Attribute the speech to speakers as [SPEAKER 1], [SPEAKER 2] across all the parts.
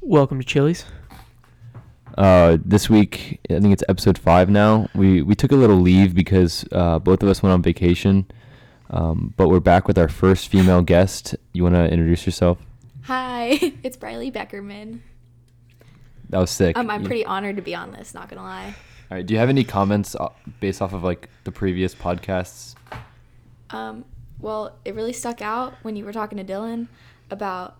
[SPEAKER 1] Welcome to Chili's.
[SPEAKER 2] Uh, this week, I think it's episode five now. We we took a little leave because uh, both of us went on vacation, um, but we're back with our first female guest. You want to introduce yourself?
[SPEAKER 3] Hi, it's Briley Beckerman.
[SPEAKER 2] That was sick.
[SPEAKER 3] Um, I'm
[SPEAKER 2] You-
[SPEAKER 3] pretty honored to be on this, not gonna lie.
[SPEAKER 2] All right. Do you have any comments uh, based off of like the previous podcasts?
[SPEAKER 3] Um, well, it really stuck out when you were talking to Dylan about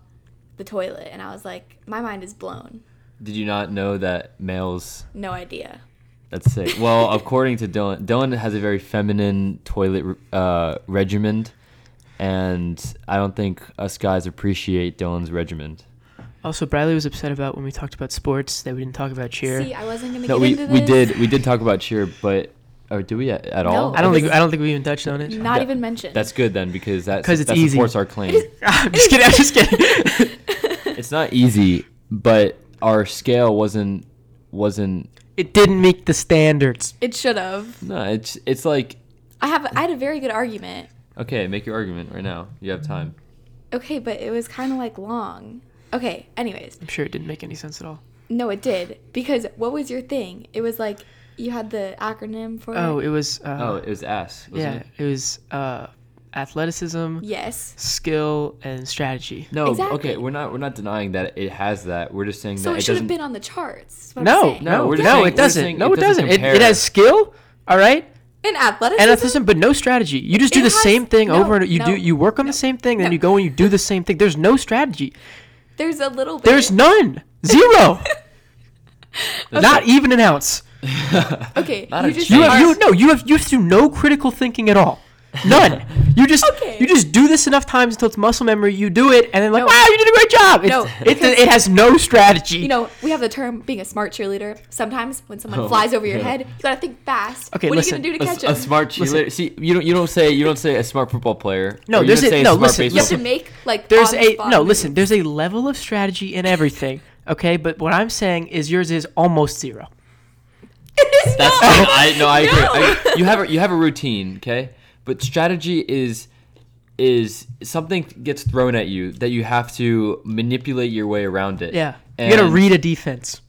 [SPEAKER 3] the toilet, and I was like, my mind is blown.
[SPEAKER 2] Did you not know that males?
[SPEAKER 3] No idea.
[SPEAKER 2] That's sick. Well, according to Dylan, Dylan has a very feminine toilet uh, regimen, and I don't think us guys appreciate Dylan's regimen.
[SPEAKER 1] Also, Bradley was upset about when we talked about sports that we didn't talk about cheer.
[SPEAKER 3] See, I wasn't gonna
[SPEAKER 2] No,
[SPEAKER 3] get
[SPEAKER 2] we,
[SPEAKER 3] into this.
[SPEAKER 2] we did we did talk about cheer, but or do we at, at all?
[SPEAKER 3] No.
[SPEAKER 1] I don't think
[SPEAKER 3] Because-
[SPEAKER 1] I don't think we even touched on it.
[SPEAKER 3] Not
[SPEAKER 2] Yeah.
[SPEAKER 3] even mentioned.
[SPEAKER 2] that's good then because that
[SPEAKER 1] 'Cause it's
[SPEAKER 2] that
[SPEAKER 1] easy.
[SPEAKER 2] supports our claim.
[SPEAKER 1] I'm just kidding. I'm just kidding.
[SPEAKER 2] it's not easy, but our scale wasn't wasn't
[SPEAKER 1] it didn't meet the standards.
[SPEAKER 3] It should have.
[SPEAKER 2] no. It's it's like
[SPEAKER 3] I have. I had a very good argument.
[SPEAKER 2] okay, make your argument right now. You have
[SPEAKER 1] Uh,
[SPEAKER 2] time.
[SPEAKER 3] Okay, but it was kind of like long. Okay. Anyways,
[SPEAKER 1] I'm sure it didn't make any sense at all.
[SPEAKER 3] no, it did because what was your thing? It was like you had the acronym for.
[SPEAKER 1] Oh,
[SPEAKER 3] It.
[SPEAKER 1] it was. Uh,
[SPEAKER 2] Oh, it was ass. Wasn't
[SPEAKER 1] yeah,
[SPEAKER 2] It?
[SPEAKER 1] it was uh, athleticism,
[SPEAKER 3] Yes.
[SPEAKER 1] skill, and strategy.
[SPEAKER 2] No. Okay.
[SPEAKER 3] Exactly.
[SPEAKER 2] We're not we're not denying that it has that. We're just saying
[SPEAKER 3] So
[SPEAKER 2] that
[SPEAKER 3] it
[SPEAKER 2] it
[SPEAKER 3] should have
[SPEAKER 2] doesn't.
[SPEAKER 3] been on the charts. is what I'm
[SPEAKER 1] No,
[SPEAKER 3] saying.
[SPEAKER 1] no,
[SPEAKER 2] No,
[SPEAKER 1] no,
[SPEAKER 2] we're just saying- we're
[SPEAKER 1] it
[SPEAKER 2] just
[SPEAKER 1] doesn't.
[SPEAKER 2] saying
[SPEAKER 1] No,
[SPEAKER 2] it
[SPEAKER 1] it
[SPEAKER 2] doesn't
[SPEAKER 1] doesn't. It, it
[SPEAKER 2] compare.
[SPEAKER 1] has skill. All right.
[SPEAKER 3] In athleticism.
[SPEAKER 1] And athleticism, but no strategy. You just do
[SPEAKER 3] It
[SPEAKER 1] the
[SPEAKER 3] has-
[SPEAKER 1] same thing
[SPEAKER 3] no,
[SPEAKER 1] over and you do.
[SPEAKER 3] no,
[SPEAKER 1] You work on the same thing, then
[SPEAKER 3] no.
[SPEAKER 1] you go and you do the same thing. There's no strategy.
[SPEAKER 3] There's a little bit.
[SPEAKER 1] There's none. Zero. Not even an ounce.
[SPEAKER 3] okay.
[SPEAKER 2] Not
[SPEAKER 3] you
[SPEAKER 2] a
[SPEAKER 3] just
[SPEAKER 1] You
[SPEAKER 2] Hey,
[SPEAKER 1] have
[SPEAKER 3] are-
[SPEAKER 1] you no you have you have to do no critical thinking at all. None. You just
[SPEAKER 3] Okay.
[SPEAKER 1] you just do this enough times until it's muscle memory. You do it and then like
[SPEAKER 3] No.
[SPEAKER 1] wow you did a great job. It's,
[SPEAKER 3] No,
[SPEAKER 1] it,
[SPEAKER 3] because-
[SPEAKER 1] it has no strategy.
[SPEAKER 3] You know, we have the term being a smart cheerleader. Sometimes when someone
[SPEAKER 2] Oh,
[SPEAKER 3] flies over your
[SPEAKER 2] yeah.
[SPEAKER 3] head, you gotta think fast.
[SPEAKER 1] Okay,
[SPEAKER 3] what
[SPEAKER 1] listen,
[SPEAKER 3] are you gonna
[SPEAKER 2] A,
[SPEAKER 3] do to
[SPEAKER 2] s-
[SPEAKER 3] catch
[SPEAKER 2] a
[SPEAKER 3] them?
[SPEAKER 2] smart cheerleader. See, you don't you don't say you don't say a smart football player.
[SPEAKER 1] No,
[SPEAKER 2] or you
[SPEAKER 1] there's
[SPEAKER 2] don't
[SPEAKER 1] a-
[SPEAKER 2] say
[SPEAKER 1] no,
[SPEAKER 2] smart
[SPEAKER 1] listen,
[SPEAKER 3] You have to
[SPEAKER 2] baseball-
[SPEAKER 3] make like
[SPEAKER 1] there's
[SPEAKER 3] on the
[SPEAKER 1] a
[SPEAKER 3] spot
[SPEAKER 1] no
[SPEAKER 3] move.
[SPEAKER 1] listen. There's a level of strategy in everything. Okay, but what I'm saying is yours is almost zero.
[SPEAKER 3] It is
[SPEAKER 2] That's
[SPEAKER 3] not.
[SPEAKER 2] I no, I agree.
[SPEAKER 3] No.
[SPEAKER 2] I, you have a, you have a routine, okay? But strategy is is something gets thrown at you that you have to manipulate your way around it.
[SPEAKER 1] Yeah,
[SPEAKER 2] And,
[SPEAKER 1] you gotta read a defense.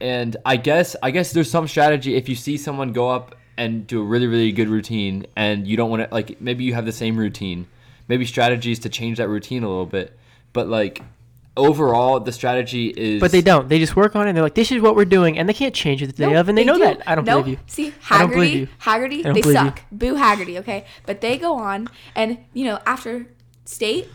[SPEAKER 2] And I guess I guess there's some strategy if you see someone go up and do a really really good routine and you don't want to like maybe you have the same routine. Maybe strategy is to change that routine a little bit, but like overall the strategy is
[SPEAKER 1] But they don't. They just work on it. and They're like, this is what we're doing, and they can't change it the day
[SPEAKER 3] Nope,
[SPEAKER 1] of, and they, know
[SPEAKER 3] do.
[SPEAKER 1] that. I don't
[SPEAKER 3] Nope.
[SPEAKER 1] believe you.
[SPEAKER 3] See,
[SPEAKER 1] I don't believe
[SPEAKER 3] Haggerty,
[SPEAKER 1] you.
[SPEAKER 3] Haggerty,
[SPEAKER 1] I don't
[SPEAKER 3] they
[SPEAKER 1] believe you.
[SPEAKER 3] suck. Boo Haggerty, okay? But they go on, and you know, after state,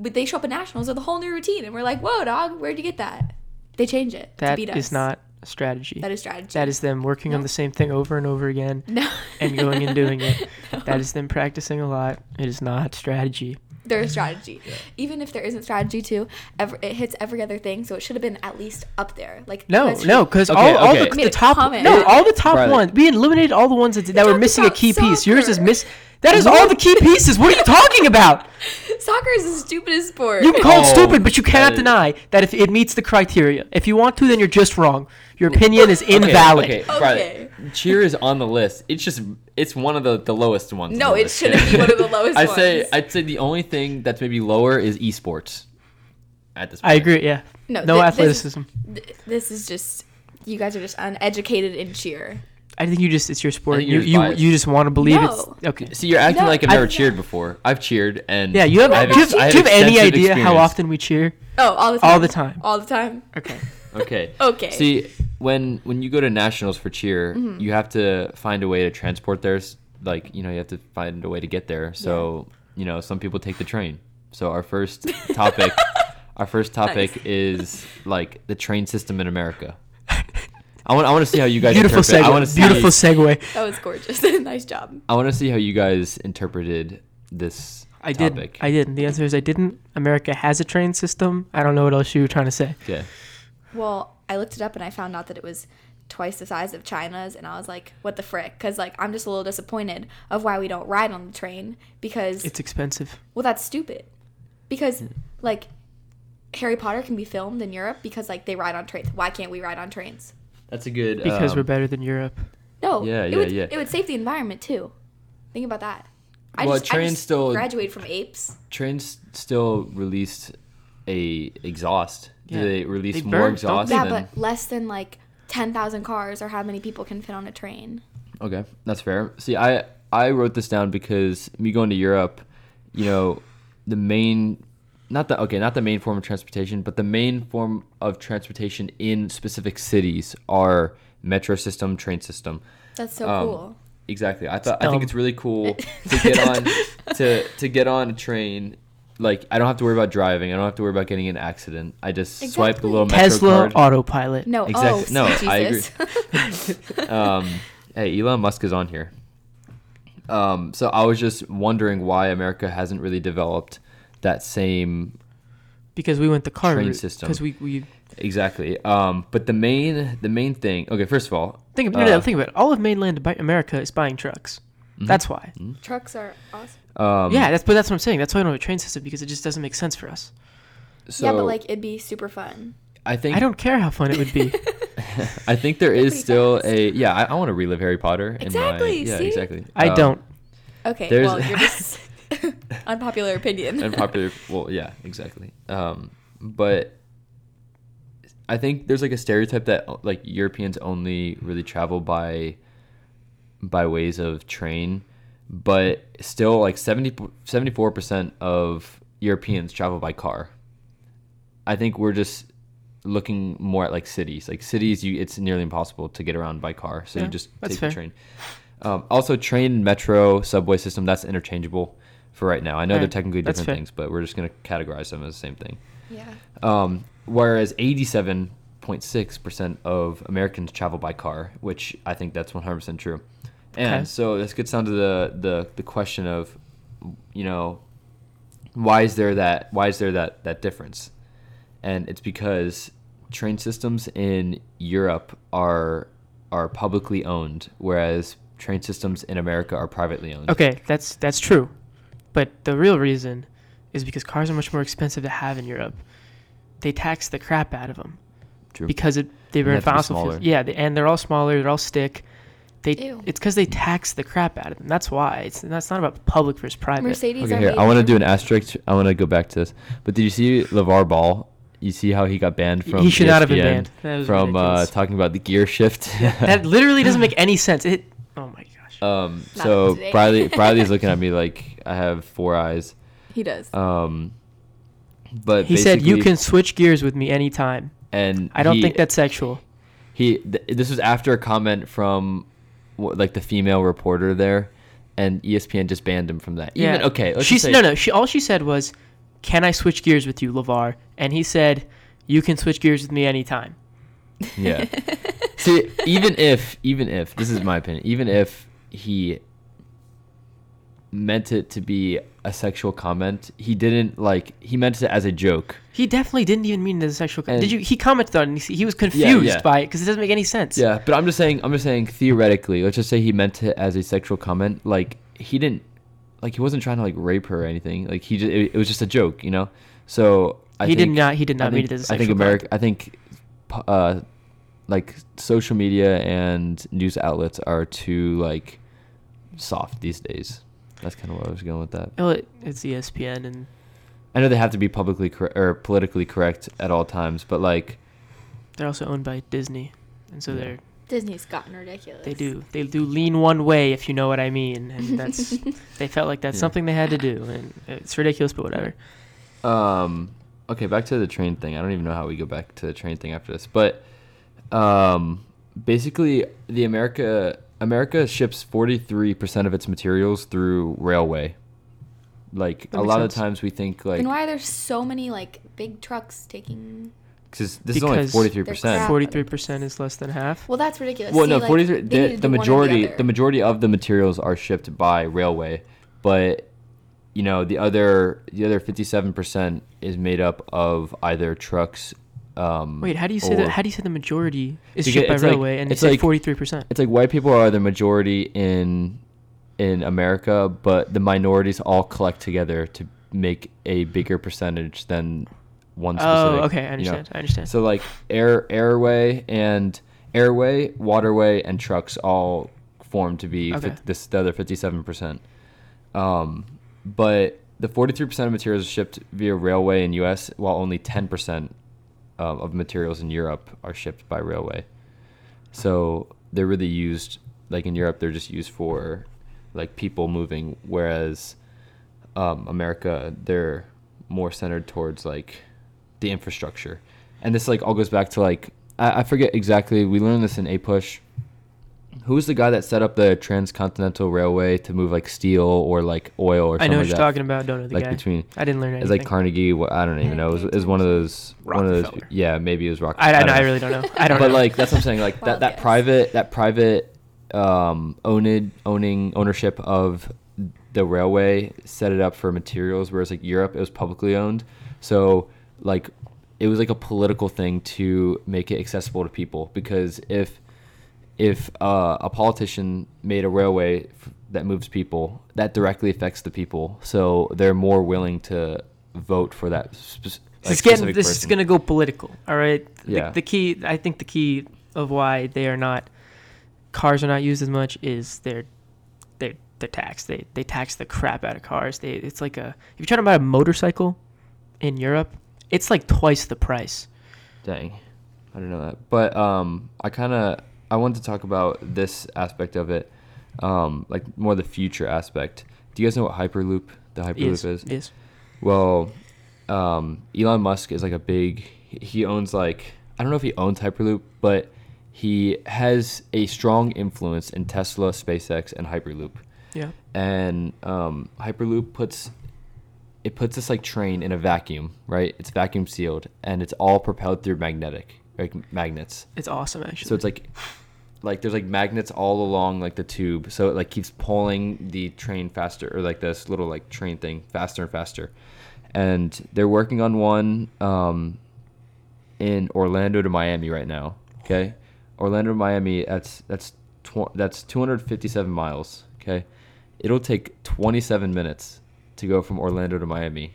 [SPEAKER 3] but they show up at nationals with a whole new routine, and we're like, "Whoa, dog, where'd you get that?" They change it to
[SPEAKER 1] That
[SPEAKER 3] beat us.
[SPEAKER 1] is not a strategy.
[SPEAKER 3] That is strategy.
[SPEAKER 1] That is them working on the same thing over and over again
[SPEAKER 3] no.
[SPEAKER 1] and going and doing it. That is them practicing a lot. It is not strategy.
[SPEAKER 3] there is strategy. Even if there isn't strategy too, ev it hits every other thing, so it should have been at least up there. Like
[SPEAKER 1] No,
[SPEAKER 3] that's-
[SPEAKER 1] no, because
[SPEAKER 2] Okay,
[SPEAKER 1] all, all
[SPEAKER 2] okay.
[SPEAKER 1] the,
[SPEAKER 3] Made
[SPEAKER 1] the
[SPEAKER 3] a
[SPEAKER 1] top
[SPEAKER 3] comment.
[SPEAKER 1] no, all the top
[SPEAKER 2] Riley.
[SPEAKER 1] ones. We eliminated all the ones that, that were
[SPEAKER 3] talked
[SPEAKER 1] missing a
[SPEAKER 3] about
[SPEAKER 1] key piece. Yours is
[SPEAKER 3] soccer.
[SPEAKER 1] miss. That is all the key pieces. What are you talking about?
[SPEAKER 3] Soccer is the stupidest sport.
[SPEAKER 1] You can call it
[SPEAKER 2] Oh,
[SPEAKER 1] stupid, but you cannot
[SPEAKER 2] that is-
[SPEAKER 1] deny that if it meets the criteria. If you want to, then you're just wrong. Your opinion is invalid.
[SPEAKER 2] Okay, okay,
[SPEAKER 3] Okay.
[SPEAKER 2] Friday. Cheer is on the list. It's just it's one of the, the lowest ones. on
[SPEAKER 3] No,
[SPEAKER 2] the
[SPEAKER 3] it
[SPEAKER 2] list,
[SPEAKER 3] shouldn't
[SPEAKER 2] okay?
[SPEAKER 3] be one of the lowest
[SPEAKER 2] I say
[SPEAKER 3] ones.
[SPEAKER 2] I'd say the only thing that's maybe lower is esports. At this point.
[SPEAKER 1] I agree. Yeah. No,
[SPEAKER 3] No, thi- this is-
[SPEAKER 1] athleticism.
[SPEAKER 3] Th- this is just you guys are just uneducated in cheer.
[SPEAKER 1] I think you just it's your sport.
[SPEAKER 2] think
[SPEAKER 1] You
[SPEAKER 2] you're just
[SPEAKER 1] you,
[SPEAKER 2] biased.
[SPEAKER 1] you just want to believe
[SPEAKER 3] No.
[SPEAKER 1] it's okay.
[SPEAKER 2] See, you're acting
[SPEAKER 3] No,
[SPEAKER 2] like I've
[SPEAKER 1] I-
[SPEAKER 2] never cheered before. I've cheered and
[SPEAKER 1] Yeah, you have.
[SPEAKER 2] I
[SPEAKER 1] do you have,
[SPEAKER 2] ex- I
[SPEAKER 1] do you have any
[SPEAKER 2] extensive
[SPEAKER 1] idea how
[SPEAKER 2] experience.
[SPEAKER 1] often we cheer?
[SPEAKER 3] Oh, all the time.
[SPEAKER 1] All the time.
[SPEAKER 3] All the time.
[SPEAKER 1] Okay.
[SPEAKER 2] Okay.
[SPEAKER 3] Okay.
[SPEAKER 2] See, when when you go to nationals for cheer, you have to find a way to transport theirs. Like you know, you have to find a way to get there. So you know, some people take the train. So our first topic, our first topic is like the train system in America. I want I want to see how you guys
[SPEAKER 1] Beautiful
[SPEAKER 2] interpret. I want
[SPEAKER 1] segue.
[SPEAKER 2] to see
[SPEAKER 1] Beautiful segue.
[SPEAKER 3] That was gorgeous. nice job.
[SPEAKER 2] I want to see how you guys interpreted this
[SPEAKER 1] I did.
[SPEAKER 2] topic.
[SPEAKER 1] I didn't. The answer is I didn't. America has a train system. I don't know what else you were trying to say.
[SPEAKER 2] Okay.
[SPEAKER 3] Well, I looked it up and I found out that it was twice the size of China's, and I was like, "What the frick?" Because like I'm just a little disappointed of why we don't ride on the train because
[SPEAKER 1] It's expensive.
[SPEAKER 3] Well, that's stupid. Because
[SPEAKER 2] Hmm.
[SPEAKER 3] like Harry Potter can be filmed in Europe because like they ride on trains. Why can't we ride on trains?
[SPEAKER 2] That's a good
[SPEAKER 1] Because
[SPEAKER 2] um,
[SPEAKER 1] we're better than Europe.
[SPEAKER 3] No.
[SPEAKER 2] Yeah,
[SPEAKER 3] it
[SPEAKER 2] yeah,
[SPEAKER 3] would,
[SPEAKER 2] yeah.
[SPEAKER 3] It would save the environment too. Think about that. I
[SPEAKER 2] Well,
[SPEAKER 3] just, I
[SPEAKER 2] trains
[SPEAKER 3] just
[SPEAKER 2] still-
[SPEAKER 3] graduated from apes.
[SPEAKER 2] trains still released a exhaust?
[SPEAKER 1] Yeah.
[SPEAKER 2] Do they release
[SPEAKER 1] They
[SPEAKER 2] more
[SPEAKER 1] burn, don't
[SPEAKER 2] exhaust
[SPEAKER 1] they?
[SPEAKER 3] Yeah,
[SPEAKER 2] than?
[SPEAKER 3] but less than like 10,000 cars or how many people can fit on a train.
[SPEAKER 2] Okay, that's fair. See, I I wrote this down because me going to Europe, you know, the main not the okay, not the main form of transportation, but the main form of transportation in specific cities are metro system, train system.
[SPEAKER 3] That's so
[SPEAKER 2] Um,
[SPEAKER 3] cool.
[SPEAKER 2] Exactly. I thought I think
[SPEAKER 1] dumb.
[SPEAKER 2] it's really cool to get on to to get on a train like I don't have to worry about driving. I don't have to worry about getting in an accident. I just swipe the
[SPEAKER 3] Exactly.
[SPEAKER 2] little metro
[SPEAKER 1] Tesla
[SPEAKER 2] card.
[SPEAKER 1] autopilot.
[SPEAKER 3] No,
[SPEAKER 2] exactly.
[SPEAKER 3] oh,
[SPEAKER 2] No,
[SPEAKER 3] sweet
[SPEAKER 2] I
[SPEAKER 3] Jesus.
[SPEAKER 2] um, hey, Elon Musk is on here. Um, so I was just wondering why America hasn't really developed that same
[SPEAKER 1] Because we went the car
[SPEAKER 2] Train
[SPEAKER 1] route.
[SPEAKER 2] system.
[SPEAKER 1] Because we, we
[SPEAKER 2] exactly. Um, but the main the main thing. Okay, first of all,
[SPEAKER 1] think about,
[SPEAKER 2] uh, mm-hmm.
[SPEAKER 1] it. think about it. All of mainland Bi- America is buying trucks. That's why.
[SPEAKER 3] Trucks are awesome.
[SPEAKER 2] um,
[SPEAKER 1] yeah, that's but that's what I'm saying. That's why I don't have a train system because it just doesn't make sense for us.
[SPEAKER 2] So
[SPEAKER 3] yeah, but like it'd be super fun.
[SPEAKER 2] I think
[SPEAKER 1] I don't care how fun it would be.
[SPEAKER 2] I think there is
[SPEAKER 3] Pretty
[SPEAKER 2] still a yeah. I, I want to relive Harry Potter.
[SPEAKER 3] Exactly,
[SPEAKER 2] In my, yeah,
[SPEAKER 3] see?
[SPEAKER 2] exactly.
[SPEAKER 1] I
[SPEAKER 2] Um,
[SPEAKER 1] don't.
[SPEAKER 3] Okay,
[SPEAKER 2] There's-
[SPEAKER 3] well, you're just unpopular opinion.
[SPEAKER 2] unpopular. well, yeah, exactly. Um, but I think there's like a stereotype that like Europeans only really travel by by ways of train, but still like 74 percent of Europeans travel by car. I think we're just looking more at like cities. Like cities, you it's nearly impossible to get around by car, so
[SPEAKER 1] Yeah,
[SPEAKER 2] you just
[SPEAKER 1] that's
[SPEAKER 2] take
[SPEAKER 1] fair.
[SPEAKER 2] the train. Um, also, train, metro, subway system that's interchangeable for right now. I know
[SPEAKER 1] Alright,
[SPEAKER 2] they're technically
[SPEAKER 1] that's fair.
[SPEAKER 2] different things, but we're just gonna categorize them as the same thing.
[SPEAKER 3] yeah.
[SPEAKER 2] Um, whereas 87.6% of Americans travel by car, which I think that's 100% true. And
[SPEAKER 1] Okay.
[SPEAKER 2] so this gets down to the, the, the question of, you know, why is there that why is there that, that difference? And it's because train systems in Europe are are publicly owned, whereas train systems in America are privately owned.
[SPEAKER 1] Okay, that's that's true. But the real reason is because cars are much more expensive to have in Europe. They tax the crap out of them
[SPEAKER 2] True.
[SPEAKER 1] because it, they
[SPEAKER 2] And they
[SPEAKER 1] burn
[SPEAKER 2] have to be
[SPEAKER 1] fossil fuels.
[SPEAKER 2] smaller.
[SPEAKER 1] Yeah, they, and they're all smaller. They're all stick. They
[SPEAKER 3] Ew.
[SPEAKER 1] it's because they tax the crap out of them. That's why. It's that's not about public versus private.
[SPEAKER 3] Mercedes
[SPEAKER 2] Okay,
[SPEAKER 3] are
[SPEAKER 2] here.
[SPEAKER 3] made
[SPEAKER 2] I want to
[SPEAKER 3] in-
[SPEAKER 2] do an asterisk. I want to go back to this. But did you see LeVar Ball? You see how he got banned from E
[SPEAKER 1] He should not have been
[SPEAKER 2] ESPN
[SPEAKER 1] banned. That was
[SPEAKER 2] from uh,
[SPEAKER 1] ridiculous.
[SPEAKER 2] talking about the gear shift.
[SPEAKER 1] that literally doesn't make any sense. It. Oh my gosh.
[SPEAKER 2] um,
[SPEAKER 3] Not
[SPEAKER 2] so
[SPEAKER 3] today.
[SPEAKER 2] Bradley Bradley's looking at me like I have four eyes.
[SPEAKER 3] He does.
[SPEAKER 2] Um, but
[SPEAKER 1] he said you
[SPEAKER 2] basically-
[SPEAKER 1] can switch gears with me anytime.
[SPEAKER 2] And
[SPEAKER 1] I don't
[SPEAKER 2] he-
[SPEAKER 1] think that's sexual.
[SPEAKER 2] he th- this was after a comment from wh- like the female reporter there and E espn just banned him from that even okay let's
[SPEAKER 1] She
[SPEAKER 2] just
[SPEAKER 1] s-
[SPEAKER 2] say-
[SPEAKER 1] no no. She all she said was, "Can I switch gears with you, Lavar?" And he said, "You can switch gears with me anytime."
[SPEAKER 2] Yeah. See, even if, even if, this is my opinion, even if he meant it to be a sexual comment, he didn't like, he meant it as a joke.
[SPEAKER 1] He definitely didn't even mean it as a sexual. con-
[SPEAKER 2] And-
[SPEAKER 1] Did you? He commented on. it and He, he was confused
[SPEAKER 2] yeah.
[SPEAKER 1] by it because it doesn't make any sense.
[SPEAKER 2] Yeah, but I'm just saying, I'm just saying theoretically, let's just say he meant it as a sexual comment. Like, he didn't, like, he wasn't trying to like rape her or anything. Like, he just, it, it was just a joke, you know? So, I
[SPEAKER 1] He did
[SPEAKER 2] think-
[SPEAKER 1] not- he did
[SPEAKER 2] I
[SPEAKER 1] not mean
[SPEAKER 2] think-
[SPEAKER 1] it as a
[SPEAKER 2] I think
[SPEAKER 1] sexual
[SPEAKER 2] America, I think, pu- uh, like social media and news outlets are too like soft these days. That's kind of where I was going with that.
[SPEAKER 1] Well, it, it's E ESPN and
[SPEAKER 2] I know they have to be publicly cor- or politically correct at all times, but like
[SPEAKER 1] they're also owned by Disney, and so
[SPEAKER 2] Yeah.
[SPEAKER 1] they're
[SPEAKER 3] Disney's gotten ridiculous.
[SPEAKER 1] they do they do lean one way if you know what I mean, and that's they felt like that's
[SPEAKER 2] Yeah.
[SPEAKER 1] something they had to do, and it's ridiculous, but whatever.
[SPEAKER 2] Um. Okay, back to the train thing. I don't even know how we go back to the train thing after this, but um, basically, the America America ships forty three percent of its materials through railway. Like
[SPEAKER 1] That
[SPEAKER 2] a
[SPEAKER 1] makes
[SPEAKER 2] lot of
[SPEAKER 1] sense.
[SPEAKER 2] times we think like
[SPEAKER 3] Then why are there so many like big trucks taking?
[SPEAKER 2] cause this is only
[SPEAKER 1] Because
[SPEAKER 2] forty three
[SPEAKER 3] they're
[SPEAKER 2] percent.
[SPEAKER 3] crap.
[SPEAKER 1] Forty three percent is less than half.
[SPEAKER 3] Well, that's ridiculous.
[SPEAKER 2] Well,
[SPEAKER 3] See,
[SPEAKER 2] no,
[SPEAKER 3] like,
[SPEAKER 2] forty three.
[SPEAKER 3] they
[SPEAKER 2] The,
[SPEAKER 3] need to
[SPEAKER 2] the
[SPEAKER 3] do one or
[SPEAKER 2] majority
[SPEAKER 3] other.
[SPEAKER 2] the majority of the materials are shipped by railway, but you know the other the other fifty seven percent is made up of either trucks. Um,
[SPEAKER 1] Wait, how do you say that?
[SPEAKER 2] or-
[SPEAKER 1] How do you say the majority is
[SPEAKER 2] Because
[SPEAKER 1] shipped by
[SPEAKER 2] it's like-
[SPEAKER 1] railway, and they
[SPEAKER 2] it's
[SPEAKER 1] say
[SPEAKER 2] like-
[SPEAKER 1] forty three percent?
[SPEAKER 2] it's like white people are the majority in in America, but the minorities all collect together to make a bigger percentage than one specific.
[SPEAKER 1] Oh, okay, I
[SPEAKER 2] you know?
[SPEAKER 1] understand. I understand.
[SPEAKER 2] So like air airway and airway, waterway, and trucks all form to be
[SPEAKER 1] Okay.
[SPEAKER 2] fif- this the other fifty seven percent. Um, but the 43% of materials shipped via railway in U.S., while only 10% uh, of materials in Europe are shipped by railway. So they're really used, like in Europe, they're just used for like people moving, whereas um, America, they're more centered towards like the infrastructure. And this like all goes back to like I, I forget exactly. We learned this in A Push. Who was the guy that set up the transcontinental railway to move like steel or like oil or
[SPEAKER 1] I
[SPEAKER 2] something
[SPEAKER 1] know what
[SPEAKER 2] like
[SPEAKER 1] you're
[SPEAKER 2] that?
[SPEAKER 1] talking about. Don't know the
[SPEAKER 2] like
[SPEAKER 1] guy.
[SPEAKER 2] between
[SPEAKER 1] I didn't learn
[SPEAKER 2] it's
[SPEAKER 1] anything.
[SPEAKER 2] like Carnegie. wha- I don't even know. It was, it was one of those one of those.
[SPEAKER 1] Rockefeller.
[SPEAKER 2] Yeah, maybe it was Rockefeller.
[SPEAKER 1] I, I, know,
[SPEAKER 2] don't
[SPEAKER 1] I really don't know. I don't
[SPEAKER 2] but
[SPEAKER 1] know.
[SPEAKER 2] like that's what I'm saying. Like
[SPEAKER 3] Wild
[SPEAKER 2] that, that
[SPEAKER 3] guess.
[SPEAKER 2] private that private um owned owning ownership of the railway set it up for materials, whereas like Europe it was publicly owned. So like it was like a political thing to make it accessible to people because if if uh, a politician made a railway f- that moves people, that directly affects the people. So they're more willing to vote for that. Spec-
[SPEAKER 1] this is getting this is gonna go political. All right. The,
[SPEAKER 2] Yeah.
[SPEAKER 1] the key, I think, the key of why they are not cars are not used as much is they're they're they're taxed. They they tax the crap out of cars. They it's like a if you're trying to buy a motorcycle in Europe, it's like twice the price.
[SPEAKER 2] Dang, I don't know that. But um, I kind of I wanted to talk about this aspect of it, um, like more the future aspect. Do you guys know what Hyperloop, the Hyperloop
[SPEAKER 1] Is
[SPEAKER 2] is?
[SPEAKER 1] is
[SPEAKER 2] Well, um, Elon Musk is like a big. He owns like I don't know if he owns Hyperloop, but he has a strong influence in Tesla, SpaceX, and Hyperloop
[SPEAKER 1] yeah.
[SPEAKER 2] and um, Hyperloop puts it puts this like train in a vacuum, right? It's vacuum sealed, and it's all propelled through magnetic like magnets.
[SPEAKER 1] It's awesome actually.
[SPEAKER 2] So it's like like there's like magnets all along like the tube, so it like keeps pulling the train faster, or like this little like train thing faster and faster. And they're working on one um, in Orlando to Miami right now. Okay, Orlando to Miami. That's that's tw- that's 257 miles. Okay, it'll take 27 minutes to go from Orlando to Miami.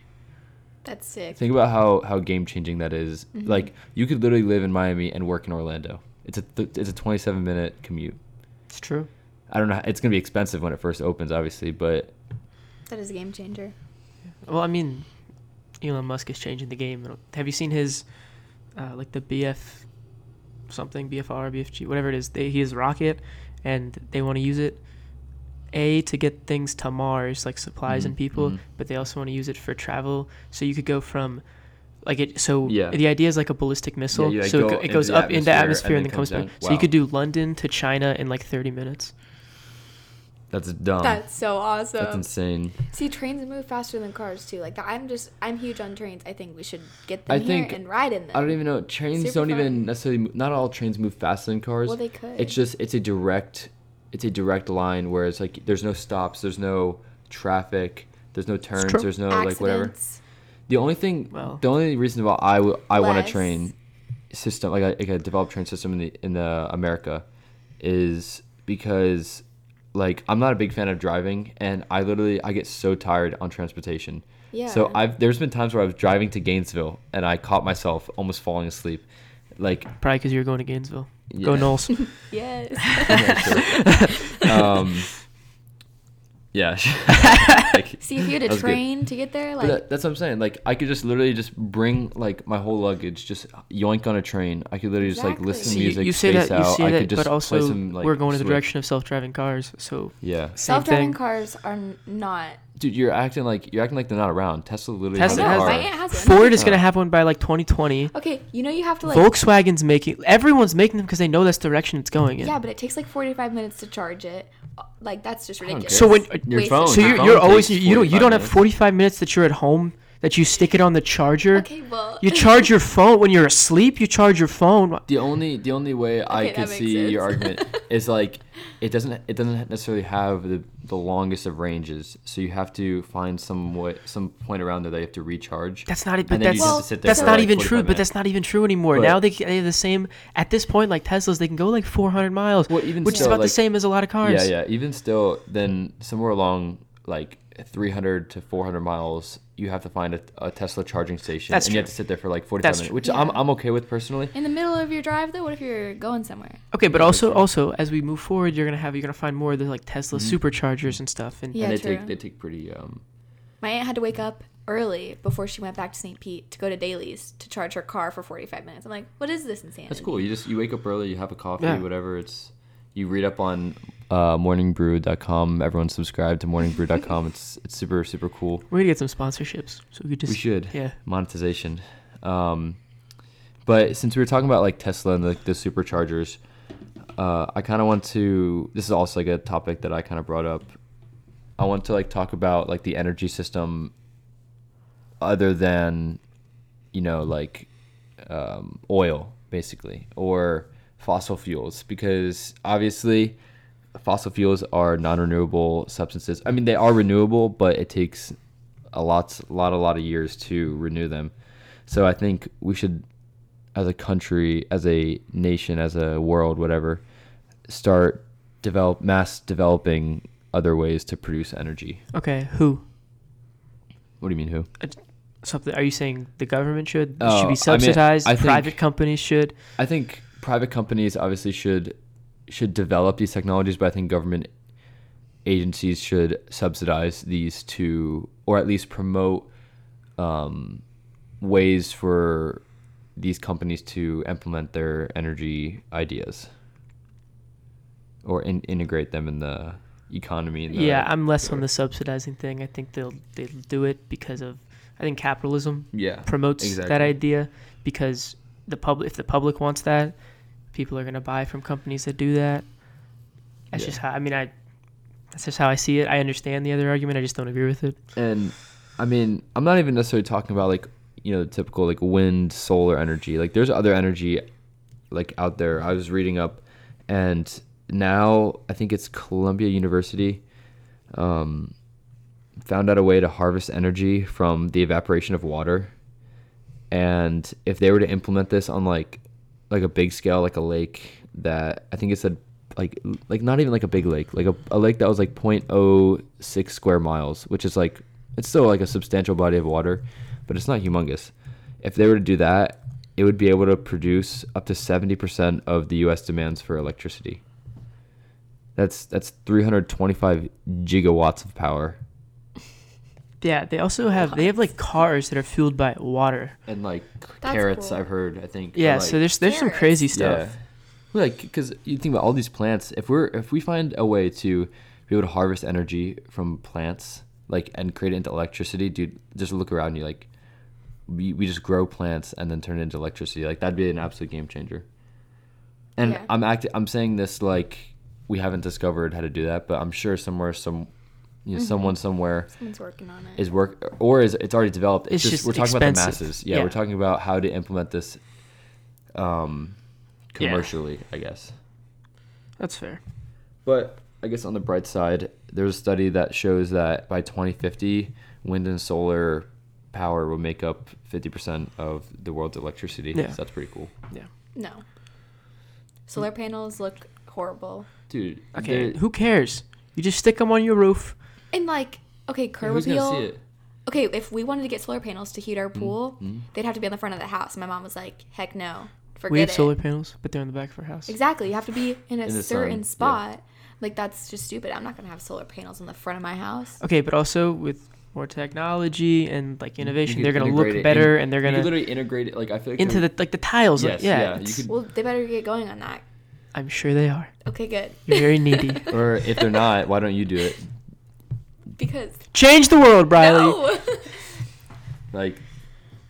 [SPEAKER 3] That's sick.
[SPEAKER 2] Think about how how game changing that is.
[SPEAKER 3] Mm-hmm.
[SPEAKER 2] Like you could literally live in Miami and work in Orlando. It's a th- it's a 27 minute commute.
[SPEAKER 1] it's true.
[SPEAKER 2] I don't know. It's gonna be expensive when it first opens, obviously, but
[SPEAKER 3] That is a game changer.
[SPEAKER 1] Well, I mean, Elon Musk is changing the game. Have you seen his, uh, like the BF, something BFR, BFG, whatever it is? They, he is rocket, and they want to use it, a to get things to Mars, like supplies and
[SPEAKER 2] Mhm,
[SPEAKER 1] people,
[SPEAKER 2] mhm.
[SPEAKER 1] but they also want to use it for travel. So you could go from, like it. So
[SPEAKER 2] Yeah.
[SPEAKER 1] the idea is like a ballistic missile.
[SPEAKER 2] you, like,
[SPEAKER 1] so it
[SPEAKER 2] go
[SPEAKER 1] go- it,
[SPEAKER 2] into
[SPEAKER 1] goes
[SPEAKER 2] the
[SPEAKER 1] up into atmosphere and
[SPEAKER 2] atmosphere and
[SPEAKER 1] then
[SPEAKER 2] then
[SPEAKER 1] comes
[SPEAKER 2] comes
[SPEAKER 1] back.
[SPEAKER 2] down.
[SPEAKER 1] So you
[SPEAKER 2] Wow.
[SPEAKER 1] could do London to China in like 30 minutes.
[SPEAKER 2] that's dumb.
[SPEAKER 3] That's so awesome.
[SPEAKER 2] Um, that's insane.
[SPEAKER 3] See, trains move faster than cars too. Like I'm just, I'm huge on trains. I think we should get them
[SPEAKER 2] I
[SPEAKER 3] here
[SPEAKER 2] think-
[SPEAKER 3] and ride in them.
[SPEAKER 2] I don't even know. Trains
[SPEAKER 3] Super
[SPEAKER 2] don't
[SPEAKER 3] fun.
[SPEAKER 2] even necessarily. mo- Not all trains move faster than cars.
[SPEAKER 3] Well, they could.
[SPEAKER 2] It's just it's a direct, it's a direct line where it's like there's no stops, there's no traffic, there's no turns,
[SPEAKER 1] true.
[SPEAKER 2] there's no like whatever.
[SPEAKER 3] Accidents.
[SPEAKER 2] The only thing,
[SPEAKER 1] Well-
[SPEAKER 2] the only reason why I w- I want a
[SPEAKER 3] Less.
[SPEAKER 2] train system like a, like a developed train system in the in the America is because like I'm not a big fan of driving and I literally I get so tired on transportation. So
[SPEAKER 3] Yeah.
[SPEAKER 2] I've there's been times where I was driving to Gainesville and I caught myself almost falling asleep. Like
[SPEAKER 1] Probably because you're going to Gainesville. Go
[SPEAKER 2] Yeah.
[SPEAKER 1] Knowles.
[SPEAKER 3] Yes.
[SPEAKER 2] um yeah. Like,
[SPEAKER 3] See, if you had
[SPEAKER 2] That
[SPEAKER 3] a
[SPEAKER 2] was good.
[SPEAKER 3] train to get there,
[SPEAKER 2] But
[SPEAKER 3] like
[SPEAKER 2] that, that's what I'm saying. Like I could just literally just bring like my whole luggage, just yoink on a train. I could literally just like
[SPEAKER 3] Exactly.
[SPEAKER 2] listen
[SPEAKER 1] So
[SPEAKER 2] to
[SPEAKER 1] you-
[SPEAKER 2] music,
[SPEAKER 1] you, say
[SPEAKER 2] space
[SPEAKER 1] that, you
[SPEAKER 2] out.
[SPEAKER 1] say
[SPEAKER 2] I
[SPEAKER 1] that,
[SPEAKER 2] could just
[SPEAKER 1] but also
[SPEAKER 2] play some like
[SPEAKER 1] we're going in the
[SPEAKER 2] Swift.
[SPEAKER 1] direction of self-driving cars. So
[SPEAKER 2] Yeah,
[SPEAKER 1] same
[SPEAKER 3] self-driving
[SPEAKER 1] thing.
[SPEAKER 3] cars are n- not.
[SPEAKER 2] dude, you're acting like you're acting like they're not around. Tesla literally
[SPEAKER 1] Tesla
[SPEAKER 3] I know,
[SPEAKER 1] has
[SPEAKER 2] has a
[SPEAKER 3] my
[SPEAKER 2] car.
[SPEAKER 3] aunt has one.
[SPEAKER 1] Ford is gonna
[SPEAKER 2] Oh.
[SPEAKER 1] have one by like 2020.
[SPEAKER 3] Okay, you know you have to like.
[SPEAKER 1] Volkswagen's making. Everyone's making them because they know that's the direction it's going in.
[SPEAKER 3] Yeah, but it takes like 45 minutes to charge it. Uh, Like that's just ridiculous.
[SPEAKER 1] So when-
[SPEAKER 2] Your
[SPEAKER 3] Waste
[SPEAKER 2] phone.
[SPEAKER 3] of
[SPEAKER 1] so you're,
[SPEAKER 2] phone
[SPEAKER 1] you're always you,
[SPEAKER 2] takes
[SPEAKER 1] you don't you
[SPEAKER 2] 45
[SPEAKER 1] don't have
[SPEAKER 2] minutes.
[SPEAKER 1] 45 minutes that you're at home that you stick it on the charger.
[SPEAKER 3] Okay, well.
[SPEAKER 1] You charge your phone when you're asleep. You charge your phone.
[SPEAKER 2] The only the only way I
[SPEAKER 3] Okay,
[SPEAKER 2] could
[SPEAKER 3] that makes
[SPEAKER 2] see your
[SPEAKER 3] sense.
[SPEAKER 2] argument is like it doesn't it doesn't necessarily have the, the longest of ranges, so you have to find some way some point around there that you have to recharge.
[SPEAKER 1] That's not it.
[SPEAKER 2] And
[SPEAKER 1] But
[SPEAKER 2] then
[SPEAKER 1] that's
[SPEAKER 2] you
[SPEAKER 3] just have to sit there
[SPEAKER 1] that's
[SPEAKER 3] for,
[SPEAKER 1] not
[SPEAKER 3] like,
[SPEAKER 1] even true.
[SPEAKER 2] 45
[SPEAKER 1] But
[SPEAKER 2] minutes.
[SPEAKER 1] that's not even true anymore.
[SPEAKER 2] But-
[SPEAKER 1] now they, they have the same at this point like Teslas. They can go like 400 miles,
[SPEAKER 2] Well, even
[SPEAKER 1] which is
[SPEAKER 2] still,
[SPEAKER 1] about the
[SPEAKER 2] like-
[SPEAKER 1] same as a lot of cars.
[SPEAKER 2] Yeah, yeah. Even still, then somewhere along like 300 to 400 miles, you have to find a, a Tesla charging station,
[SPEAKER 1] That's
[SPEAKER 2] and you have
[SPEAKER 1] true.
[SPEAKER 2] to sit there for like
[SPEAKER 1] That's
[SPEAKER 2] 45 minutes,
[SPEAKER 1] true.
[SPEAKER 2] which
[SPEAKER 3] Yeah.
[SPEAKER 2] I'm I'm okay with personally.
[SPEAKER 3] in the middle of your drive, though, what if you're going somewhere?
[SPEAKER 1] Okay, but
[SPEAKER 2] Yeah,
[SPEAKER 1] also
[SPEAKER 2] sure.
[SPEAKER 1] also as we move
[SPEAKER 2] Mm-hmm.
[SPEAKER 1] forward, you're gonna have you're gonna find more of the like Tesla superchargers and stuff. And
[SPEAKER 3] Yeah,
[SPEAKER 2] and they
[SPEAKER 3] true.
[SPEAKER 2] take they take pretty um
[SPEAKER 3] My aunt had to wake up early before she went back to St. Pete to go to Daly's to charge her car for 45 minutes. I'm like, what is this insanity?
[SPEAKER 2] That's cool. You just you wake up early, you have a coffee,
[SPEAKER 1] Yeah.
[SPEAKER 2] whatever. It's you read up on uh, morningbrew.com. Everyone's subscribed to morningbrew.com. it's it's super super cool.
[SPEAKER 1] We're gonna get some sponsorships, so we could just
[SPEAKER 2] We should
[SPEAKER 1] Yeah,
[SPEAKER 2] monetization. Um, but since we were talking about like Tesla and like the superchargers, uh, I kind of want to. This is also like a topic that I kind of brought up. I want to like talk about like the energy system, other than, you know, like um, oil basically or fossil fuels because obviously fossil fuels are non-renewable substances i mean they are renewable but it takes a lot a lot a lot of years to renew them so i think we should as a country as a nation as a world whatever start develop mass developing other ways to produce energy
[SPEAKER 1] okay. Who? Uh,
[SPEAKER 2] what do you mean who
[SPEAKER 1] Something? Are you saying the government should
[SPEAKER 2] Oh,
[SPEAKER 1] should
[SPEAKER 2] I mean,
[SPEAKER 1] be subsidized?
[SPEAKER 2] I think-
[SPEAKER 1] private companies should.
[SPEAKER 2] I think private companies obviously should should develop these technologies, but I think government agencies should subsidize these to, or at least promote um, ways for these companies to implement their energy ideas or in, integrate them in the economy. And the,
[SPEAKER 1] yeah, I'm less on the subsidizing thing. I think they'll they'll do it because of I think capitalism
[SPEAKER 2] yeah,
[SPEAKER 1] promotes that
[SPEAKER 2] Exactly.
[SPEAKER 1] idea because the public if the public wants that, people are gonna buy from companies that do that. That's
[SPEAKER 2] Yeah.
[SPEAKER 1] just how I mean I. That's just how I see it. I understand the other argument. I just don't agree with it.
[SPEAKER 2] and I mean, I'm not even necessarily talking about like you know the typical like wind, solar energy. Like there's other energy like out there. I was reading up, and now I think it's Columbia University um, found out a way to harvest energy from the evaporation of water. And if they were to implement this on like like a big scale, like a lake that I think it said like like not even like a big lake, like a, a lake that was like 0.06 square miles, which is like it's still like a substantial body of water, but it's not humongous. If they were to do that, it would be able to produce up to 70% of the US demands for electricity. That's that's 325 gigawatts of power.
[SPEAKER 1] Yeah, they also have they have like cars that are fueled by water.
[SPEAKER 2] And like
[SPEAKER 3] That's
[SPEAKER 2] carrots
[SPEAKER 3] cool.
[SPEAKER 2] I've heard, I think. are,
[SPEAKER 1] Yeah,
[SPEAKER 2] like,
[SPEAKER 1] so there's there's some
[SPEAKER 3] Carrots.
[SPEAKER 1] crazy stuff.
[SPEAKER 2] Yeah. Like, because you think about all these plants. If we're if we find a way to be able to harvest energy from plants, like and create it into electricity, dude, just look around you. Like, we we just grow plants and then turn it into electricity. Like that'd be an absolute game changer. And
[SPEAKER 3] Yeah.
[SPEAKER 2] I'm act- I'm saying this like we haven't discovered how to do that, but I'm sure somewhere some. You know, Someone somewhere
[SPEAKER 3] Someone's working on it.
[SPEAKER 2] is work or is it's already developed.
[SPEAKER 1] It's
[SPEAKER 2] It's, just,
[SPEAKER 1] just
[SPEAKER 2] we're talking about the
[SPEAKER 1] expensive.
[SPEAKER 2] masses. Yeah,
[SPEAKER 1] Yeah.
[SPEAKER 2] we're talking about how to implement this um,
[SPEAKER 1] Yeah.
[SPEAKER 2] commercially, I guess.
[SPEAKER 1] That's fair.
[SPEAKER 2] But I guess on the bright side, there's a study that shows that by 2050, wind and solar power will make up 50% of the world's electricity.
[SPEAKER 1] Yeah.
[SPEAKER 2] So that's pretty cool.
[SPEAKER 3] No. Solar panels look horrible.
[SPEAKER 2] Dude,
[SPEAKER 1] Okay,
[SPEAKER 2] they're-
[SPEAKER 1] who cares? You just stick them on your roof.
[SPEAKER 3] And like, okay, curb
[SPEAKER 2] who's
[SPEAKER 3] appeal.
[SPEAKER 2] going to see it?
[SPEAKER 3] Okay, if we wanted to get solar panels to heat our
[SPEAKER 1] Mm.
[SPEAKER 3] pool, they'd have to be on the front of the house. My mom was like, heck no. Forget
[SPEAKER 1] we have
[SPEAKER 3] it.
[SPEAKER 1] solar panels, but they're in the back of our house.
[SPEAKER 3] Exactly. You have to be in a
[SPEAKER 2] In the sun, yeah.
[SPEAKER 3] certain spot. Like that's just stupid. I'm not gonna have solar panels on the front of my house.
[SPEAKER 1] Okay, but also with more technology and like innovation,
[SPEAKER 2] You
[SPEAKER 1] they're
[SPEAKER 2] could
[SPEAKER 1] gonna
[SPEAKER 2] integrate
[SPEAKER 1] look
[SPEAKER 2] it in-
[SPEAKER 1] better and they're
[SPEAKER 2] you could
[SPEAKER 1] gonna
[SPEAKER 2] literally integrate it. Like, I feel like
[SPEAKER 1] into
[SPEAKER 2] they're-
[SPEAKER 1] the like the tiles. like-
[SPEAKER 2] Yes,
[SPEAKER 1] yeah,
[SPEAKER 2] yeah, you
[SPEAKER 1] it's-
[SPEAKER 2] could-
[SPEAKER 3] Well, they better get going on that.
[SPEAKER 1] I'm sure they are.
[SPEAKER 3] Okay, good.
[SPEAKER 1] You're very needy.
[SPEAKER 2] Or if they're not, why don't you do it?
[SPEAKER 3] because
[SPEAKER 1] Change the world, Briley.
[SPEAKER 3] no.
[SPEAKER 2] like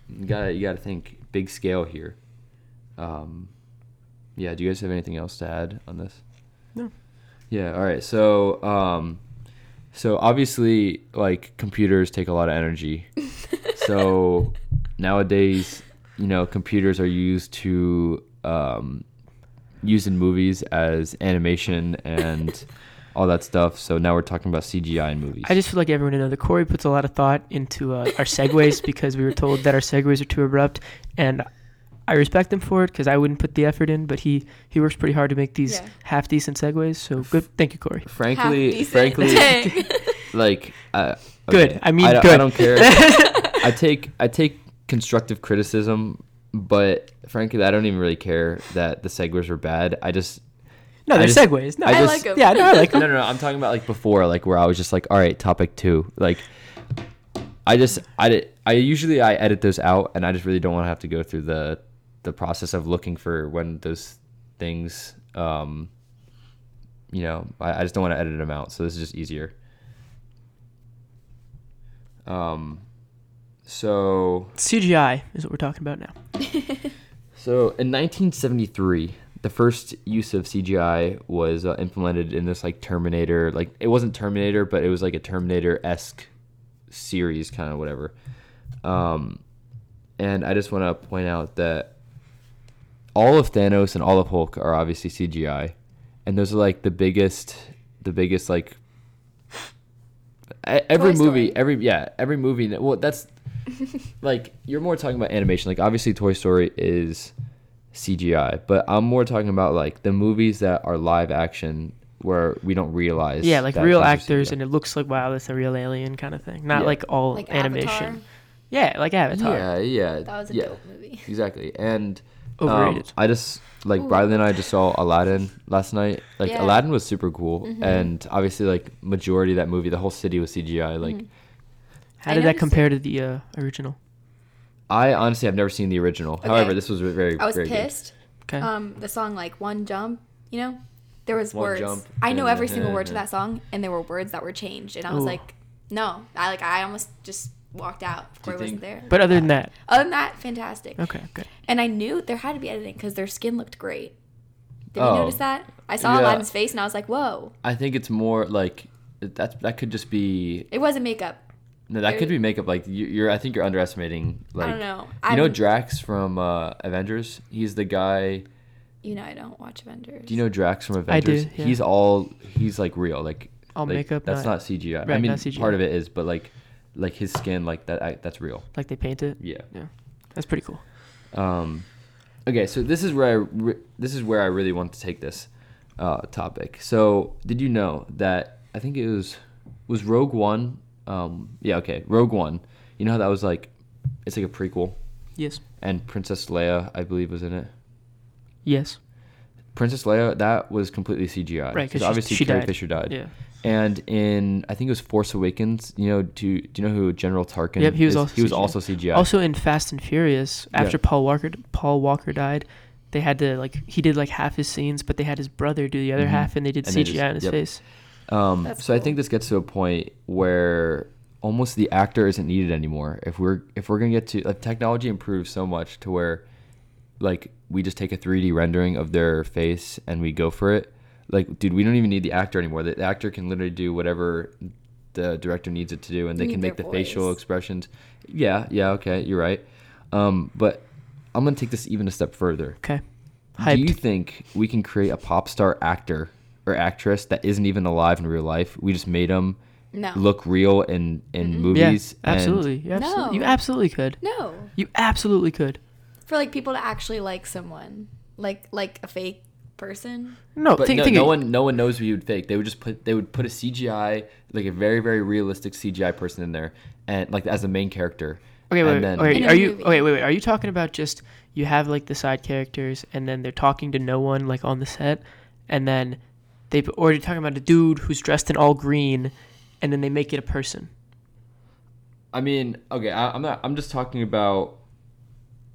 [SPEAKER 2] you gotta you gotta think big scale here um yeah do you guys have anything else to add on this
[SPEAKER 1] No.
[SPEAKER 2] yeah all right so um so obviously like computers take a lot of energy so nowadays you know computers are used to um used in movies as animation and all that stuff so now we're talking about cgi in movies
[SPEAKER 1] I just feel like everyone to know that Corey puts a lot of thought into uh, our segues because we were told that our segues are too abrupt, and I respect him for it because I wouldn't put the effort in. But he he works pretty hard to make these
[SPEAKER 3] Yeah.
[SPEAKER 1] half decent segues. So good, thank you, Corey.
[SPEAKER 3] Half
[SPEAKER 2] frankly
[SPEAKER 3] decent.
[SPEAKER 2] frankly
[SPEAKER 3] Dang.
[SPEAKER 2] like uh,
[SPEAKER 1] Good. I mean,
[SPEAKER 2] don't-
[SPEAKER 1] good.
[SPEAKER 2] I don't care. I take I take constructive criticism, but frankly, I don't even really care that the segues were bad. I just
[SPEAKER 1] No,
[SPEAKER 2] I
[SPEAKER 1] they're
[SPEAKER 2] just-
[SPEAKER 1] segues. No,
[SPEAKER 2] I
[SPEAKER 3] I
[SPEAKER 2] just-
[SPEAKER 3] like 'em.
[SPEAKER 1] yeah, no, I like
[SPEAKER 2] no
[SPEAKER 1] them.
[SPEAKER 2] no no. I'm talking about like before, like where I was just like, all right, topic two, like. I just I did, I usually I edit those out, and I just really don't want to have to go through the the process of looking for when those things. Um, you know, I, I just don't want to edit them out, so this is just easier. Um, so
[SPEAKER 1] CGI is what we're talking about now.
[SPEAKER 2] So in 1973, the first use of CGI was uh, implemented in this like Terminator, like it wasn't Terminator, but it was like a Terminator esque series, kind of whatever. Um, and I just want to point out that all of Thanos and all of Hulk are obviously CGI, and those are like the biggest, the biggest like e- every
[SPEAKER 3] Toy Story.
[SPEAKER 2] movie, every yeah, every movie. that- Well, that's like you're more talking about animation. Like obviously Toy Story is CGI, but I'm more talking about like the movies that are live action where we don't realize.
[SPEAKER 1] Yeah, like
[SPEAKER 2] that
[SPEAKER 1] real
[SPEAKER 2] these are
[SPEAKER 1] actors,
[SPEAKER 2] CGI.
[SPEAKER 1] and it looks like wow, that's a real alien kind of thing. Not
[SPEAKER 2] Yeah.
[SPEAKER 1] like all
[SPEAKER 3] Like
[SPEAKER 1] animation.
[SPEAKER 3] Avatar.
[SPEAKER 1] Yeah, like Avatar.
[SPEAKER 2] yeah, yeah,
[SPEAKER 3] That was a
[SPEAKER 2] yeah,
[SPEAKER 3] dope movie.
[SPEAKER 2] exactly. And um,
[SPEAKER 1] Overrated.
[SPEAKER 2] I just like Bradley and I just saw Aladdin last night. Like
[SPEAKER 3] Yeah. Mm-hmm.
[SPEAKER 2] Aladdin was super cool, and obviously like majority of that movie, the whole city was CGI.
[SPEAKER 3] Mm-hmm.
[SPEAKER 2] Like
[SPEAKER 1] How
[SPEAKER 3] I
[SPEAKER 1] did that
[SPEAKER 3] noticed
[SPEAKER 1] compare to the uh, original?
[SPEAKER 2] I honestly have never seen the original. However, this was very
[SPEAKER 3] I was
[SPEAKER 2] very good.
[SPEAKER 3] pissed.
[SPEAKER 1] Okay.
[SPEAKER 3] Um, the song like one jump, you know, there was
[SPEAKER 2] One
[SPEAKER 3] words.
[SPEAKER 2] jump.
[SPEAKER 3] I know every single word to that song, and there were words that were changed, and I was
[SPEAKER 1] Ooh.
[SPEAKER 3] like, no, I like I almost just walked out.
[SPEAKER 2] Do you
[SPEAKER 3] Corey wasn't
[SPEAKER 2] think-
[SPEAKER 3] there.
[SPEAKER 1] but other than that,
[SPEAKER 3] Other than that, fantastic.
[SPEAKER 1] okay, good.
[SPEAKER 3] And I knew there had to be editing because their skin looked great. Did
[SPEAKER 2] Oh.
[SPEAKER 3] you notice that? I saw
[SPEAKER 2] Yeah.
[SPEAKER 3] Aladdin's face and I was like, whoa,
[SPEAKER 2] I think it's more like that's that could just be
[SPEAKER 3] it wasn't makeup.
[SPEAKER 2] No, that
[SPEAKER 3] There-
[SPEAKER 2] could be makeup. Like you, you're, I think you're underestimating. Like
[SPEAKER 3] I don't know.
[SPEAKER 2] you know
[SPEAKER 3] I'm-
[SPEAKER 2] Drax from uh, Avengers. He's the guy.
[SPEAKER 3] You know, I don't watch Avengers.
[SPEAKER 2] Do you know Drax from
[SPEAKER 1] I do,
[SPEAKER 2] Avengers?
[SPEAKER 1] yeah.
[SPEAKER 2] He's all. He's like real. Like
[SPEAKER 1] All
[SPEAKER 2] like,
[SPEAKER 1] makeup,
[SPEAKER 2] That's
[SPEAKER 1] not-
[SPEAKER 2] not, CGI. I
[SPEAKER 1] right,
[SPEAKER 2] mean,
[SPEAKER 1] not CGI.
[SPEAKER 2] part of it is, but like, like his skin, like that. I, that's real.
[SPEAKER 1] Like they paint it.
[SPEAKER 2] Yeah.
[SPEAKER 1] That's pretty cool.
[SPEAKER 2] Um, okay, so this is where I re- this is where I really want to take this uh, topic. So, did you know that I think it was was Rogue One? Um, yeah, okay, Rogue One. You know how that was like, it's like a prequel,
[SPEAKER 1] Yes.
[SPEAKER 2] and Princess Leia, I believe, was in it.
[SPEAKER 1] Yes.
[SPEAKER 2] Princess Leia, that was completely CGI.
[SPEAKER 1] Right, 'cause
[SPEAKER 2] because
[SPEAKER 1] she-
[SPEAKER 2] obviously
[SPEAKER 1] she
[SPEAKER 2] Carrie
[SPEAKER 1] died.
[SPEAKER 2] Fisher died.
[SPEAKER 1] Yeah.
[SPEAKER 2] And in I think it was Force Awakens. You know, do do you know who General Tarkin?
[SPEAKER 1] Yep, he was
[SPEAKER 2] is?
[SPEAKER 1] also
[SPEAKER 2] he was
[SPEAKER 1] CGI.
[SPEAKER 2] also CGI.
[SPEAKER 1] Also in Fast and Furious,
[SPEAKER 2] Yeah.
[SPEAKER 1] after Paul Walker Paul Walker died, they had to like he did like half his scenes, but they had his brother do the other half, and they did
[SPEAKER 2] Mm-hmm. And they
[SPEAKER 1] CGI
[SPEAKER 2] just-
[SPEAKER 1] on his
[SPEAKER 2] yep.
[SPEAKER 1] face.
[SPEAKER 2] Um,
[SPEAKER 3] That's
[SPEAKER 2] so I
[SPEAKER 3] cool.
[SPEAKER 2] think this gets to a point where almost the actor isn't needed anymore. If we're if we're gonna get to like technology improves so much to where like we just take a 3D rendering of their face and we go for it. Like, dude, we don't even need the actor anymore. The, the actor can literally do whatever the director needs it to do, and they
[SPEAKER 3] need
[SPEAKER 2] can make the
[SPEAKER 3] their
[SPEAKER 2] facial
[SPEAKER 3] voice.
[SPEAKER 2] expressions. Yeah, yeah, okay, you're right. Um, but I'm gonna take this even a step further.
[SPEAKER 1] Okay.
[SPEAKER 2] Do
[SPEAKER 1] Hyped.
[SPEAKER 2] you think we can create a pop star actor or actress that isn't even alive in real life? We just made them
[SPEAKER 3] No.
[SPEAKER 2] look real in in
[SPEAKER 1] yeah.
[SPEAKER 2] movies. and-
[SPEAKER 1] Absolutely. You absolutely, you
[SPEAKER 3] No.
[SPEAKER 1] absolutely could.
[SPEAKER 3] No.
[SPEAKER 1] You absolutely could.
[SPEAKER 3] For like people to actually like someone, like like a fake person.
[SPEAKER 1] No,
[SPEAKER 2] but
[SPEAKER 1] think,
[SPEAKER 2] no,
[SPEAKER 1] think
[SPEAKER 2] no
[SPEAKER 1] of-
[SPEAKER 2] one no one knows we would fake. They would just put they would put a CGI like a very very realistic CGI person in there and like as a main character.
[SPEAKER 1] Okay, wait, wait,
[SPEAKER 2] and then,
[SPEAKER 1] wait,
[SPEAKER 3] In a
[SPEAKER 1] are you
[SPEAKER 3] movie.
[SPEAKER 1] okay, wait, wait, are you talking about just you have like the side characters and then they're talking to no one like on the set and then they or you're talking about a dude who's dressed in all green and then they make it a person.
[SPEAKER 2] I mean, okay, I, I'm not. I'm just talking about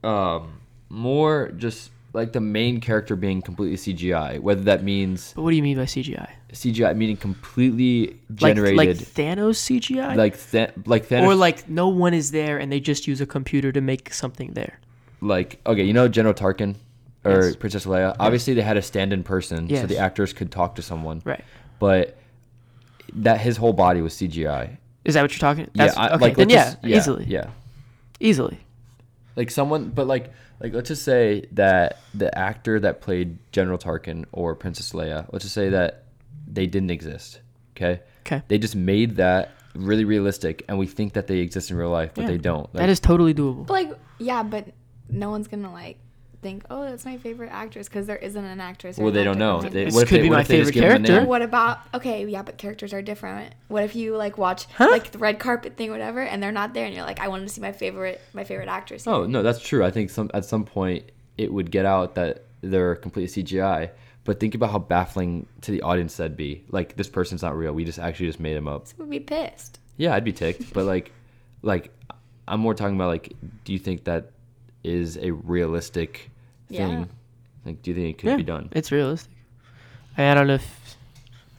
[SPEAKER 2] um more just like the main character being completely CGI. Whether that means
[SPEAKER 1] But what do you mean by CGI?
[SPEAKER 2] CGI meaning completely
[SPEAKER 1] Like
[SPEAKER 2] generated,
[SPEAKER 1] like
[SPEAKER 2] like
[SPEAKER 1] Thanos CGI?
[SPEAKER 2] like, Tha- like Thanos,
[SPEAKER 1] or
[SPEAKER 2] like,
[SPEAKER 1] like no one is there and they just use a computer to make something there.
[SPEAKER 2] okay, you know General Tarkin or
[SPEAKER 1] Yes.
[SPEAKER 2] Princess Leia. Obviously, they had a stand-in person, so the
[SPEAKER 1] Yes.
[SPEAKER 2] actors could talk to someone.
[SPEAKER 1] Right.
[SPEAKER 2] But that his whole body was CGI.
[SPEAKER 1] Is that what you're talking?
[SPEAKER 2] yeah, I,
[SPEAKER 1] okay.
[SPEAKER 2] like
[SPEAKER 1] then
[SPEAKER 2] let's
[SPEAKER 1] yeah,
[SPEAKER 2] just- yeah,
[SPEAKER 1] easily.
[SPEAKER 2] yeah.
[SPEAKER 1] Easily.
[SPEAKER 2] Like someone, but like like let's just say that the actor that played General Tarkin or Princess Leia, let's just say that they didn't exist. Okay.
[SPEAKER 1] Okay.
[SPEAKER 2] They just made that really realistic, and we think that they exist in real life, but
[SPEAKER 1] Yeah.
[SPEAKER 2] they don't. Like,
[SPEAKER 1] that is totally doable.
[SPEAKER 3] But like, yeah, but no one's gonna like think, oh, that's my favorite actress because there isn't an actress. Or
[SPEAKER 2] Well,
[SPEAKER 3] an
[SPEAKER 2] they don't
[SPEAKER 3] actor
[SPEAKER 2] know.
[SPEAKER 3] behind
[SPEAKER 2] They,
[SPEAKER 3] it.
[SPEAKER 1] This
[SPEAKER 2] what if
[SPEAKER 1] could
[SPEAKER 2] they,
[SPEAKER 1] be
[SPEAKER 2] what
[SPEAKER 1] my
[SPEAKER 2] if they just
[SPEAKER 1] favorite
[SPEAKER 2] give them a name?
[SPEAKER 1] character.
[SPEAKER 3] what about okay? Yeah, but characters are different. What if you like watch like the red carpet thing, or whatever, and they're not there, and you're like, I wanted to see my favorite, my favorite actress.
[SPEAKER 2] Oh no, that's true. I think some at some point it would get out that they're completely CGI. But think about how baffling to the audience that'd be. Like this person's not real. We just actually just made him up.
[SPEAKER 3] would be pissed.
[SPEAKER 2] Yeah, I'd be ticked. but like, like I'm more talking about like, do you think that is a realistic
[SPEAKER 3] Yeah.
[SPEAKER 2] thing? Like, do you think it could be done?
[SPEAKER 1] It's realistic. I, I don't know if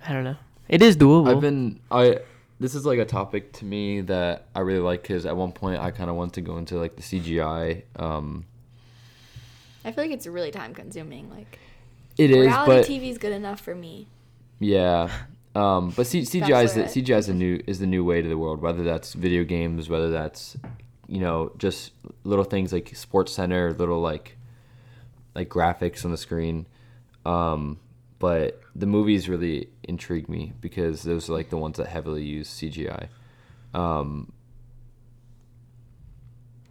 [SPEAKER 1] I don't know. It is doable.
[SPEAKER 2] I've been I. This is like a topic to me that I really like because at one point I kind of wanted to go into like the CGI. Um,
[SPEAKER 3] I feel like it's really time consuming. Like
[SPEAKER 2] it is, but
[SPEAKER 3] reality TV is good enough for me.
[SPEAKER 2] Yeah. Um, but C- CGI is the,
[SPEAKER 3] Bachelorette.
[SPEAKER 2] CGI is a new is the new way to the world. Whether that's video games, whether that's you know just little things like Sports Center, little like like graphics on the screen. Um, but the movies really intrigue me because those are like the ones that heavily use CGI. Um,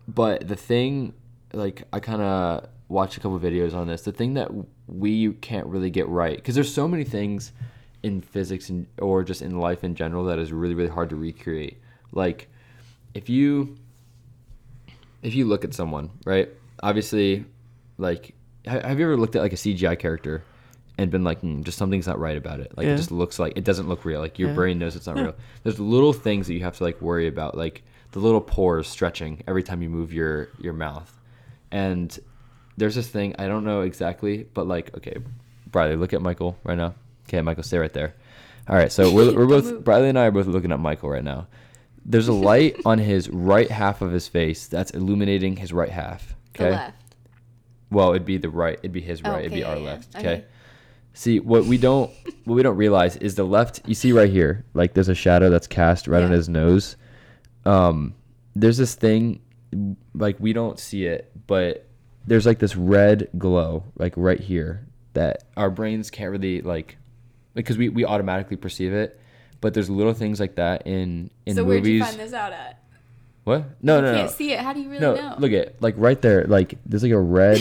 [SPEAKER 2] but the thing, like, I kind of watched a couple videos on this. The thing that we can't really get right, because there's so many things in physics and or just in life in general that is really really hard to recreate. Like, if you if you look at someone, right? Obviously, like, ha- have you ever looked at like a CGI character and been like, mm, just something's not right about it? Like,
[SPEAKER 1] Yeah.
[SPEAKER 2] it just looks like it doesn't look real. Like your
[SPEAKER 1] Yeah.
[SPEAKER 2] brain knows it's not real. There's little things that you have to like worry about, like the little pores stretching every time you move your your mouth. And there's this thing I don't know exactly, but like, okay, Briley, look at Michael right now. Okay, Michael, stay right there. All right, so we're, we're both Briley and I are both looking at Michael right now. There's a light on his right half of his face that's illuminating his right half.
[SPEAKER 3] The
[SPEAKER 2] Okay.
[SPEAKER 3] left.
[SPEAKER 2] Well, it'd be the right. It'd be his
[SPEAKER 3] Oh,
[SPEAKER 2] right. it'd
[SPEAKER 3] okay,
[SPEAKER 2] be
[SPEAKER 3] yeah,
[SPEAKER 2] our
[SPEAKER 3] yeah,
[SPEAKER 2] left.
[SPEAKER 3] yeah.
[SPEAKER 2] Okay.
[SPEAKER 3] Okay.
[SPEAKER 2] See what we don't what we don't realize is the left. You see right here, like there's a shadow that's cast right on
[SPEAKER 3] Yeah.
[SPEAKER 2] his nose. Um, there's this thing, like we don't see it, but there's like this red glow, like right here, that our brains can't really like, because we we automatically perceive it. But there's little things like that in in
[SPEAKER 3] so where'd
[SPEAKER 2] movies.
[SPEAKER 3] you find this out at?
[SPEAKER 2] What? No, no,
[SPEAKER 3] you
[SPEAKER 2] no.
[SPEAKER 3] can't see it. How do you really
[SPEAKER 2] no,
[SPEAKER 3] know?
[SPEAKER 2] look at like right there, like there's like a red.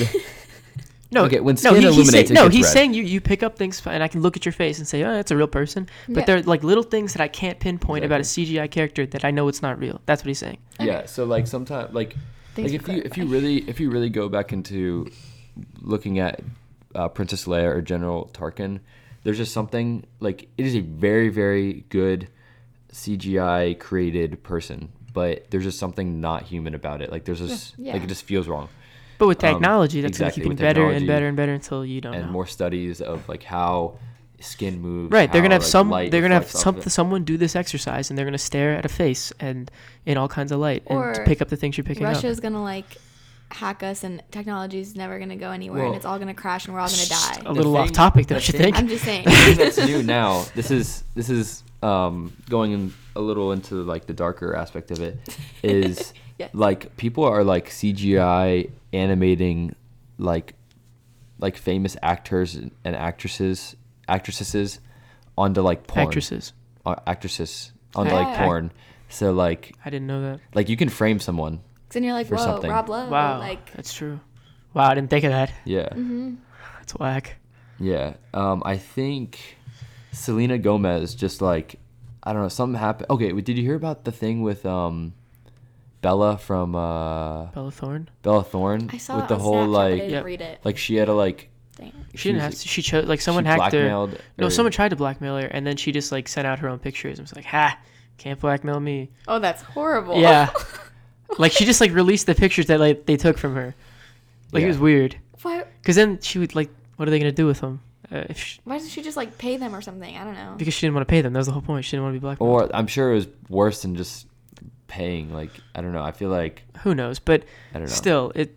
[SPEAKER 1] no,
[SPEAKER 2] okay, when
[SPEAKER 1] no,
[SPEAKER 2] skin
[SPEAKER 1] he- he's
[SPEAKER 2] illuminates,
[SPEAKER 1] saying,
[SPEAKER 2] it
[SPEAKER 1] no,
[SPEAKER 2] gets
[SPEAKER 1] he's
[SPEAKER 2] red.
[SPEAKER 1] saying you, you pick up things fi- and I can look at your face and say, oh, that's a real person. But
[SPEAKER 3] Yeah.
[SPEAKER 1] there are like little things that I can't pinpoint about a CGI character that I know it's not real. That's what he's saying.
[SPEAKER 2] Yeah. So like sometimes like
[SPEAKER 3] Thanks
[SPEAKER 2] like
[SPEAKER 3] for
[SPEAKER 2] if you if you really if you really go back into looking at uh, Princess Leia or General Tarkin, there's just something like it is a very very good CGI created person, but there's just something not human about it. Like there's just
[SPEAKER 3] Yeah.
[SPEAKER 2] like it just feels wrong.
[SPEAKER 1] But with
[SPEAKER 2] Um,
[SPEAKER 1] technology, that's
[SPEAKER 2] exactly,
[SPEAKER 1] going
[SPEAKER 2] with
[SPEAKER 1] to keep getting better
[SPEAKER 2] technology
[SPEAKER 1] and better and better until you don't
[SPEAKER 2] And
[SPEAKER 1] know.
[SPEAKER 2] more studies of like how skin moves.
[SPEAKER 1] Right, they're gonna
[SPEAKER 2] how,
[SPEAKER 1] have
[SPEAKER 2] like,
[SPEAKER 1] some.
[SPEAKER 2] light
[SPEAKER 1] They're gonna have
[SPEAKER 2] reflects off
[SPEAKER 1] some,
[SPEAKER 2] of it.
[SPEAKER 1] someone do this exercise, and they're gonna stare at a face and in all kinds of light and
[SPEAKER 3] Or
[SPEAKER 1] to pick up the things you're picking up.
[SPEAKER 3] Russia's gonna like hack us, and technology's never gonna go anywhere,
[SPEAKER 2] Well-
[SPEAKER 3] and it's all gonna crash, and we're all gonna die.
[SPEAKER 1] a little off
[SPEAKER 2] thing-
[SPEAKER 1] topic
[SPEAKER 2] the
[SPEAKER 1] there, I should
[SPEAKER 2] thing-
[SPEAKER 1] think.
[SPEAKER 3] I'm just saying.
[SPEAKER 2] thing that's new now. This is this is um, going in a little into like the darker aspect of it. Is
[SPEAKER 3] Yes.
[SPEAKER 2] like people are like CGI animating like like famous actors and actresses actresses onto like porn
[SPEAKER 1] Actresses.
[SPEAKER 2] uh, actresses onto
[SPEAKER 3] Act-
[SPEAKER 2] like porn. So like
[SPEAKER 1] I didn't know that.
[SPEAKER 2] like you can frame someone.
[SPEAKER 3] then you're like,
[SPEAKER 2] For
[SPEAKER 3] whoa,
[SPEAKER 2] something.
[SPEAKER 3] Rob Lowe.
[SPEAKER 1] Wow,
[SPEAKER 3] Oh, Like,
[SPEAKER 1] that's true. Wow, I didn't think of that.
[SPEAKER 2] Yeah.
[SPEAKER 1] That's whack.
[SPEAKER 2] Yeah. Um, I think Selena Gomez just like I don't know, something happened. Okay, w- did you hear about the thing with um Bella from uh
[SPEAKER 1] Bella Thorne.
[SPEAKER 2] Bella Thorne
[SPEAKER 3] I saw
[SPEAKER 2] with
[SPEAKER 3] it
[SPEAKER 2] the
[SPEAKER 3] on
[SPEAKER 2] whole
[SPEAKER 3] Snapchat, but I
[SPEAKER 2] like
[SPEAKER 3] didn't
[SPEAKER 1] Yep.
[SPEAKER 3] read it.
[SPEAKER 2] like she had a like
[SPEAKER 3] Damn.
[SPEAKER 1] She didn't
[SPEAKER 2] was,
[SPEAKER 1] have
[SPEAKER 2] like,
[SPEAKER 1] to. She chose like someone
[SPEAKER 2] she
[SPEAKER 1] hacked her.
[SPEAKER 2] blackmailed
[SPEAKER 1] No,
[SPEAKER 2] or-
[SPEAKER 1] someone tried to blackmail her, and then she just like sent out her own pictures and was like, "Ha, can't blackmail me."
[SPEAKER 3] Oh, that's horrible.
[SPEAKER 1] Yeah. like she just like released the pictures that like they took from her. Like
[SPEAKER 2] Yeah.
[SPEAKER 1] it was weird.
[SPEAKER 3] why?
[SPEAKER 1] Because then she would like, what are they gonna do with them? Uh, if she,
[SPEAKER 3] Why doesn't she just like pay them or something? I don't know.
[SPEAKER 1] because she didn't want to pay them. That was the whole point. She didn't want to be blackmailed.
[SPEAKER 2] or I'm sure it was worse than just paying like I don't know. I feel like
[SPEAKER 1] Who knows? But
[SPEAKER 2] I don't know.
[SPEAKER 1] still, it.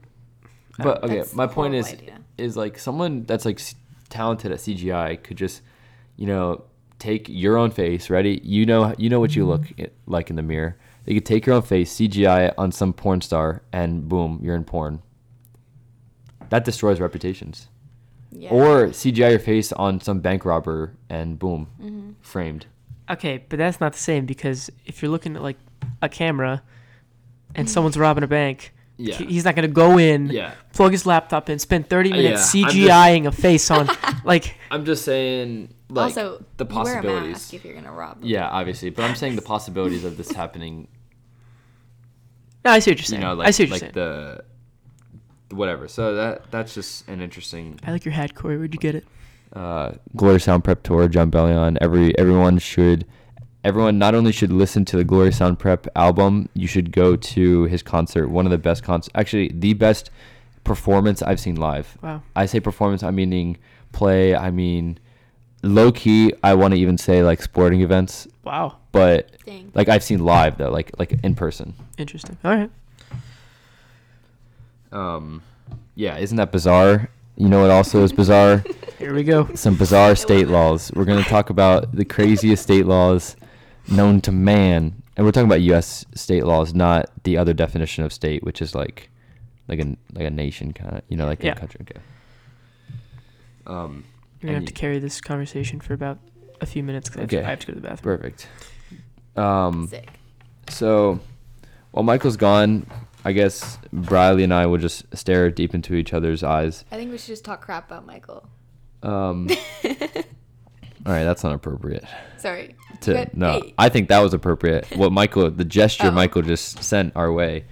[SPEAKER 2] But okay,
[SPEAKER 3] That's
[SPEAKER 2] my
[SPEAKER 3] a
[SPEAKER 2] point is
[SPEAKER 3] horrible idea.
[SPEAKER 2] is like someone that's like s- talented at CGI could just, you know, take your own face, ready? You know, you know what you look
[SPEAKER 3] Mm-hmm.
[SPEAKER 2] i- like in the mirror. They could take your own face, CGI it on some porn star, and boom, you're in porn. That destroys reputations.
[SPEAKER 3] Yeah.
[SPEAKER 2] Or CGI your face on some bank robber, and boom,
[SPEAKER 3] Mm-hmm.
[SPEAKER 2] framed.
[SPEAKER 1] Okay, but that's not the same because if you're looking at like a camera, and someone's robbing a bank,
[SPEAKER 2] Yeah.
[SPEAKER 1] he- he's not gonna go in,
[SPEAKER 2] Yeah.
[SPEAKER 1] plug his laptop in, spend 30 minutes
[SPEAKER 2] Uh, yeah, I'm just-
[SPEAKER 1] CGIing a face on, like
[SPEAKER 2] I'm just saying, like
[SPEAKER 3] also,
[SPEAKER 2] the
[SPEAKER 3] you wear a
[SPEAKER 2] possibilities.
[SPEAKER 3] mask if you're gonna rob. Them.
[SPEAKER 2] Yeah, obviously, but I'm saying the possibilities of this happening
[SPEAKER 1] no, I see what you're saying.
[SPEAKER 2] you know, like,
[SPEAKER 1] I see what you're
[SPEAKER 2] like
[SPEAKER 1] saying.
[SPEAKER 2] the whatever. So that that's just an interesting
[SPEAKER 1] I like your hat, Corey. Where'd you get it?
[SPEAKER 2] uh Glory Sound Prep Tour, John Bellion. Every everyone should everyone not only should listen to the Glory Sound Prep album, you should go to his concert. One of the best concerts, actually, the best performance I've seen live.
[SPEAKER 1] Wow.
[SPEAKER 2] I say performance, I meaning play, I mean low key, I want to even say like sporting events,
[SPEAKER 1] Wow.
[SPEAKER 2] but
[SPEAKER 3] Dang.
[SPEAKER 2] like I've seen live though, like like in person.
[SPEAKER 1] Interesting. All right.
[SPEAKER 2] Um yeah, isn't that bizarre? You know what also is bizarre?
[SPEAKER 1] Here we go.
[SPEAKER 2] Some bizarre state laws. We're going to talk about the craziest state laws known to man. And we're talking about US state laws, not the other definition of state, which is like like a like a nation kind of, you know, like
[SPEAKER 1] Yeah.
[SPEAKER 2] a country. Okay. Um
[SPEAKER 1] You're gonna
[SPEAKER 2] And
[SPEAKER 1] have to
[SPEAKER 2] you-
[SPEAKER 1] carry this conversation for about a few minutes because
[SPEAKER 2] Okay.
[SPEAKER 1] I have to go to the bathroom.
[SPEAKER 2] perfect. Um
[SPEAKER 3] Sick.
[SPEAKER 2] So, while Michael's gone, I guess Briley and I will just stare deep into each other's eyes.
[SPEAKER 3] I think we should just talk crap about Michael.
[SPEAKER 2] Um, all right, that's not appropriate.
[SPEAKER 3] Sorry.
[SPEAKER 2] To
[SPEAKER 3] But,
[SPEAKER 2] no,
[SPEAKER 3] hey,
[SPEAKER 2] I think that was appropriate. What Michael, the gesture
[SPEAKER 3] Oh.
[SPEAKER 2] Michael just sent our way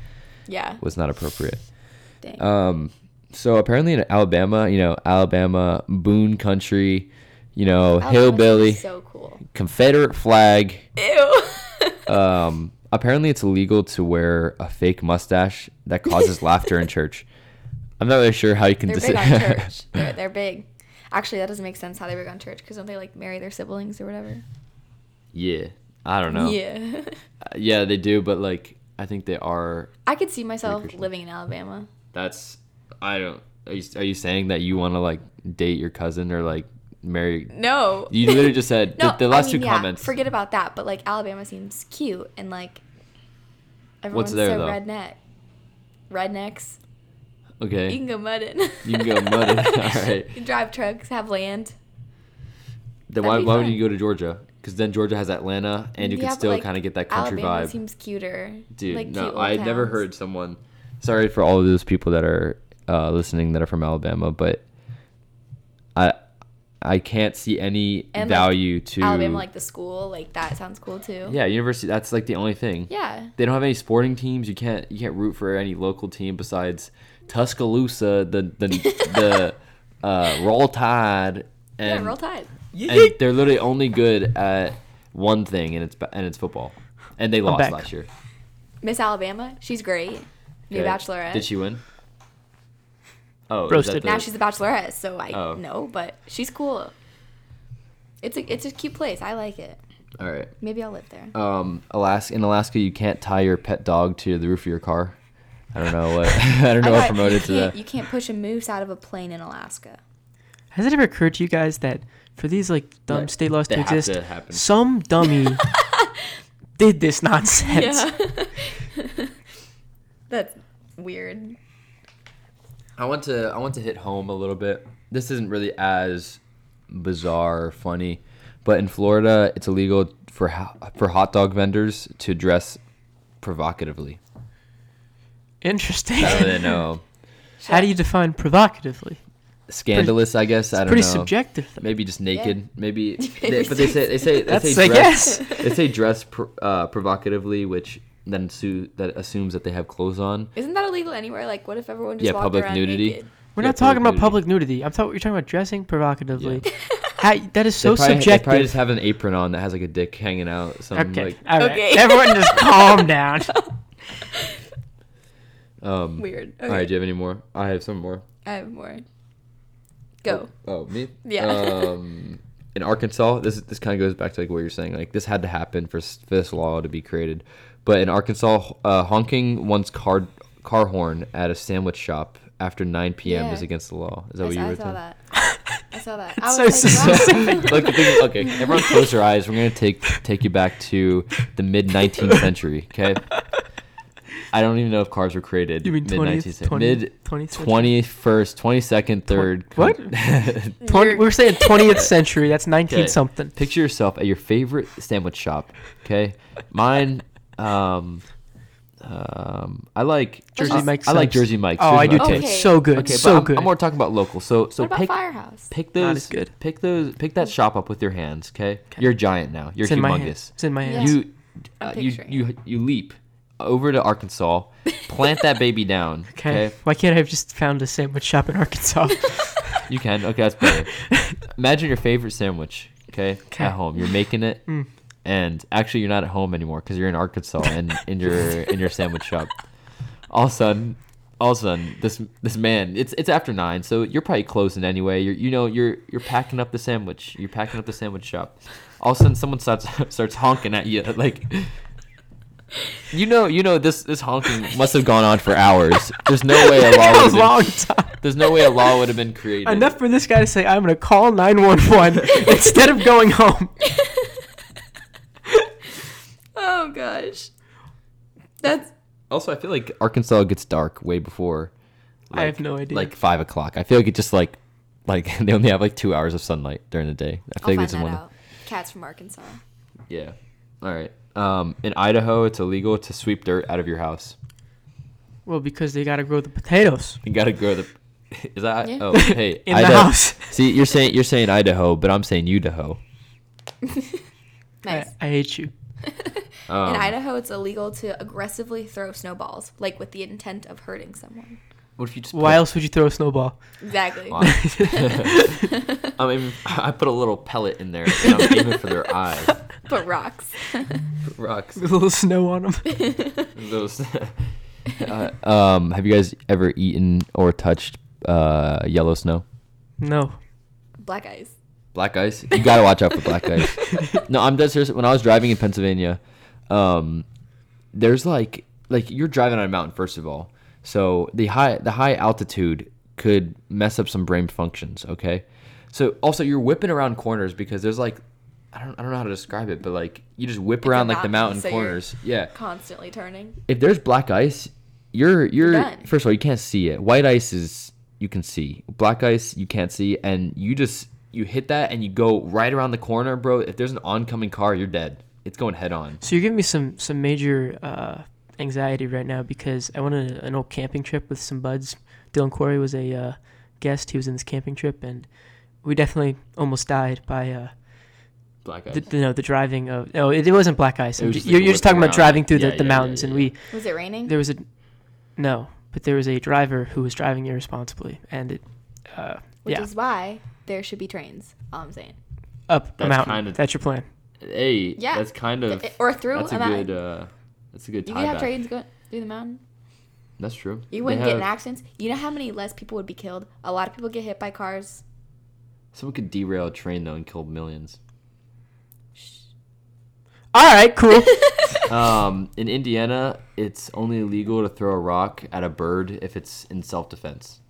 [SPEAKER 3] yeah.
[SPEAKER 2] was not appropriate.
[SPEAKER 3] Dang.
[SPEAKER 2] Um, so apparently in Alabama, you know, Alabama Boone Country, you know,
[SPEAKER 3] Alabama's
[SPEAKER 2] Oh, hillbilly,
[SPEAKER 3] So cool.
[SPEAKER 2] Confederate flag.
[SPEAKER 3] Ew.
[SPEAKER 2] Um, apparently, it's illegal to wear a fake mustache that causes laughter in church. I'm not really sure how you can.
[SPEAKER 3] they're
[SPEAKER 2] dis-
[SPEAKER 3] big on church. They're, they're big. Actually, that doesn't make sense how they're big on church because don't they like marry their siblings or whatever?
[SPEAKER 2] yeah, I don't know. Yeah.
[SPEAKER 3] Yeah.
[SPEAKER 2] yeah, they do, but like, I think they are.
[SPEAKER 3] I could see myself
[SPEAKER 2] Christian.
[SPEAKER 3] living in Alabama.
[SPEAKER 2] That's I don't. Are you, are you saying that you want to like date your cousin or like marry?
[SPEAKER 3] No.
[SPEAKER 2] You literally just said the, the
[SPEAKER 3] I
[SPEAKER 2] last
[SPEAKER 3] mean,
[SPEAKER 2] two
[SPEAKER 3] yeah,
[SPEAKER 2] comments.
[SPEAKER 3] Forget about that. But like Alabama seems cute and like everyone's
[SPEAKER 2] there,
[SPEAKER 3] so
[SPEAKER 2] though?
[SPEAKER 3] redneck. Rednecks. You
[SPEAKER 2] okay,
[SPEAKER 3] can go mudding.
[SPEAKER 2] You can go mudding, alright.
[SPEAKER 3] You can drive trucks, have land.
[SPEAKER 2] then
[SPEAKER 3] that'd
[SPEAKER 2] why,
[SPEAKER 3] be
[SPEAKER 2] why would
[SPEAKER 3] fun.
[SPEAKER 2] you go to Georgia? Because then Georgia has Atlanta, and you
[SPEAKER 3] Yeah,
[SPEAKER 2] can
[SPEAKER 3] but,
[SPEAKER 2] still
[SPEAKER 3] like,
[SPEAKER 2] kind of get that country
[SPEAKER 3] Alabama
[SPEAKER 2] vibe.
[SPEAKER 3] seems cuter.
[SPEAKER 2] Dude,
[SPEAKER 3] like, cute
[SPEAKER 2] no,
[SPEAKER 3] little
[SPEAKER 2] I had never
[SPEAKER 3] towns.
[SPEAKER 2] heard someone. Sorry for all of those people that are uh, listening that are from Alabama, but I I can't see any
[SPEAKER 3] And, like,
[SPEAKER 2] value to
[SPEAKER 3] Alabama, like the school, like that sounds cool too.
[SPEAKER 2] yeah university. That's like the only thing.
[SPEAKER 3] Yeah.
[SPEAKER 2] They don't have any sporting teams. You can't you can't root for any local team besides Tuscaloosa, the the the uh, Roll Tide,
[SPEAKER 3] Yeah,
[SPEAKER 2] and,
[SPEAKER 3] roll tide.
[SPEAKER 2] and they're literally only good at one thing, and it's ba- and it's football, and they lost
[SPEAKER 1] back.
[SPEAKER 2] last year.
[SPEAKER 3] Miss Alabama, she's great. New
[SPEAKER 2] Okay.
[SPEAKER 3] bachelorette.
[SPEAKER 2] Did she win? Oh, is
[SPEAKER 1] Roasted.
[SPEAKER 2] that
[SPEAKER 3] now
[SPEAKER 2] the-
[SPEAKER 3] she's a bachelorette, so I
[SPEAKER 2] Oh.
[SPEAKER 3] know, but she's cool. It's a it's a cute place. I like it.
[SPEAKER 2] All right.
[SPEAKER 3] Maybe I'll live there.
[SPEAKER 2] Um, Alaska in Alaska, you can't tie your pet dog to the roof of your car. I don't know what I don't know
[SPEAKER 3] I
[SPEAKER 2] what
[SPEAKER 3] thought
[SPEAKER 2] promoted
[SPEAKER 3] you
[SPEAKER 2] to
[SPEAKER 3] can't-
[SPEAKER 2] that.
[SPEAKER 3] You can't push a moose out of a plane in Alaska.
[SPEAKER 1] Has it ever occurred to you guys that for these like dumb
[SPEAKER 2] Right.
[SPEAKER 1] state laws
[SPEAKER 2] They
[SPEAKER 1] to
[SPEAKER 2] have
[SPEAKER 1] exist,
[SPEAKER 2] to happen.
[SPEAKER 1] some dummy did this nonsense?
[SPEAKER 3] That's weird.
[SPEAKER 2] I want to I want to hit home a little bit. This isn't really as bizarre or funny, but in Florida, it's illegal for ho- for hot dog vendors to dress provocatively.
[SPEAKER 1] Interesting.
[SPEAKER 2] I don't really know.
[SPEAKER 1] How do you define provocatively?
[SPEAKER 2] Scandalous, I guess. I don't
[SPEAKER 1] Pretty
[SPEAKER 2] know.
[SPEAKER 1] subjective. Though.
[SPEAKER 2] Maybe just naked. Maybe,
[SPEAKER 3] Maybe
[SPEAKER 2] they, but they say they say they
[SPEAKER 1] That's
[SPEAKER 2] say
[SPEAKER 1] a
[SPEAKER 2] dress. they say dress pr- uh, provocatively, which then su- that assumes that they have clothes on.
[SPEAKER 3] Isn't that illegal anywhere? Like, what if everyone just
[SPEAKER 2] Yeah,
[SPEAKER 3] walked
[SPEAKER 2] public
[SPEAKER 3] around
[SPEAKER 2] nudity.
[SPEAKER 3] naked?
[SPEAKER 1] We're
[SPEAKER 2] Yeah,
[SPEAKER 1] not talking about
[SPEAKER 2] nudity.
[SPEAKER 1] public nudity. I'm talking. You're talking about dressing provocatively. How, that is
[SPEAKER 2] They
[SPEAKER 1] so
[SPEAKER 2] probably, They probably
[SPEAKER 1] subjective.
[SPEAKER 2] just have an apron on that has like a dick hanging out. Something
[SPEAKER 1] Okay.
[SPEAKER 2] like
[SPEAKER 1] All right.
[SPEAKER 3] Okay.
[SPEAKER 1] Everyone, just calm down.
[SPEAKER 2] um.
[SPEAKER 3] Weird. Okay.
[SPEAKER 2] All right. Do you have any more? I have some more.
[SPEAKER 3] I have more. Go.
[SPEAKER 2] Oh, me?
[SPEAKER 3] Yeah.
[SPEAKER 2] Um, in Arkansas, this this kind of goes back to like what you're saying. Like this had to happen for, s- for this law to be created. But in Arkansas, uh, honking one's car car horn at a sandwich shop after 9 p.m.
[SPEAKER 3] Yeah.
[SPEAKER 2] is against the law. Oh, Is that
[SPEAKER 3] I,
[SPEAKER 2] what
[SPEAKER 3] s-
[SPEAKER 2] you
[SPEAKER 3] I
[SPEAKER 2] were
[SPEAKER 3] saw
[SPEAKER 2] saying?
[SPEAKER 3] that. I saw that.
[SPEAKER 1] It's
[SPEAKER 3] I was
[SPEAKER 1] so
[SPEAKER 3] like, wow.
[SPEAKER 1] specific.
[SPEAKER 2] Look, the thing- okay, everyone close your eyes. We're gonna take take you back to the mid 19th century. Okay. I don't even know if cars were created.
[SPEAKER 1] You mean
[SPEAKER 2] mid
[SPEAKER 1] 20th,
[SPEAKER 2] 19th century,
[SPEAKER 1] 20th,
[SPEAKER 2] mid
[SPEAKER 1] 20th century?
[SPEAKER 2] 21st, 22nd, third.
[SPEAKER 1] what? Twen-
[SPEAKER 3] You're-
[SPEAKER 1] we're saying 20th century. That's 19
[SPEAKER 2] Okay.
[SPEAKER 1] something.
[SPEAKER 2] Picture yourself at your favorite sandwich shop. Okay, mine. Um, um, I like
[SPEAKER 1] Jersey
[SPEAKER 2] I-
[SPEAKER 1] Mike's
[SPEAKER 2] I like
[SPEAKER 1] subs.
[SPEAKER 2] Jersey Mike's.
[SPEAKER 1] Oh,
[SPEAKER 2] Jersey
[SPEAKER 1] I do
[SPEAKER 2] Mike's.
[SPEAKER 1] too.
[SPEAKER 3] Okay.
[SPEAKER 1] So good.
[SPEAKER 2] Okay, but
[SPEAKER 1] so
[SPEAKER 2] I'm,
[SPEAKER 1] good.
[SPEAKER 2] I'm more talking about local. So so
[SPEAKER 3] What about
[SPEAKER 2] pick
[SPEAKER 3] Firehouse?
[SPEAKER 2] pick
[SPEAKER 1] Not
[SPEAKER 2] those
[SPEAKER 1] as good.
[SPEAKER 2] pick those pick that shop up with your hands. Okay, you're a giant now. You're
[SPEAKER 1] it's in my hands.
[SPEAKER 2] humongous.
[SPEAKER 1] It's in my hands.
[SPEAKER 2] You
[SPEAKER 3] I'm
[SPEAKER 2] uh, you
[SPEAKER 3] picturing
[SPEAKER 2] you you leap over to Arkansas, plant that baby down.
[SPEAKER 1] Okay. Why can't I have just found a sandwich shop in Arkansas?
[SPEAKER 2] You can. Okay, that's better. Imagine your favorite sandwich. Okay,
[SPEAKER 1] Okay. Hmm.
[SPEAKER 2] at home, you're making it. and actually you're not at home anymore because you're in Arkansas and in your in your sandwich shop. All of a sudden, all of a sudden, this this man. It's it's after nine, so you're probably closing anyway. You're you know you're you're packing up the sandwich. You're packing up the sandwich shop. All of a sudden, someone starts starts honking at you like. You know, you know this this honking must have gone on for hours. There's no way a law
[SPEAKER 1] That
[SPEAKER 2] would have
[SPEAKER 1] was a
[SPEAKER 2] been,
[SPEAKER 1] long time.
[SPEAKER 2] There's no way a law would have been created.
[SPEAKER 1] Enough for this guy to say, I'm going to call 911 instead of going home.
[SPEAKER 3] Oh gosh. That's
[SPEAKER 2] Also, I feel like Arkansas gets dark way before.
[SPEAKER 1] I have no idea.
[SPEAKER 2] Like five o'clock. I feel like it just like like they only have like two hours of sunlight during the day. I
[SPEAKER 3] I'll
[SPEAKER 2] feel
[SPEAKER 3] find
[SPEAKER 2] like
[SPEAKER 3] that
[SPEAKER 2] one.
[SPEAKER 3] out. Cats from Arkansas.
[SPEAKER 2] Yeah. All right. Um, in Idaho, it's illegal to sweep dirt out of your house.
[SPEAKER 1] well, because they got to grow the potatoes
[SPEAKER 2] You gotta grow the. Is that?
[SPEAKER 3] Yeah.
[SPEAKER 2] Oh, hey,
[SPEAKER 1] in
[SPEAKER 2] Idaho.
[SPEAKER 1] the house.
[SPEAKER 2] See, you're saying you're saying Idaho, but I'm saying Udaho.
[SPEAKER 3] Nice.
[SPEAKER 1] I, I hate you.
[SPEAKER 2] Um,
[SPEAKER 3] In Idaho, it's illegal to aggressively throw snowballs, like with the intent of hurting someone.
[SPEAKER 2] What if you just?
[SPEAKER 1] Why else would you throw a snowball?
[SPEAKER 3] Exactly.
[SPEAKER 2] I mean, Um, I put a little pellet in there, and I'm aiming for their eyes.
[SPEAKER 3] But rocks.
[SPEAKER 2] Rocks.
[SPEAKER 1] With a little snow on them.
[SPEAKER 2] Those. uh, um, have you guys ever eaten or touched uh, yellow snow?
[SPEAKER 1] No.
[SPEAKER 3] Black eyes.
[SPEAKER 2] Black ice. You gotta watch out for black ice. no, I'm dead serious. When I was driving in Pennsylvania, um, there's like like you're driving on a mountain first of all, so the high the high altitude could mess up some brain functions. Okay, so also you're whipping around corners because there's like I don't I don't know how to describe it, but like you just whip around like the
[SPEAKER 3] mountain,
[SPEAKER 2] mountain
[SPEAKER 3] so you're-
[SPEAKER 2] corners. Yeah.
[SPEAKER 3] Constantly turning.
[SPEAKER 2] if there's black ice, you're you're
[SPEAKER 3] done.
[SPEAKER 2] first of all you can't see it. White ice is you can see. Black ice you can't see, and you just you hit that and you go right around the corner, bro. If there's an oncoming car, you're dead. It's going head on.
[SPEAKER 1] So you're giving me some, some major uh, anxiety right now because I went on a- an old camping trip with some buds. Dylan Corey was a uh, guest. He was in this camping trip, and we definitely almost died by uh,
[SPEAKER 2] Black
[SPEAKER 1] the, the, no, the driving of no, it, it wasn't black ice.
[SPEAKER 2] It
[SPEAKER 1] I'm
[SPEAKER 2] was
[SPEAKER 1] ju-
[SPEAKER 2] just like
[SPEAKER 1] you're,
[SPEAKER 2] a
[SPEAKER 1] you're just
[SPEAKER 2] whipping
[SPEAKER 1] talking about
[SPEAKER 2] around.
[SPEAKER 1] driving through
[SPEAKER 2] Yeah,
[SPEAKER 1] the,
[SPEAKER 2] yeah,
[SPEAKER 1] the
[SPEAKER 2] yeah,
[SPEAKER 1] mountains,
[SPEAKER 2] yeah,
[SPEAKER 1] and we
[SPEAKER 3] Was it raining?
[SPEAKER 1] there was a no, but there was a driver who was driving irresponsibly, and it uh,
[SPEAKER 3] Which
[SPEAKER 1] yeah
[SPEAKER 3] is why there should be trains. All I'm saying.
[SPEAKER 1] up a
[SPEAKER 2] That's
[SPEAKER 1] mountain.
[SPEAKER 2] kinda-
[SPEAKER 1] That's your plan.
[SPEAKER 2] Hey,
[SPEAKER 3] Yeah.
[SPEAKER 2] that's kind of
[SPEAKER 3] Th- or through
[SPEAKER 2] that's
[SPEAKER 3] a
[SPEAKER 2] a
[SPEAKER 3] mountain.
[SPEAKER 2] good uh, that's a good
[SPEAKER 3] You
[SPEAKER 2] tie
[SPEAKER 3] could have
[SPEAKER 2] back.
[SPEAKER 3] trains going through the mountain.
[SPEAKER 2] That's true. They
[SPEAKER 3] You wouldn't get in
[SPEAKER 2] have-
[SPEAKER 3] accidents. You know how many less people would be killed? A lot of people get hit by cars.
[SPEAKER 2] Someone could derail a train though and kill millions.
[SPEAKER 1] All right, cool.
[SPEAKER 2] um, in Indiana, it's only illegal to throw a rock at a bird if it's in self defense.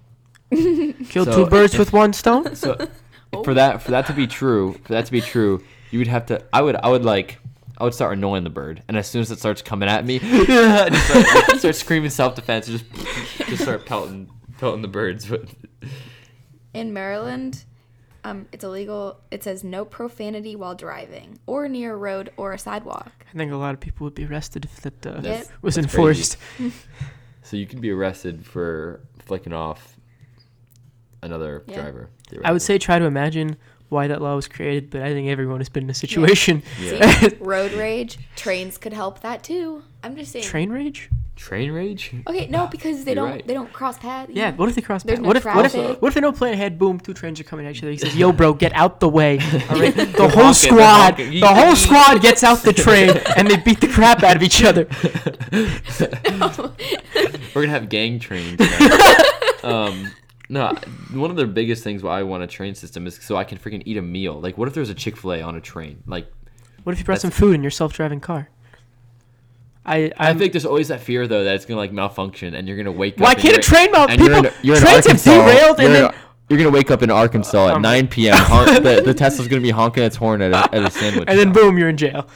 [SPEAKER 1] Kill
[SPEAKER 2] So-
[SPEAKER 1] two birds with one stone.
[SPEAKER 2] So
[SPEAKER 3] Oh.
[SPEAKER 2] for that for that to be true, for that to be true, you would have to. I would I would like I would start annoying the bird, and as soon as it starts coming at me, I just start, like, start screaming self defense, just just start pelting pelting the birds. But
[SPEAKER 3] In Maryland, um, it's illegal. It says no profanity while driving or near a road or a sidewalk.
[SPEAKER 1] I think a lot of people would be arrested if that uh,
[SPEAKER 3] That's-
[SPEAKER 1] was
[SPEAKER 2] that's
[SPEAKER 1] enforced.
[SPEAKER 2] so you can be arrested for flicking off another
[SPEAKER 3] Yeah.
[SPEAKER 2] driver.
[SPEAKER 1] I would say try to imagine why that law was created, but I think everyone has been in a situation.
[SPEAKER 3] See, road rage. Trains could help that too. I'm just saying.
[SPEAKER 1] Train rage?
[SPEAKER 2] train rage.
[SPEAKER 3] okay, no, because they
[SPEAKER 2] You're
[SPEAKER 3] don't
[SPEAKER 2] right.
[SPEAKER 3] they don't cross paths. you
[SPEAKER 1] Yeah.
[SPEAKER 3] know?
[SPEAKER 1] What if they cross?
[SPEAKER 3] There's
[SPEAKER 1] paths?
[SPEAKER 3] no
[SPEAKER 1] what if what
[SPEAKER 3] traffic.
[SPEAKER 1] if what if they don't plan ahead? Boom! Two trains are coming at each other. He says, "Yo, bro, get out the way!" All right, the whole
[SPEAKER 2] honking, they're
[SPEAKER 1] squad,
[SPEAKER 2] honking.
[SPEAKER 1] the whole squad gets out the train, and they beat the crap out of each other.
[SPEAKER 2] We're gonna have gang trains. now. um, no, one of the biggest things why I want a train system is so I can freaking eat a meal. Like, what if there's a Chick Fil A on a train? Like,
[SPEAKER 1] What if you brought some food in your self-driving car? I
[SPEAKER 2] i
[SPEAKER 1] I'm,
[SPEAKER 2] think there's always that fear though that it's gonna like malfunction and you're gonna wake
[SPEAKER 1] Why
[SPEAKER 2] up. and
[SPEAKER 1] can't a
[SPEAKER 2] you're-
[SPEAKER 1] train mal-
[SPEAKER 2] and you're in-
[SPEAKER 1] people-
[SPEAKER 2] you're in
[SPEAKER 1] trains have
[SPEAKER 2] Arkansas,
[SPEAKER 1] derailed and
[SPEAKER 2] you're
[SPEAKER 1] then- Um,
[SPEAKER 2] you're gonna wake up in Arkansas at 9 p.m. Hon- the, the Tesla's gonna be honking its horn at a, at a sandwich.
[SPEAKER 1] and then boom, you're in jail.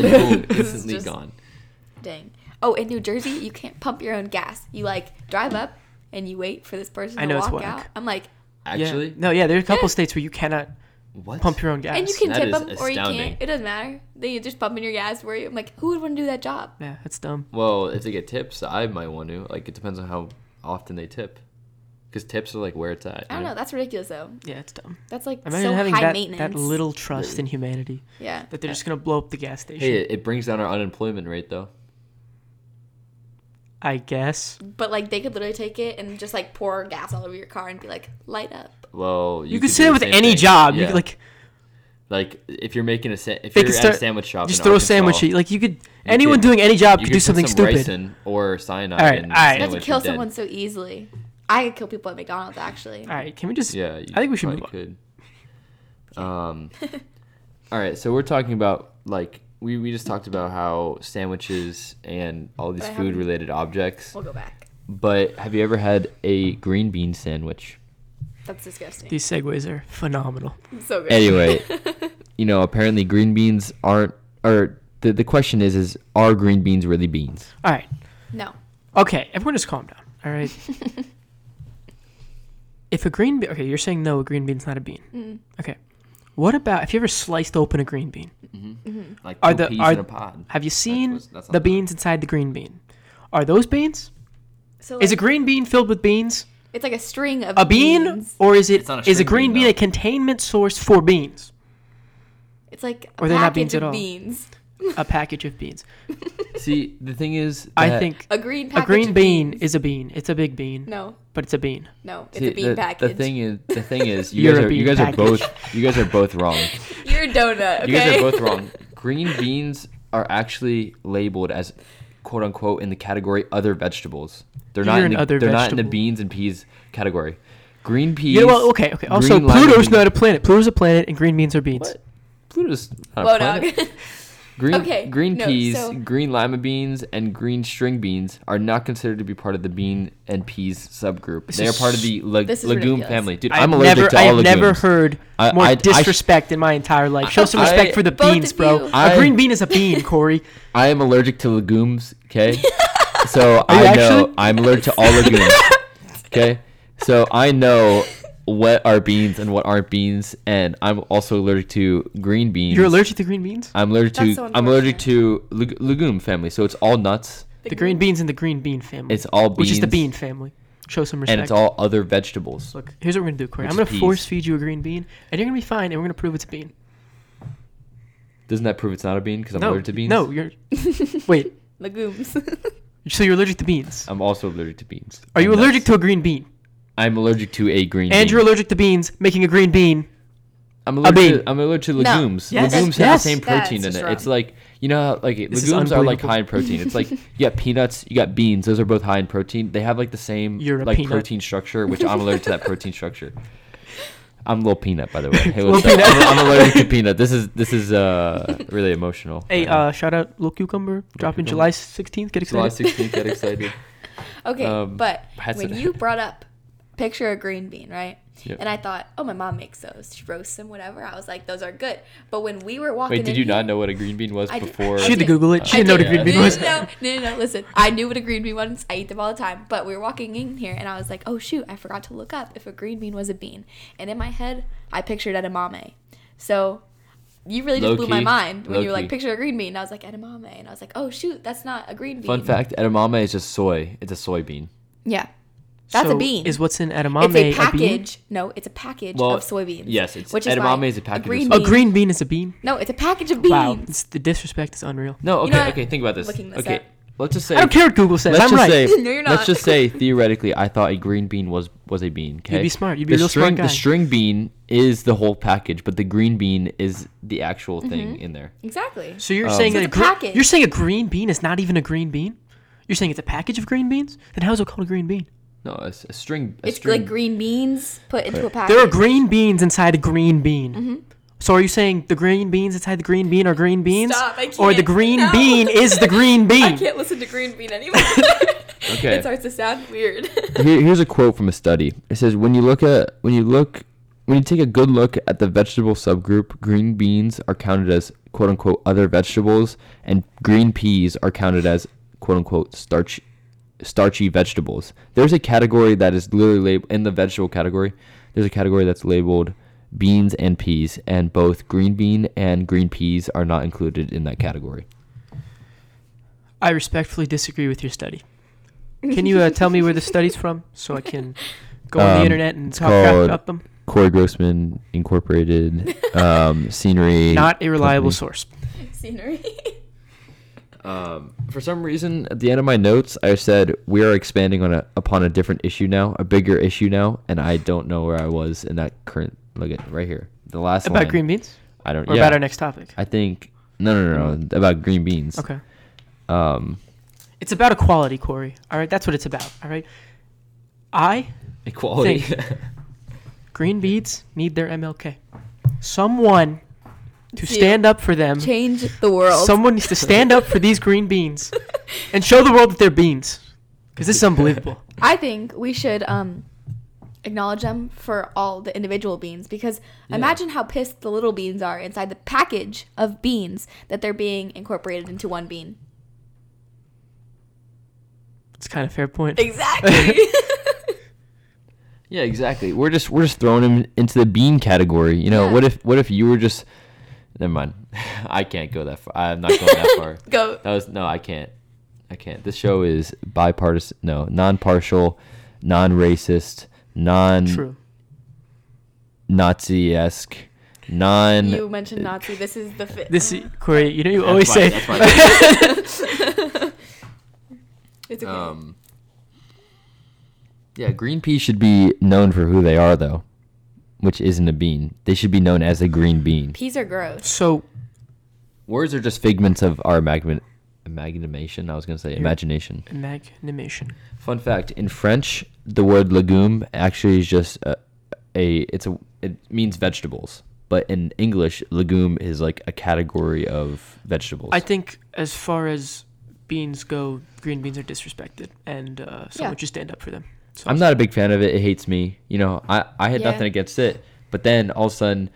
[SPEAKER 2] boom,
[SPEAKER 3] This is
[SPEAKER 2] instantly
[SPEAKER 3] just-
[SPEAKER 2] gone.
[SPEAKER 3] Dang. Oh, in New Jersey, you can't pump your own gas. You like drive up and you wait for this person
[SPEAKER 1] I
[SPEAKER 3] to
[SPEAKER 1] know it's
[SPEAKER 3] walk
[SPEAKER 1] whack.
[SPEAKER 3] out. I'm like,
[SPEAKER 2] Actually,
[SPEAKER 1] yeah. no, yeah, there's a couple
[SPEAKER 3] Yeah.
[SPEAKER 1] states where you cannot
[SPEAKER 2] what?
[SPEAKER 1] pump your own gas.
[SPEAKER 3] and you can
[SPEAKER 2] That
[SPEAKER 3] tip
[SPEAKER 2] is
[SPEAKER 3] them or you
[SPEAKER 2] astounding.
[SPEAKER 3] can't. It doesn't matter. Then you're just pumping your gas. Where you, I'm like, who would want to do that job?
[SPEAKER 1] yeah, that's dumb.
[SPEAKER 2] Well, if they get tips, I might want to. Like, it depends on how often they tip, because tips are like where it's at.
[SPEAKER 3] I
[SPEAKER 2] you
[SPEAKER 3] don't
[SPEAKER 2] know?
[SPEAKER 3] know. That's ridiculous, though.
[SPEAKER 1] Yeah, it's dumb.
[SPEAKER 3] That's like
[SPEAKER 1] Imagine
[SPEAKER 3] so
[SPEAKER 1] having
[SPEAKER 3] high
[SPEAKER 1] that,
[SPEAKER 3] maintenance.
[SPEAKER 1] that little trust in humanity
[SPEAKER 3] Yeah.
[SPEAKER 1] that they're just gonna blow up the gas station.
[SPEAKER 2] Hey, it, it brings down our unemployment rate though.
[SPEAKER 1] I guess
[SPEAKER 3] But like they could literally take it and just like pour gas all over your car and be like, light up.
[SPEAKER 2] Well,
[SPEAKER 1] you, could
[SPEAKER 2] do
[SPEAKER 1] say that with
[SPEAKER 2] the same
[SPEAKER 1] any
[SPEAKER 2] thing.
[SPEAKER 1] job. You
[SPEAKER 2] Yeah.
[SPEAKER 1] could, like
[SPEAKER 2] Like if you're making a sa- if
[SPEAKER 1] They
[SPEAKER 2] you're
[SPEAKER 1] could
[SPEAKER 2] at
[SPEAKER 1] start-
[SPEAKER 2] a sandwich shop,
[SPEAKER 1] Just
[SPEAKER 2] in
[SPEAKER 1] throw a
[SPEAKER 2] Arkansas,
[SPEAKER 1] sandwich. Like you could. anyone
[SPEAKER 2] could-
[SPEAKER 1] doing any job
[SPEAKER 2] you
[SPEAKER 1] could do
[SPEAKER 2] put
[SPEAKER 1] something
[SPEAKER 2] some
[SPEAKER 1] stupid.
[SPEAKER 2] ricin or cyanide.
[SPEAKER 1] All right,
[SPEAKER 2] in
[SPEAKER 1] all right.
[SPEAKER 2] the
[SPEAKER 1] That's
[SPEAKER 3] to
[SPEAKER 2] sandwich
[SPEAKER 3] kill
[SPEAKER 2] and dead.
[SPEAKER 3] someone so easily. I could kill people at McDonald's actually.
[SPEAKER 1] All right, can we just?
[SPEAKER 2] Yeah,
[SPEAKER 1] I think we should move on.
[SPEAKER 2] probably Could. Um, all right, so we're talking about like we, we just talked about how sandwiches and all these
[SPEAKER 3] But I
[SPEAKER 2] food related objects.
[SPEAKER 3] We'll go back.
[SPEAKER 2] But have you ever had a green bean sandwich?
[SPEAKER 3] That's disgusting.
[SPEAKER 1] These segues are phenomenal.
[SPEAKER 3] so good.
[SPEAKER 2] Anyway, you know, apparently green beans aren't or the the question is is are green beans really beans?
[SPEAKER 1] All right,
[SPEAKER 3] no.
[SPEAKER 1] okay, everyone just calm down. All right. if a green bean, okay, you're saying no, a green bean's not a bean.
[SPEAKER 2] Mm.
[SPEAKER 1] Okay, what about if you ever sliced open a green bean?
[SPEAKER 2] Like
[SPEAKER 1] Are the- are-
[SPEAKER 2] pod.
[SPEAKER 1] Have you seen
[SPEAKER 2] was- that's not
[SPEAKER 1] the
[SPEAKER 2] bad.
[SPEAKER 1] beans inside the green bean? Are those beans?
[SPEAKER 3] So
[SPEAKER 1] Is a
[SPEAKER 3] like,
[SPEAKER 1] green bean filled with beans?
[SPEAKER 3] it's like a string of
[SPEAKER 1] A bean,
[SPEAKER 3] beans.
[SPEAKER 1] or is it
[SPEAKER 2] It's not a
[SPEAKER 1] is a
[SPEAKER 2] string
[SPEAKER 1] green
[SPEAKER 2] bean,
[SPEAKER 1] bean
[SPEAKER 2] though.
[SPEAKER 1] a containment source for beans?
[SPEAKER 3] It's like a
[SPEAKER 1] Or they're not
[SPEAKER 3] package
[SPEAKER 1] beans at
[SPEAKER 3] of
[SPEAKER 1] all.
[SPEAKER 3] beans.
[SPEAKER 1] A package of beans.
[SPEAKER 2] See, the thing is
[SPEAKER 1] I
[SPEAKER 2] that-
[SPEAKER 1] think
[SPEAKER 3] A green
[SPEAKER 1] a
[SPEAKER 3] package.
[SPEAKER 1] green
[SPEAKER 3] of
[SPEAKER 1] bean
[SPEAKER 3] beans.
[SPEAKER 1] is a bean. It's a big bean,
[SPEAKER 3] No,
[SPEAKER 1] but it's a bean.
[SPEAKER 3] no, it's
[SPEAKER 2] see,
[SPEAKER 3] a bean
[SPEAKER 2] the,
[SPEAKER 3] package.
[SPEAKER 2] the thing is the thing is you
[SPEAKER 1] You're
[SPEAKER 2] guys
[SPEAKER 1] a
[SPEAKER 2] are you
[SPEAKER 1] bean
[SPEAKER 2] guys are
[SPEAKER 1] package.
[SPEAKER 2] both you guys are both wrong.
[SPEAKER 3] You're a donut. Okay?
[SPEAKER 2] You guys are both wrong. Green beans are actually labeled as quote unquote in the category other vegetables. They're not
[SPEAKER 1] You're
[SPEAKER 2] in
[SPEAKER 1] an
[SPEAKER 2] the,
[SPEAKER 1] other
[SPEAKER 2] they're not in the
[SPEAKER 1] vegetable.
[SPEAKER 2] beans and peas category. Green peas.
[SPEAKER 1] Yeah, well, okay, okay. Also,
[SPEAKER 2] green lima
[SPEAKER 1] Pluto's
[SPEAKER 2] beans-
[SPEAKER 1] not a planet. Pluto's a planet, and green beans are beans.
[SPEAKER 2] What? Pluto's not
[SPEAKER 3] Whoa,
[SPEAKER 2] a planet.
[SPEAKER 3] dog.
[SPEAKER 2] Green,
[SPEAKER 3] Okay,
[SPEAKER 2] green
[SPEAKER 3] no,
[SPEAKER 2] peas,
[SPEAKER 3] so-
[SPEAKER 2] green lima beans, and green string beans are not considered to be part of the bean and peas subgroup. They are
[SPEAKER 1] is-
[SPEAKER 2] part of the leg-
[SPEAKER 3] this is
[SPEAKER 2] legume
[SPEAKER 3] ridiculous.
[SPEAKER 2] family. Dude,
[SPEAKER 1] I've
[SPEAKER 2] I'm allergic
[SPEAKER 1] never,
[SPEAKER 2] to
[SPEAKER 1] I
[SPEAKER 2] all
[SPEAKER 1] have
[SPEAKER 2] legumes.
[SPEAKER 1] never heard
[SPEAKER 2] I-
[SPEAKER 1] more
[SPEAKER 2] I- I sh-
[SPEAKER 1] disrespect in my entire life. Show some
[SPEAKER 2] I-
[SPEAKER 1] respect for the
[SPEAKER 3] Both
[SPEAKER 1] beans,
[SPEAKER 3] of
[SPEAKER 1] bro.
[SPEAKER 3] you.
[SPEAKER 1] A
[SPEAKER 2] I-
[SPEAKER 1] green bean is a bean, Corey.
[SPEAKER 2] I am allergic to legumes, okay? so I
[SPEAKER 1] you
[SPEAKER 2] know
[SPEAKER 1] actually?
[SPEAKER 2] I'm allergic to all legumes. Okay? So I know what are beans and what aren't beans and I'm also allergic to green beans.
[SPEAKER 1] You're allergic to green beans?
[SPEAKER 2] I'm allergic to
[SPEAKER 3] That's so
[SPEAKER 2] I'm allergic to leg- legume family. So it's all nuts.
[SPEAKER 1] The green beans in the green bean family.
[SPEAKER 2] It's all beans.
[SPEAKER 1] which is the bean family. Show some respect.
[SPEAKER 2] And it's all other vegetables.
[SPEAKER 1] Look, here's what we're gonna do, Corey.
[SPEAKER 2] Which
[SPEAKER 1] I'm
[SPEAKER 2] is
[SPEAKER 1] gonna
[SPEAKER 2] peas.
[SPEAKER 1] force feed you a green bean, and you're gonna be fine. And we're gonna prove it's a bean.
[SPEAKER 2] Doesn't that prove it's not a bean because I'm
[SPEAKER 1] No,
[SPEAKER 2] allergic to beans?
[SPEAKER 1] no, you're. Wait,
[SPEAKER 3] legumes.
[SPEAKER 1] so you're allergic to beans?
[SPEAKER 2] I'm also allergic to beans.
[SPEAKER 1] Are you
[SPEAKER 2] I'm nuts.
[SPEAKER 1] allergic to a green bean?
[SPEAKER 2] I'm allergic to a green
[SPEAKER 1] And
[SPEAKER 2] bean.
[SPEAKER 1] you're allergic to beans, making a green bean.
[SPEAKER 2] I'm allergic.
[SPEAKER 1] bean.
[SPEAKER 2] To, I'm allergic to legumes.
[SPEAKER 1] Yes.
[SPEAKER 2] Legumes
[SPEAKER 1] Yes.
[SPEAKER 2] have the same protein
[SPEAKER 3] That's
[SPEAKER 2] in it.
[SPEAKER 3] just
[SPEAKER 2] It's like you know, how, like
[SPEAKER 1] is
[SPEAKER 2] legumes are like
[SPEAKER 1] unbelievable.
[SPEAKER 2] high in protein. It's like you got peanuts, you got beans. Those are both high in protein. They have like the same
[SPEAKER 1] You're a
[SPEAKER 2] like
[SPEAKER 1] peanut.
[SPEAKER 2] protein structure, which I'm allergic to that protein structure. I'm a little peanut, by the way. Hey, what's
[SPEAKER 1] Little
[SPEAKER 2] up? I'm, I'm allergic to peanut. This is this is uh really emotional.
[SPEAKER 1] Hey,
[SPEAKER 2] right now.
[SPEAKER 1] uh, shout out Little Cucumber. dropping July
[SPEAKER 2] Cucumber.
[SPEAKER 1] 16th. Get
[SPEAKER 2] July
[SPEAKER 1] excited.
[SPEAKER 2] 16th, get excited.
[SPEAKER 3] okay,
[SPEAKER 2] Um,
[SPEAKER 3] but
[SPEAKER 2] had
[SPEAKER 3] when
[SPEAKER 2] some-
[SPEAKER 3] you brought up picture a green bean, right?
[SPEAKER 2] Yep.
[SPEAKER 3] And I thought, oh, my mom makes those. She roasts them, whatever. I was like, those are good. But when we were walking,
[SPEAKER 2] Wait, did
[SPEAKER 3] in
[SPEAKER 2] you
[SPEAKER 3] here-
[SPEAKER 2] not know what a green bean was
[SPEAKER 3] I did-
[SPEAKER 2] before?
[SPEAKER 3] I
[SPEAKER 1] She had to
[SPEAKER 3] did.
[SPEAKER 1] Google it. She
[SPEAKER 3] I
[SPEAKER 1] didn't know what a
[SPEAKER 3] did.
[SPEAKER 1] green bean
[SPEAKER 3] no,
[SPEAKER 1] was.
[SPEAKER 3] No, no, no, no. Listen, I knew what a green bean was. I eat them all the time. But we were walking in here, and I was like, "Oh shoot, I forgot to look up if a green bean was a bean." And in my head, I pictured edamame. So you really just
[SPEAKER 2] Low
[SPEAKER 3] blew my
[SPEAKER 2] key.
[SPEAKER 3] mind when
[SPEAKER 2] Low
[SPEAKER 3] you were like,
[SPEAKER 2] key.
[SPEAKER 3] "Picture a green bean," and I was like, "Edamame," and I was like, "Oh shoot, that's not a green bean."
[SPEAKER 2] Fun fact: edamame is just soy. It's a soybean.
[SPEAKER 3] Yeah, that's
[SPEAKER 1] So
[SPEAKER 3] a bean.
[SPEAKER 1] Is what's in edamame
[SPEAKER 3] it's a
[SPEAKER 1] bean?
[SPEAKER 3] package. no, it's a package
[SPEAKER 2] Well,
[SPEAKER 3] of soybeans.
[SPEAKER 2] yes, it's-
[SPEAKER 3] which is why
[SPEAKER 2] edamame is a package of
[SPEAKER 3] green
[SPEAKER 2] soy-
[SPEAKER 1] A
[SPEAKER 3] bean.
[SPEAKER 1] green bean is a bean.
[SPEAKER 3] No, it's a package of beans.
[SPEAKER 1] Wow, it's, the disrespect is unreal.
[SPEAKER 2] No, okay,
[SPEAKER 3] You know what?
[SPEAKER 2] okay. Think about this.
[SPEAKER 3] Looking this
[SPEAKER 2] okay,
[SPEAKER 3] up.
[SPEAKER 2] let's just say
[SPEAKER 1] I don't care what Google says.
[SPEAKER 2] Let's
[SPEAKER 1] I'm
[SPEAKER 2] just
[SPEAKER 1] right.
[SPEAKER 2] say,
[SPEAKER 3] No, you're not.
[SPEAKER 2] Let's just say theoretically, I thought a green bean was was a bean. 'kay?
[SPEAKER 1] be smart. You'd be a
[SPEAKER 2] the
[SPEAKER 1] real smart
[SPEAKER 2] string,
[SPEAKER 1] guy.
[SPEAKER 2] The string bean is the whole package, but the green bean is the actual
[SPEAKER 3] Mm-hmm.
[SPEAKER 2] thing in there.
[SPEAKER 3] Exactly.
[SPEAKER 1] so
[SPEAKER 2] um,
[SPEAKER 1] you're saying
[SPEAKER 3] So
[SPEAKER 1] that a
[SPEAKER 3] it's a
[SPEAKER 1] gre-
[SPEAKER 3] package.
[SPEAKER 1] you're saying a green bean is not even a green bean? You're saying it's a package of green beans? Then how is it called a green bean?
[SPEAKER 2] No, a, s- a string. A
[SPEAKER 3] It's
[SPEAKER 2] string,
[SPEAKER 3] like green beans put into a package.
[SPEAKER 1] There are green beans inside a green bean.
[SPEAKER 3] Mm-hmm.
[SPEAKER 1] So are you saying the green beans inside the green bean are green beans?
[SPEAKER 3] Stop, I
[SPEAKER 1] Or the
[SPEAKER 3] can't.
[SPEAKER 1] green
[SPEAKER 3] No.
[SPEAKER 1] bean is the green bean?
[SPEAKER 3] I can't listen to Green Bean anymore.
[SPEAKER 2] Okay.
[SPEAKER 3] It starts to sound weird.
[SPEAKER 2] Here, here's a quote from a study. It says when you look at when you look when you take a good look at the vegetable subgroup, green beans are counted as quote unquote other vegetables, and green peas are counted as quote unquote starch starchy vegetables. There's a category that is literally labeled in the vegetable category. There's a category that's labeled beans and peas, and both green bean and green peas are not included in that category.
[SPEAKER 1] I respectfully disagree with your study. Can you uh, tell me where the study's from so I can go on the
[SPEAKER 2] Um,
[SPEAKER 1] internet and
[SPEAKER 2] it's
[SPEAKER 1] talk crap
[SPEAKER 2] called-
[SPEAKER 1] about them?
[SPEAKER 2] Corey Grossman Incorporated, um, scenery.
[SPEAKER 1] Not a reliable
[SPEAKER 2] company.
[SPEAKER 1] source.
[SPEAKER 3] Scenery.
[SPEAKER 2] Um, for some reason, at the end of my notes, I said we are expanding on a upon a different issue now, a bigger issue now, and I don't know where I was in that current look at right here. The last
[SPEAKER 1] About
[SPEAKER 2] line.
[SPEAKER 1] green beans?
[SPEAKER 2] I don't.
[SPEAKER 1] Or
[SPEAKER 2] yeah.
[SPEAKER 1] about our next topic.
[SPEAKER 2] I think no, no, no, no. About green beans.
[SPEAKER 1] Okay.
[SPEAKER 2] Um,
[SPEAKER 1] It's about equality, Corey. All right, that's what it's about. All right. I
[SPEAKER 2] equality.
[SPEAKER 1] green beads need their MLK. Someone to
[SPEAKER 3] See,
[SPEAKER 1] stand up for them.
[SPEAKER 3] Change the world.
[SPEAKER 1] Someone needs to stand up for these green beans and show the world that they're beans. Because this is unbelievable.
[SPEAKER 3] I think we should um, acknowledge them for all the individual beans because imagine how pissed the little beans are inside the package of beans that they're being incorporated into one bean.
[SPEAKER 1] It's kind of fair point.
[SPEAKER 3] Exactly.
[SPEAKER 2] yeah, exactly. We're just we're just throwing them into the bean category. You know,
[SPEAKER 3] Yeah.
[SPEAKER 2] what if what if you were just never mind. I can't go that far. I'm not going that far.
[SPEAKER 3] Go.
[SPEAKER 2] That was no, I can't. I can't. This show is bipartisan. No, non-partial, non-racist, non
[SPEAKER 1] True.
[SPEAKER 2] Nazi-esque, non.
[SPEAKER 3] You mentioned Nazi. This is the Uh-huh. fifth.
[SPEAKER 1] This Corey, you know you always say
[SPEAKER 2] fine, that's fine.
[SPEAKER 3] It's okay.
[SPEAKER 2] Um, yeah, green peas should be known for who they are, though, which isn't a bean. They should be known as a green bean.
[SPEAKER 3] Peas are gross.
[SPEAKER 1] so
[SPEAKER 2] Words are just figments of our imagin- imagination. I was gonna say imagination.
[SPEAKER 1] magnanimation.
[SPEAKER 2] Fun fact: In French, the word legume actually is just a, a it's a it means vegetables. But in English, legume is like a category of vegetables.
[SPEAKER 1] I think as far as beans go, green beans are disrespected, and uh, someone
[SPEAKER 3] Yeah.
[SPEAKER 1] should stand up for them. So
[SPEAKER 2] I'm not a big fan of it. It hates me. You know, I, I had
[SPEAKER 3] Yeah.
[SPEAKER 2] nothing against it, but then all of a sudden,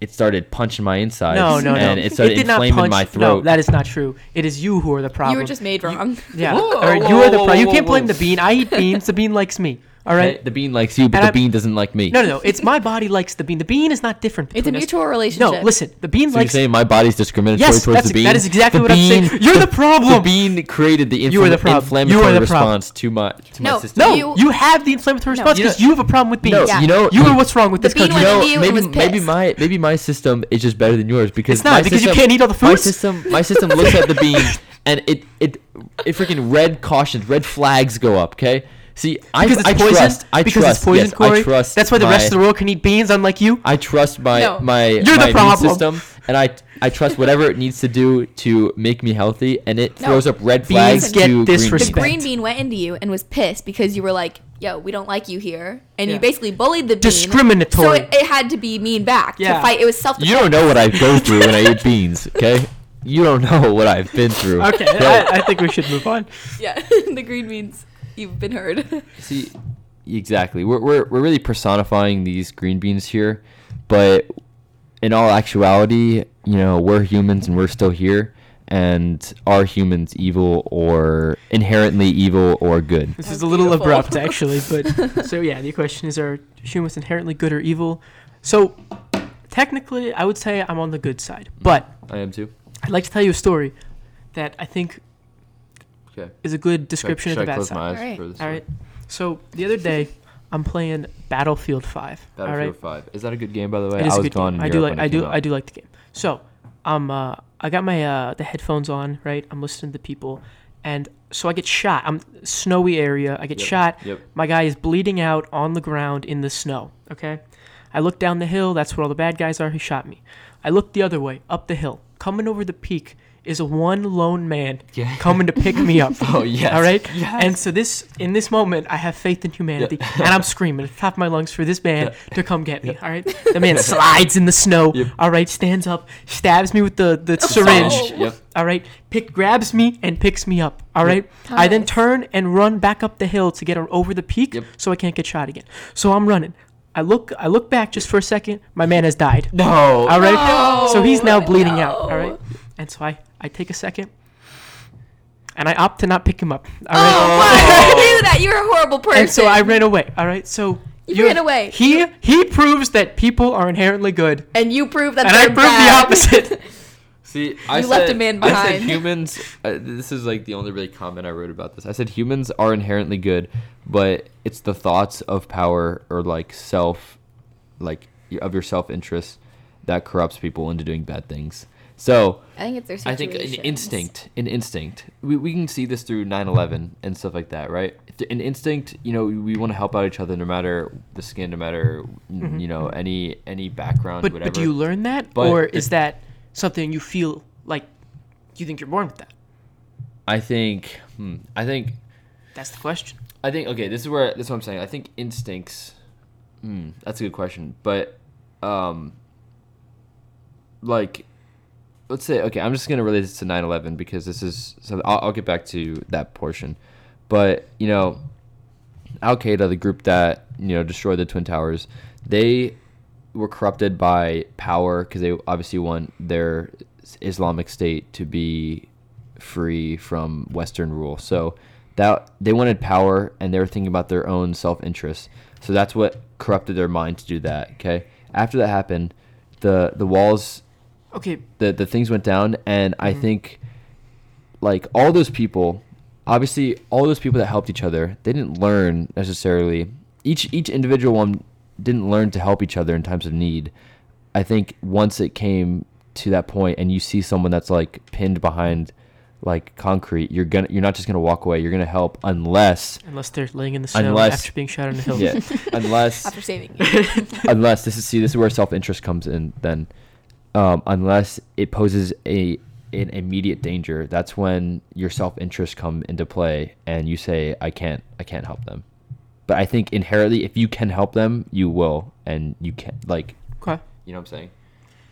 [SPEAKER 2] it started punching my insides.
[SPEAKER 1] no, no, no.
[SPEAKER 2] And it started
[SPEAKER 1] did not punch-
[SPEAKER 2] inflaming my
[SPEAKER 1] No,
[SPEAKER 2] throat.
[SPEAKER 1] that is not true. It is you who are the problem.
[SPEAKER 3] You were just made wrong.
[SPEAKER 1] yeah.
[SPEAKER 2] Whoa,
[SPEAKER 1] all right,
[SPEAKER 2] whoa,
[SPEAKER 1] you are the
[SPEAKER 2] whoa,
[SPEAKER 1] problem. You
[SPEAKER 2] whoa,
[SPEAKER 1] can't
[SPEAKER 2] whoa,
[SPEAKER 1] blame
[SPEAKER 2] whoa.
[SPEAKER 1] the bean. I eat beans. The bean likes me. All right.
[SPEAKER 2] Okay, the bean likes you, but
[SPEAKER 1] And
[SPEAKER 2] the
[SPEAKER 1] I'm-
[SPEAKER 2] bean doesn't like me.
[SPEAKER 1] No, no, no. It's my body likes the bean. The bean is not different.
[SPEAKER 3] It's a
[SPEAKER 1] between us.
[SPEAKER 3] mutual relationship.
[SPEAKER 1] No, listen. The bean
[SPEAKER 2] So you're
[SPEAKER 1] likes.
[SPEAKER 2] saying my body's discriminatory
[SPEAKER 1] Yes,
[SPEAKER 2] towards
[SPEAKER 1] that's ex-
[SPEAKER 2] the bean?
[SPEAKER 1] that is exactly
[SPEAKER 2] The
[SPEAKER 1] what I'm saying.
[SPEAKER 2] bean-
[SPEAKER 1] You're the problem.
[SPEAKER 2] The bean created the, infl-
[SPEAKER 1] You are the problem.
[SPEAKER 2] inflammatory
[SPEAKER 1] You are the
[SPEAKER 2] response to my to my
[SPEAKER 3] No,
[SPEAKER 2] system.
[SPEAKER 1] no,
[SPEAKER 3] you-
[SPEAKER 1] you, have the inflammatory response
[SPEAKER 2] You
[SPEAKER 1] because
[SPEAKER 2] know-
[SPEAKER 1] you, have a problem with beans.
[SPEAKER 2] No,
[SPEAKER 3] Yeah.
[SPEAKER 2] you know
[SPEAKER 1] You are what's wrong with
[SPEAKER 3] The
[SPEAKER 1] this
[SPEAKER 3] bean
[SPEAKER 1] country.
[SPEAKER 3] went
[SPEAKER 2] you know,
[SPEAKER 3] to you and
[SPEAKER 2] maybe,
[SPEAKER 3] was
[SPEAKER 2] maybe
[SPEAKER 3] pissed.
[SPEAKER 2] my maybe my system is just better than yours because
[SPEAKER 1] It's not,
[SPEAKER 2] my
[SPEAKER 1] because you
[SPEAKER 2] system-
[SPEAKER 1] can't eat all the
[SPEAKER 2] My
[SPEAKER 1] food.
[SPEAKER 2] system, my system looks at the bean and it it it freaking red cautions, red flags go up. Okay, see, I
[SPEAKER 1] because it's
[SPEAKER 2] I
[SPEAKER 1] poison.
[SPEAKER 2] trust, I
[SPEAKER 1] because
[SPEAKER 2] trust,
[SPEAKER 1] it's poison,
[SPEAKER 2] yes,
[SPEAKER 1] Corey.
[SPEAKER 2] I trust.
[SPEAKER 1] That's why the rest
[SPEAKER 2] my-
[SPEAKER 1] of the world can eat beans, unlike you.
[SPEAKER 2] I trust my
[SPEAKER 3] No.
[SPEAKER 2] my
[SPEAKER 1] the
[SPEAKER 2] my immune
[SPEAKER 1] problem.
[SPEAKER 2] system, and I I trust whatever it needs to do to make me healthy, and it
[SPEAKER 3] No.
[SPEAKER 2] throws up red
[SPEAKER 1] Beans get
[SPEAKER 2] flags to green beans.
[SPEAKER 3] The
[SPEAKER 1] disrespect.
[SPEAKER 3] green bean went into you and was pissed because you were like, "Yo, we don't like you here," and
[SPEAKER 1] Yeah.
[SPEAKER 3] you basically bullied the bean. So
[SPEAKER 1] Discriminatory.
[SPEAKER 3] it, it had to be mean back
[SPEAKER 1] Yeah.
[SPEAKER 3] to fight. It was self.
[SPEAKER 2] You don't know what I go through when I eat beans. Okay, you don't know what I've been through.
[SPEAKER 1] Okay,
[SPEAKER 2] Right?
[SPEAKER 1] I, I think we should move on.
[SPEAKER 3] Yeah, the green beans. You've been heard.
[SPEAKER 2] See, exactly. We're, we're, we're really personifying these green beans here, but in all actuality, you know, we're humans and we're still here. And are humans evil or inherently evil or good?
[SPEAKER 1] This is
[SPEAKER 3] That was
[SPEAKER 1] a little
[SPEAKER 3] beautiful.
[SPEAKER 1] abrupt, actually, but so yeah, the question is: Are humans inherently good or evil? So technically, I would say I'm on the good side, but
[SPEAKER 2] I am too.
[SPEAKER 1] I'd like to tell you a story that I think
[SPEAKER 2] Okay.
[SPEAKER 1] is a good description of the bad side.
[SPEAKER 3] eyes Alright. for
[SPEAKER 1] All right. So the other day, I'm playing Battlefield Five. all right.
[SPEAKER 2] Five. Is that a good game, by the way?
[SPEAKER 1] It is a good game. I do like I do I do like the game. So um uh, I got my uh, the headphones on right. I'm listening to people, and so I get shot. I'm snowy area. I get
[SPEAKER 2] Yep,
[SPEAKER 1] shot.
[SPEAKER 2] yep.
[SPEAKER 1] My guy is bleeding out on the ground in the snow. Okay. I look down the hill. That's where all the bad guys are. He shot me. I look the other way up the hill. Coming over the peak is one lone man
[SPEAKER 2] Yeah.
[SPEAKER 1] coming to pick me up.
[SPEAKER 2] Oh, yes.
[SPEAKER 1] All right. And so this in this moment, I have faith in humanity, and I'm screaming at the top of my lungs for this man to come get me. All right. The man slides in the snow. All right. Stands up, stabs me with the the syringe.
[SPEAKER 2] Yep.
[SPEAKER 1] All right. Pick grabs me and picks me up. All right. I then
[SPEAKER 3] Nice.
[SPEAKER 1] turn and run back up the hill to get o- over the peak,
[SPEAKER 2] Yep.
[SPEAKER 1] so I can't get shot again. So I'm running. I look I look back just for a second. My man has died.
[SPEAKER 2] No.
[SPEAKER 1] All right. so he's now
[SPEAKER 3] No,
[SPEAKER 1] bleeding out. All
[SPEAKER 3] no.
[SPEAKER 1] right. And so I, I take a second and I opt to not pick him up. All
[SPEAKER 3] Oh,
[SPEAKER 1] right.
[SPEAKER 3] why would you do that? You're a horrible person.
[SPEAKER 1] and so I ran away. All right. So
[SPEAKER 3] You ran away.
[SPEAKER 1] He he proves that people are inherently good.
[SPEAKER 3] And you proved that.
[SPEAKER 1] And I
[SPEAKER 3] they're
[SPEAKER 1] prove
[SPEAKER 3] bad.
[SPEAKER 1] the opposite.
[SPEAKER 2] See, I
[SPEAKER 3] You left
[SPEAKER 2] said-
[SPEAKER 3] a man
[SPEAKER 2] I said
[SPEAKER 3] behind.
[SPEAKER 2] humans. Uh, this is like the only really comment I wrote about this. I said humans are inherently good, but it's the thoughts of power or like self, like y- of your self interest, that corrupts people into doing bad things. So
[SPEAKER 3] I think it's their
[SPEAKER 2] I think an
[SPEAKER 3] situations.
[SPEAKER 2] instinct, an instinct. We, we can see this through 9/11 and stuff like that, right? If- An instinct, you know, we want to help out each other no matter the skin, no matter
[SPEAKER 3] Mm-hmm.
[SPEAKER 2] you know any any background,
[SPEAKER 1] But
[SPEAKER 2] whatever.
[SPEAKER 1] but do you learn that,
[SPEAKER 2] But
[SPEAKER 1] or
[SPEAKER 2] it-
[SPEAKER 1] is that something you feel like you think you're born with that?
[SPEAKER 2] I think, hmm, I think,
[SPEAKER 1] That's the question.
[SPEAKER 2] I think. Okay, this is where this is what I'm saying. I think instincts. Hmm, that's a good question, but, um, like, let's say okay. I'm just gonna relate this to 9/11 because this is. So I'll, I'll get back to that portion, but you know, Al Qaeda, the group that you know destroyed the twin towers, they were corrupted by power because they obviously want their Islamic State to be free from Western rule. So that they wanted power, and they were thinking about their own self-interest. So that's what corrupted their mind to do that. Okay. After that happened, the the walls
[SPEAKER 1] Okay,
[SPEAKER 2] the the things went down and i think like all those people obviously all those people that helped each other they didn't learn necessarily each each individual one didn't learn to help each other in times of need i think once it came to that point and you see someone that's like pinned behind like concrete you're gonna you're not just gonna walk away you're gonna help unless
[SPEAKER 1] unless they're laying in the snow
[SPEAKER 2] Unless-
[SPEAKER 1] after being shot on a hill.
[SPEAKER 2] yeah unless
[SPEAKER 3] after saving you.
[SPEAKER 2] unless this is see this is where self interest comes in then um, unless it poses a an immediate danger that's when your self interest come into play and you say I can't I can't help them but I think inherently if you can help them you will and you can like
[SPEAKER 1] Okay.
[SPEAKER 2] you know what I'm saying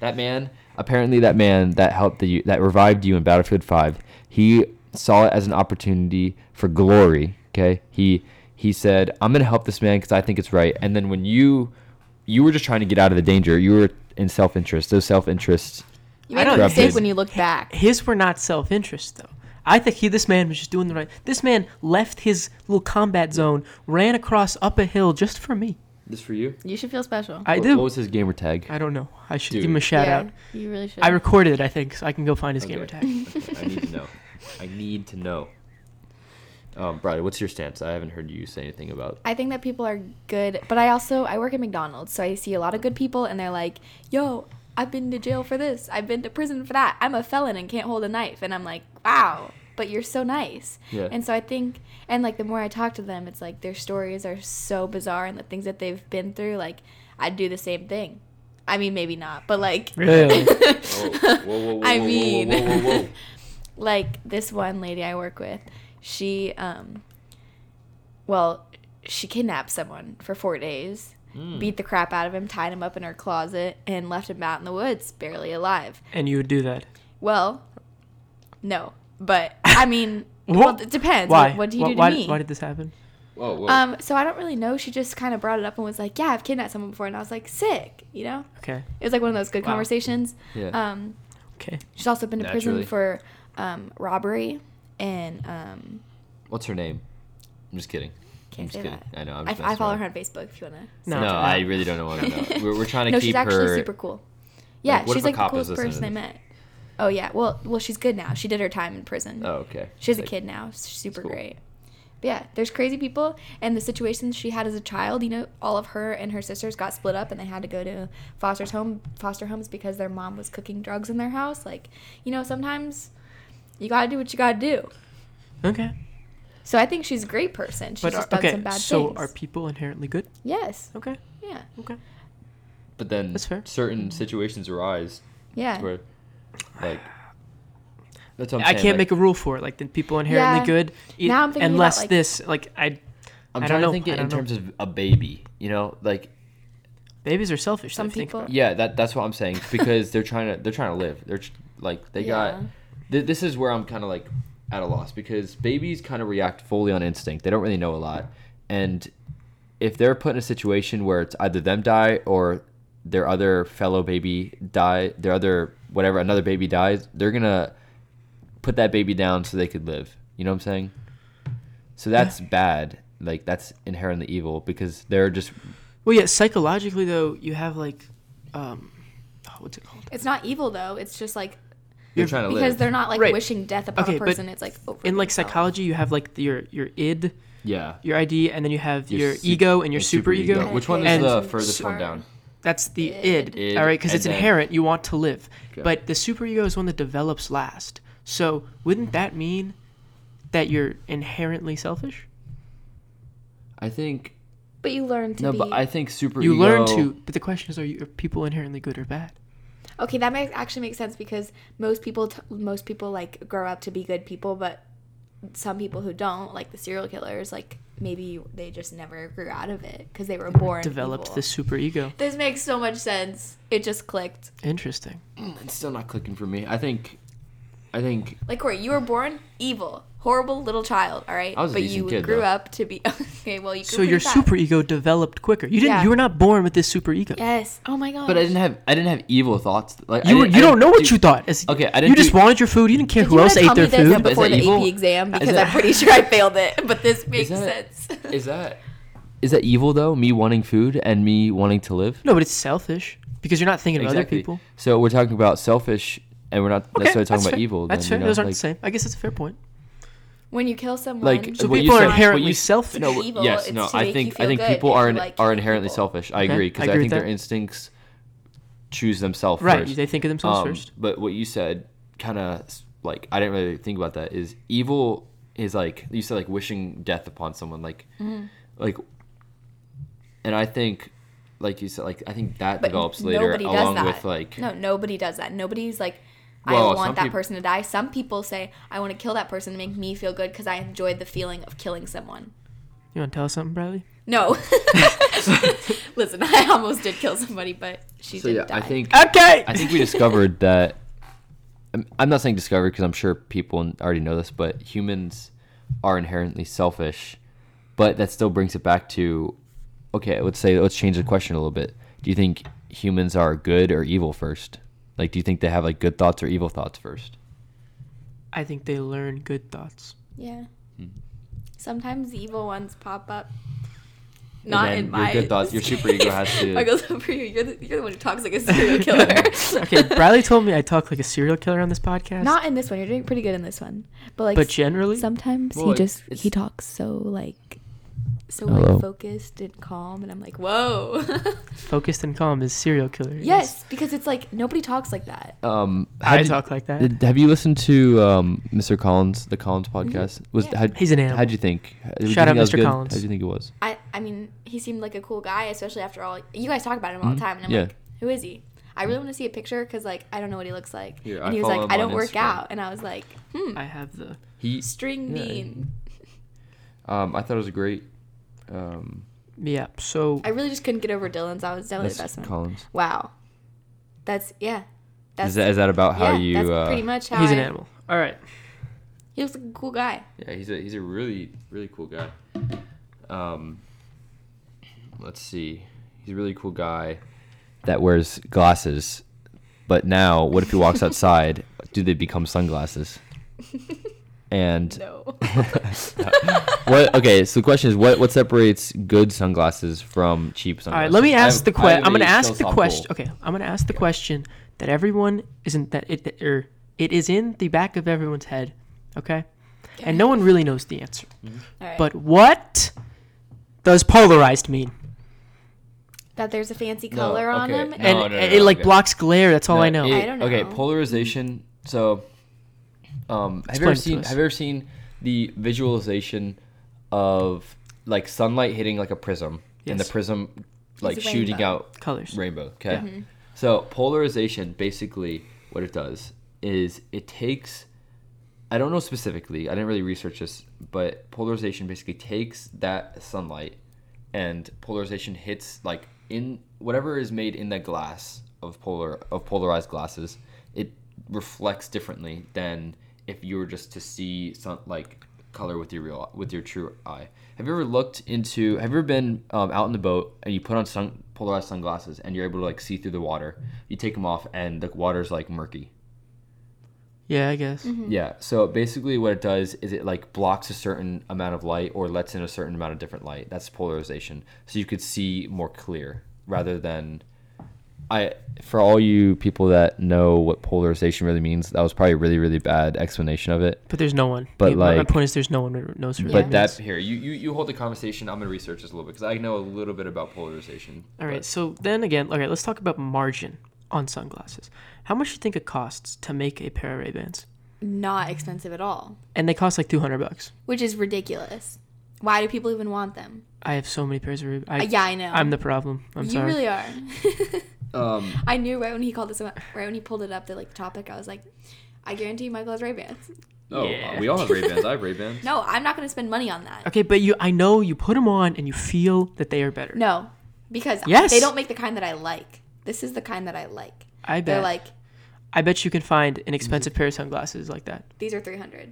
[SPEAKER 2] that man apparently that man that helped you that revived you in Battlefield 5 he saw it as an opportunity for glory okay he he said I'm gonna help this man because I think it's right and then when you you were just trying to get out of the danger you were in self-interest those self-interests
[SPEAKER 3] You
[SPEAKER 1] I
[SPEAKER 3] make a
[SPEAKER 1] don't
[SPEAKER 3] mistake
[SPEAKER 2] think-
[SPEAKER 3] when you look back.
[SPEAKER 1] His were not self interest though. I think he this man was just doing the right. This man left his little combat zone, ran across up a hill just for me.
[SPEAKER 2] this for you
[SPEAKER 3] You should feel special.
[SPEAKER 1] I
[SPEAKER 2] what,
[SPEAKER 1] do.
[SPEAKER 2] what was his gamer tag
[SPEAKER 1] I don't know. I should
[SPEAKER 2] Dude.
[SPEAKER 1] give him a shout
[SPEAKER 3] Yeah,
[SPEAKER 1] out.
[SPEAKER 3] You really should.
[SPEAKER 1] I recorded it, I think, so I can go find his
[SPEAKER 2] Okay.
[SPEAKER 1] gamer tag.
[SPEAKER 2] Okay, I need to know. I need to know. Um, Brad, what's your stance? I haven't heard you say anything about.
[SPEAKER 3] I think that people are good, but I also I work at McDonald's, so I see a lot of good people, and they're like, "Yo, I've been to jail for this. I've been to prison for that. I'm a felon and can't hold a knife." And I'm like, "Wow." But you're so nice.
[SPEAKER 2] Yeah.
[SPEAKER 3] And so I think, and like the more I talk to them, it's like their stories are so bizarre and the things that they've been through. Like, I'd do the same thing. I mean, maybe not, but like,
[SPEAKER 1] Really?
[SPEAKER 3] I mean, like this one lady I work with, she um well, she kidnapped someone for 4 days,
[SPEAKER 1] Hmm.
[SPEAKER 3] beat the crap out of him, tied him up in her closet and left him out in the woods barely alive.
[SPEAKER 1] and you would do that.
[SPEAKER 3] Well, no, but I mean, well,
[SPEAKER 1] What?
[SPEAKER 3] it depends.
[SPEAKER 1] Why?
[SPEAKER 3] What, what do you
[SPEAKER 1] Wh-
[SPEAKER 3] do to
[SPEAKER 1] why,
[SPEAKER 3] me?
[SPEAKER 1] Why did this happen?
[SPEAKER 2] Whoa, whoa.
[SPEAKER 3] um, so I don't really know. She just kind of brought it up and was like, "Yeah, I've kidnapped someone before," and I was like, "Sick," you know.
[SPEAKER 1] Okay.
[SPEAKER 3] It was like one of those good
[SPEAKER 1] Wow.
[SPEAKER 3] conversations.
[SPEAKER 2] Yeah.
[SPEAKER 3] Um,
[SPEAKER 1] Okay.
[SPEAKER 3] She's also been to
[SPEAKER 2] Naturally.
[SPEAKER 3] prison for um, robbery and um,
[SPEAKER 2] what's her name? I'm just kidding. I'm
[SPEAKER 3] can't
[SPEAKER 2] just
[SPEAKER 3] say
[SPEAKER 2] kidding.
[SPEAKER 3] that.
[SPEAKER 2] I know. I'm
[SPEAKER 3] I,
[SPEAKER 2] just
[SPEAKER 3] I
[SPEAKER 2] messing
[SPEAKER 3] follow
[SPEAKER 2] around.
[SPEAKER 3] her on Facebook if you wanna.
[SPEAKER 1] No,
[SPEAKER 2] No,
[SPEAKER 1] no.
[SPEAKER 2] I really don't know what I know. We're, we're trying to
[SPEAKER 3] no,
[SPEAKER 2] keep
[SPEAKER 3] she's actually
[SPEAKER 2] her.
[SPEAKER 3] super cool. Yeah,
[SPEAKER 2] what if
[SPEAKER 3] she's
[SPEAKER 2] a
[SPEAKER 3] like the
[SPEAKER 2] cop is
[SPEAKER 3] coolest
[SPEAKER 2] listening to
[SPEAKER 3] person I
[SPEAKER 2] this?
[SPEAKER 3] met. Oh yeah, well, well, she's good now. She did her time in prison.
[SPEAKER 2] Oh, okay.
[SPEAKER 3] She has a
[SPEAKER 2] Sick.
[SPEAKER 3] kid now. She's super
[SPEAKER 2] cool.
[SPEAKER 3] great. But yeah, there's crazy people, and the situations she had as a child. You know, all of her and her sisters got split up, and they had to go to foster's home, foster homes, because their mom was cooking drugs in their house. Like, you know, sometimes you gotta do what you gotta do.
[SPEAKER 1] Okay.
[SPEAKER 3] So I think she's a great person. She's
[SPEAKER 1] But
[SPEAKER 3] just
[SPEAKER 1] are,
[SPEAKER 3] done
[SPEAKER 1] okay.
[SPEAKER 3] some bad
[SPEAKER 1] so
[SPEAKER 3] things.
[SPEAKER 1] are people inherently good?
[SPEAKER 3] yes.
[SPEAKER 1] Okay.
[SPEAKER 3] Yeah.
[SPEAKER 1] Okay.
[SPEAKER 2] But then
[SPEAKER 1] That's fair.
[SPEAKER 2] certain situations arise
[SPEAKER 3] Yeah.
[SPEAKER 2] where, like, that's what I'm
[SPEAKER 1] I
[SPEAKER 2] saying,
[SPEAKER 1] can't
[SPEAKER 2] like,
[SPEAKER 1] make a rule for it. Like, then people inherently
[SPEAKER 3] Yeah.
[SPEAKER 1] good. e-
[SPEAKER 3] Now I'm thinking about,
[SPEAKER 1] unless
[SPEAKER 3] like-
[SPEAKER 1] this, like, I,
[SPEAKER 2] I'm
[SPEAKER 1] I
[SPEAKER 2] trying
[SPEAKER 1] don't know.
[SPEAKER 2] to think
[SPEAKER 1] I
[SPEAKER 2] it in
[SPEAKER 1] don't know.
[SPEAKER 2] terms of a baby. You know, like
[SPEAKER 1] babies are selfish.
[SPEAKER 3] Some
[SPEAKER 1] though, if you think
[SPEAKER 3] people-
[SPEAKER 1] about it.
[SPEAKER 2] Yeah, that that's what I'm saying It's because they're trying to they're trying to live. They're tr- like they got.
[SPEAKER 3] Yeah.
[SPEAKER 2] Th- this is where I'm kind of like at a loss because babies kind of react fully on instinct. They don't really know a lot, and if they're put in a situation where it's either them die or their other fellow baby die, their other whatever another baby dies, they're gonna put that baby down so they could live. You know what I'm saying? So that's bad. Like that's inherently evil because they're just
[SPEAKER 1] Well, yeah. Psychologically, though, you have like, um, oh, what's it called?
[SPEAKER 3] It's not evil though. It's just like
[SPEAKER 2] they're trying to live.
[SPEAKER 3] because they're not like
[SPEAKER 1] Right.
[SPEAKER 3] wishing death upon
[SPEAKER 1] Okay,
[SPEAKER 3] a
[SPEAKER 1] but
[SPEAKER 3] person. It's like over
[SPEAKER 1] In like
[SPEAKER 3] themselves.
[SPEAKER 1] psychology, you have like the- your your id,
[SPEAKER 2] yeah.
[SPEAKER 1] your ID, and then you have your,
[SPEAKER 2] su-
[SPEAKER 1] ego and your
[SPEAKER 2] superego.
[SPEAKER 1] superego.
[SPEAKER 3] Yeah,
[SPEAKER 2] Which one
[SPEAKER 3] and
[SPEAKER 2] is the
[SPEAKER 3] it's
[SPEAKER 2] furthest one
[SPEAKER 3] hard.
[SPEAKER 2] down?
[SPEAKER 1] That's the id,
[SPEAKER 2] Id,
[SPEAKER 1] all right? Because
[SPEAKER 2] and
[SPEAKER 1] it's
[SPEAKER 2] then-
[SPEAKER 1] inherent. You want to live,
[SPEAKER 2] Okay.
[SPEAKER 1] but the superego is one that develops last. So wouldn't that mean that you're inherently selfish?
[SPEAKER 2] I think
[SPEAKER 3] But you learn to
[SPEAKER 2] no,
[SPEAKER 3] be.
[SPEAKER 2] but I think super.
[SPEAKER 1] You learn
[SPEAKER 2] ego-
[SPEAKER 1] to, but the question is, are you are people inherently good or bad?
[SPEAKER 3] Okay, that makes actually makes sense because most people t- most people like grow up to be good people, but some people who don't, like the serial killers, like maybe they just never grew out of it because they were born
[SPEAKER 1] Developed
[SPEAKER 3] evil.
[SPEAKER 1] the superego.
[SPEAKER 3] This makes so much sense. It just clicked.
[SPEAKER 1] Interesting.
[SPEAKER 2] Mm, It's still not clicking for me. I think, I think
[SPEAKER 3] Like Corey, you were born evil, horrible little child. All right,
[SPEAKER 2] I was a
[SPEAKER 3] but
[SPEAKER 2] decent
[SPEAKER 3] you
[SPEAKER 2] kid,
[SPEAKER 3] grew
[SPEAKER 2] though.
[SPEAKER 3] up to be okay. Well, you grew
[SPEAKER 1] So your
[SPEAKER 3] pretty fast.
[SPEAKER 1] superego developed quicker. You didn't.
[SPEAKER 3] Yeah.
[SPEAKER 1] You were not born with this superego.
[SPEAKER 3] Yes. Oh my god.
[SPEAKER 2] But I didn't have I didn't have evil thoughts. Like I
[SPEAKER 1] You were,
[SPEAKER 2] didn't-
[SPEAKER 1] you
[SPEAKER 2] I
[SPEAKER 1] don't
[SPEAKER 2] didn't
[SPEAKER 1] know what
[SPEAKER 2] do-
[SPEAKER 1] you thought. As,
[SPEAKER 2] Okay, I didn't
[SPEAKER 1] You just
[SPEAKER 2] do-
[SPEAKER 1] wanted your food. You didn't care
[SPEAKER 3] Did
[SPEAKER 1] who
[SPEAKER 3] you
[SPEAKER 1] else
[SPEAKER 3] wanna
[SPEAKER 1] ate
[SPEAKER 3] tell
[SPEAKER 1] their
[SPEAKER 3] me this
[SPEAKER 1] food.
[SPEAKER 2] but is
[SPEAKER 3] before
[SPEAKER 2] that
[SPEAKER 3] the
[SPEAKER 2] evil?
[SPEAKER 3] AP exam because
[SPEAKER 2] that-
[SPEAKER 3] I'm pretty sure I failed it. But this makes
[SPEAKER 2] that-
[SPEAKER 3] sense.
[SPEAKER 2] Is that is that evil though? Me wanting food and me wanting to live.
[SPEAKER 1] No, but it's selfish because you're not thinking of other
[SPEAKER 2] Exactly.
[SPEAKER 1] people.
[SPEAKER 2] So we're talking about selfish, and we're not
[SPEAKER 1] Okay,
[SPEAKER 2] necessarily talking
[SPEAKER 1] that's
[SPEAKER 2] about
[SPEAKER 1] fair.
[SPEAKER 2] evil.
[SPEAKER 1] That's
[SPEAKER 2] then,
[SPEAKER 1] fair.
[SPEAKER 2] you know,
[SPEAKER 1] Those aren't
[SPEAKER 2] like-
[SPEAKER 1] the same. I guess that's a fair point.
[SPEAKER 3] when you kill someone,
[SPEAKER 2] Like
[SPEAKER 1] So
[SPEAKER 2] what you
[SPEAKER 1] people are
[SPEAKER 2] said- what
[SPEAKER 1] inherently
[SPEAKER 2] you-
[SPEAKER 1] selfish.
[SPEAKER 2] No,
[SPEAKER 3] Evil,
[SPEAKER 2] yes,
[SPEAKER 3] it's
[SPEAKER 2] no.
[SPEAKER 3] to
[SPEAKER 2] I
[SPEAKER 3] make you
[SPEAKER 2] think I
[SPEAKER 3] feel
[SPEAKER 2] think
[SPEAKER 3] good
[SPEAKER 2] people
[SPEAKER 3] if
[SPEAKER 2] are
[SPEAKER 3] you
[SPEAKER 2] in-
[SPEAKER 3] like
[SPEAKER 2] are
[SPEAKER 3] killing
[SPEAKER 2] inherently
[SPEAKER 3] people.
[SPEAKER 2] selfish. I
[SPEAKER 1] Okay,
[SPEAKER 2] agree
[SPEAKER 1] I
[SPEAKER 2] because I,
[SPEAKER 1] agree with
[SPEAKER 2] think their
[SPEAKER 1] that.
[SPEAKER 2] instincts choose themselves
[SPEAKER 1] Right.
[SPEAKER 2] first.
[SPEAKER 1] They think of themselves
[SPEAKER 2] Um,
[SPEAKER 1] first.
[SPEAKER 2] But what you said, kind of like I didn't really think about that. Is evil is like you said, like wishing death upon someone, like
[SPEAKER 3] Mm-hmm.
[SPEAKER 2] like. And I think, like you said, like I think that develops later
[SPEAKER 3] nobody does
[SPEAKER 2] along
[SPEAKER 3] that.
[SPEAKER 2] with like
[SPEAKER 3] no nobody does that nobody's like i
[SPEAKER 2] Well, some
[SPEAKER 3] want that
[SPEAKER 2] peop-
[SPEAKER 3] person to die some people say i want to kill that person to make me feel good because i enjoyed the feeling of killing someone
[SPEAKER 1] You want to tell us something, Bradley?
[SPEAKER 3] no listen i almost did kill somebody but she
[SPEAKER 2] So
[SPEAKER 3] did
[SPEAKER 2] yeah,
[SPEAKER 3] die
[SPEAKER 2] I think
[SPEAKER 1] Okay.
[SPEAKER 2] I think we discovered that. I'm- I'm not saying discovered because I'm sure people already know this, but humans are inherently selfish. But that still brings it back to, okay, let's say let's change the question a little bit. Do you think humans are good or evil first? Like, do you think they have like good thoughts or evil thoughts first?
[SPEAKER 1] I think they learn good thoughts.
[SPEAKER 3] yeah
[SPEAKER 1] Hmm.
[SPEAKER 3] sometimes the evil ones pop up not
[SPEAKER 2] then
[SPEAKER 3] in
[SPEAKER 2] your
[SPEAKER 3] my
[SPEAKER 2] good thoughts- your superego has to-
[SPEAKER 3] I go for you. You're the, you're the one who talks like a serial killer.
[SPEAKER 1] Okay, Bradley told me I talk like a serial killer on this podcast.
[SPEAKER 3] Not in this one. You're doing pretty good in this one, but like
[SPEAKER 1] but generally,
[SPEAKER 3] sometimes
[SPEAKER 2] Well,
[SPEAKER 3] he
[SPEAKER 2] it's-
[SPEAKER 3] just
[SPEAKER 2] it's-
[SPEAKER 3] he talks so like so
[SPEAKER 2] Hello.
[SPEAKER 3] like focused and calm and i'm like whoa
[SPEAKER 1] focused and calm is serial killer.
[SPEAKER 3] yes because it's like nobody talks like that
[SPEAKER 2] Um,
[SPEAKER 1] I
[SPEAKER 2] how did-
[SPEAKER 1] talk like that.
[SPEAKER 2] did- have you listened to um, Mr. Collins, the Collins podcast? Was
[SPEAKER 3] Yeah.
[SPEAKER 2] how,
[SPEAKER 1] He's an animal.
[SPEAKER 2] How'd you think? Did you
[SPEAKER 1] Shout
[SPEAKER 2] think
[SPEAKER 1] out
[SPEAKER 2] that was
[SPEAKER 1] Mr.
[SPEAKER 2] good?
[SPEAKER 1] Collins.
[SPEAKER 2] How'd you think it was?
[SPEAKER 3] i i mean he seemed like a cool guy especially after all you guys talk about him all
[SPEAKER 1] Mm-hmm.
[SPEAKER 3] the time and i'm
[SPEAKER 2] Yeah.
[SPEAKER 3] like who is he i really want to see a picture because like i don't know what he looks like
[SPEAKER 2] Hmm. Here,
[SPEAKER 3] and
[SPEAKER 2] I
[SPEAKER 3] he was
[SPEAKER 2] follow
[SPEAKER 3] like
[SPEAKER 2] him
[SPEAKER 3] i
[SPEAKER 2] on
[SPEAKER 3] don't work
[SPEAKER 2] Instagram.
[SPEAKER 3] out and i was like hmm
[SPEAKER 1] I have the.
[SPEAKER 2] He,
[SPEAKER 3] string
[SPEAKER 2] Yeah.
[SPEAKER 3] bean
[SPEAKER 2] um, I thought it was great. Um,
[SPEAKER 1] Yeah. So
[SPEAKER 3] i really just couldn't get over dylan's i was definitely the best one
[SPEAKER 2] Collins.
[SPEAKER 3] wow that's yeah that's
[SPEAKER 2] Is that, is that about how
[SPEAKER 3] yeah,
[SPEAKER 2] you?
[SPEAKER 3] that's
[SPEAKER 2] uh,
[SPEAKER 3] pretty much how
[SPEAKER 1] he's an
[SPEAKER 3] I-
[SPEAKER 1] animal. All right.
[SPEAKER 3] he looks like a cool guy
[SPEAKER 2] Yeah, he's a he's a really really cool guy. Um, let's see, he's a really cool guy that wears glasses. But now, what if he walks outside? do they become sunglasses? And
[SPEAKER 3] no
[SPEAKER 2] what? Okay, so the question is, what what separates good sunglasses from cheap
[SPEAKER 1] All
[SPEAKER 2] sunglasses?
[SPEAKER 1] right, let me
[SPEAKER 2] I have-
[SPEAKER 1] ask the
[SPEAKER 2] I have
[SPEAKER 1] question.
[SPEAKER 2] a
[SPEAKER 1] I'm gonna
[SPEAKER 2] really
[SPEAKER 1] ask the
[SPEAKER 2] philosophical-
[SPEAKER 1] question. Okay, I'm gonna ask the question that everyone isn't that it that- or it is in the back of everyone's head, okay, and no one really knows the answer.
[SPEAKER 3] all right
[SPEAKER 1] But what does polarized mean?
[SPEAKER 3] that there's a fancy color on
[SPEAKER 2] okay.
[SPEAKER 3] them.
[SPEAKER 2] No,
[SPEAKER 1] And
[SPEAKER 2] no, no,
[SPEAKER 1] it,
[SPEAKER 2] no,
[SPEAKER 1] like
[SPEAKER 2] okay.
[SPEAKER 1] blocks glare. That's all Oh, I
[SPEAKER 2] No,
[SPEAKER 1] know.
[SPEAKER 2] it-
[SPEAKER 3] I don't
[SPEAKER 2] Okay,
[SPEAKER 3] know.
[SPEAKER 2] polarization. So, um, have you
[SPEAKER 1] Explain it
[SPEAKER 2] ever
[SPEAKER 1] to
[SPEAKER 2] seen?
[SPEAKER 1] us.
[SPEAKER 2] Have you ever seen the visualization of like sunlight hitting like a prism, and the
[SPEAKER 1] Yes.
[SPEAKER 2] prism like
[SPEAKER 3] It's a
[SPEAKER 2] shooting
[SPEAKER 3] rainbow. Mm-hmm.
[SPEAKER 2] out
[SPEAKER 1] Colors.
[SPEAKER 2] rainbow? Okay. So polarization, basically, what it does is it takes. I don't know specifically. I didn't really research this, but polarization basically takes that sunlight and polarization hits like in whatever is made in the glass of polar of polarized glasses it reflects differently than if you were just to see some like color with your real with your true eye have you ever looked into have you ever been um, out in the boat and you put on sun polarized sunglasses and you're able to like see through the water you take them off and the water's like murky
[SPEAKER 1] Yeah, I guess.
[SPEAKER 3] Mm.
[SPEAKER 2] yeah. So basically, what it does is it like blocks a certain amount of light or lets in a certain amount of different light. That's polarization. So you could see more clear rather than I for all you people that know what polarization really means, that was probably a really really bad explanation of it.
[SPEAKER 1] But there's no one.
[SPEAKER 2] But,
[SPEAKER 1] Yeah, my- my
[SPEAKER 2] like-
[SPEAKER 1] point is, there's no one who knows. for
[SPEAKER 3] Yeah.
[SPEAKER 2] But
[SPEAKER 1] real.
[SPEAKER 2] that here, you, you you hold the conversation. I'm gonna research this a little bit because I know a little bit about polarization.
[SPEAKER 1] All right. So then again, okay, let's talk about margin on sunglasses. How much do you think it costs to make a pair of Ray Bans?
[SPEAKER 3] Not expensive at all,
[SPEAKER 1] And they cost like two hundred bucks.
[SPEAKER 3] which is ridiculous. Why do people even want them?
[SPEAKER 1] I have so many pairs of. Ray- I,
[SPEAKER 3] Uh, yeah, I know.
[SPEAKER 1] I'm the problem. I'm
[SPEAKER 3] you
[SPEAKER 1] sorry.
[SPEAKER 3] really are.
[SPEAKER 2] Um,
[SPEAKER 3] I knew right when he called this up, right when he pulled it up, the like the topic. I was like, I guarantee Michael has Ray Bans.
[SPEAKER 2] oh,
[SPEAKER 1] Yeah.
[SPEAKER 2] we all have Ray Bans. I have Ray Bans.
[SPEAKER 3] No, I'm not gonna spend money on that.
[SPEAKER 1] okay, but you, I know you put them on and you feel that they are better.
[SPEAKER 3] No, because
[SPEAKER 1] Yes.
[SPEAKER 3] they don't make the kind that I like. This is the kind that I like.
[SPEAKER 1] I
[SPEAKER 3] They're
[SPEAKER 1] bet.
[SPEAKER 3] like
[SPEAKER 1] I bet you can find an expensive pair of sunglasses like that.
[SPEAKER 3] these are 300.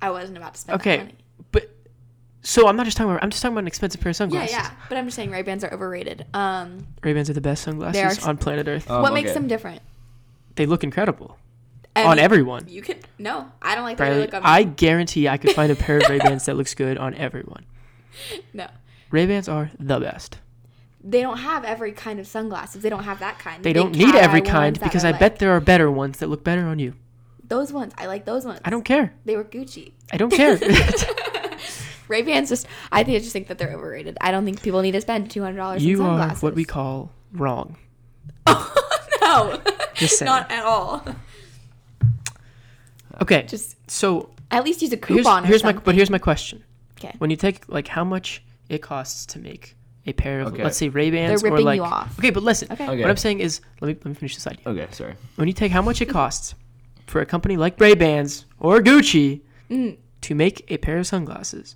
[SPEAKER 3] I wasn't about to spend that
[SPEAKER 1] Okay,
[SPEAKER 3] money.
[SPEAKER 1] but so I'm not just talking about. I'm just talking about an expensive pair of
[SPEAKER 3] Yeah,
[SPEAKER 1] sunglasses.
[SPEAKER 3] yeah. But I'm just saying Ray Bans are overrated. Um,
[SPEAKER 1] Ray Bans are the best sunglasses
[SPEAKER 3] are-
[SPEAKER 1] on planet Earth.
[SPEAKER 2] Um,
[SPEAKER 3] what makes
[SPEAKER 2] okay.
[SPEAKER 3] them different?
[SPEAKER 1] they look incredible
[SPEAKER 3] I
[SPEAKER 1] on
[SPEAKER 3] mean,
[SPEAKER 1] everyone.
[SPEAKER 3] You can no. I don't like the way they
[SPEAKER 1] Bradley,
[SPEAKER 3] look on.
[SPEAKER 1] I guarantee I could find a pair of Ray Bans that looks good on everyone.
[SPEAKER 3] no.
[SPEAKER 1] Ray Bans are the best.
[SPEAKER 3] They don't have every kind of sunglasses. They don't have that kind.
[SPEAKER 1] They
[SPEAKER 3] Big
[SPEAKER 1] don't need
[SPEAKER 3] cat
[SPEAKER 1] every
[SPEAKER 3] eye
[SPEAKER 1] kind
[SPEAKER 3] ones that
[SPEAKER 1] because
[SPEAKER 3] are
[SPEAKER 1] I bet
[SPEAKER 3] like-
[SPEAKER 1] there are better ones that look better on you.
[SPEAKER 3] those ones. I like those ones.
[SPEAKER 1] I don't care.
[SPEAKER 3] They were Gucci.
[SPEAKER 1] I don't care.
[SPEAKER 3] Ray Bans just. I think I just think that they're overrated. I don't think people need to spend two hundred dollars.
[SPEAKER 1] you
[SPEAKER 3] on
[SPEAKER 1] are
[SPEAKER 3] sunglasses.
[SPEAKER 1] what we call wrong.
[SPEAKER 3] no,
[SPEAKER 1] Just saying.
[SPEAKER 3] not at all.
[SPEAKER 1] Okay.
[SPEAKER 3] Just
[SPEAKER 1] so
[SPEAKER 3] at least use a
[SPEAKER 1] here's,
[SPEAKER 3] coupon.
[SPEAKER 1] here's
[SPEAKER 3] or
[SPEAKER 1] my
[SPEAKER 3] something.
[SPEAKER 1] but here's my question.
[SPEAKER 3] Okay.
[SPEAKER 1] When you take like how much it costs to make a pair of
[SPEAKER 2] Okay.
[SPEAKER 1] let's say Ray Bans
[SPEAKER 3] They're
[SPEAKER 1] or
[SPEAKER 3] ripping
[SPEAKER 1] like
[SPEAKER 3] you off.
[SPEAKER 1] Okay, but listen.
[SPEAKER 3] Okay.
[SPEAKER 2] Okay.
[SPEAKER 1] What I'm saying is let me let me finish this idea.
[SPEAKER 2] Okay, sorry.
[SPEAKER 1] when you take how much it costs for a company like Ray Bans or Gucci
[SPEAKER 3] Mm.
[SPEAKER 1] to make a pair of sunglasses,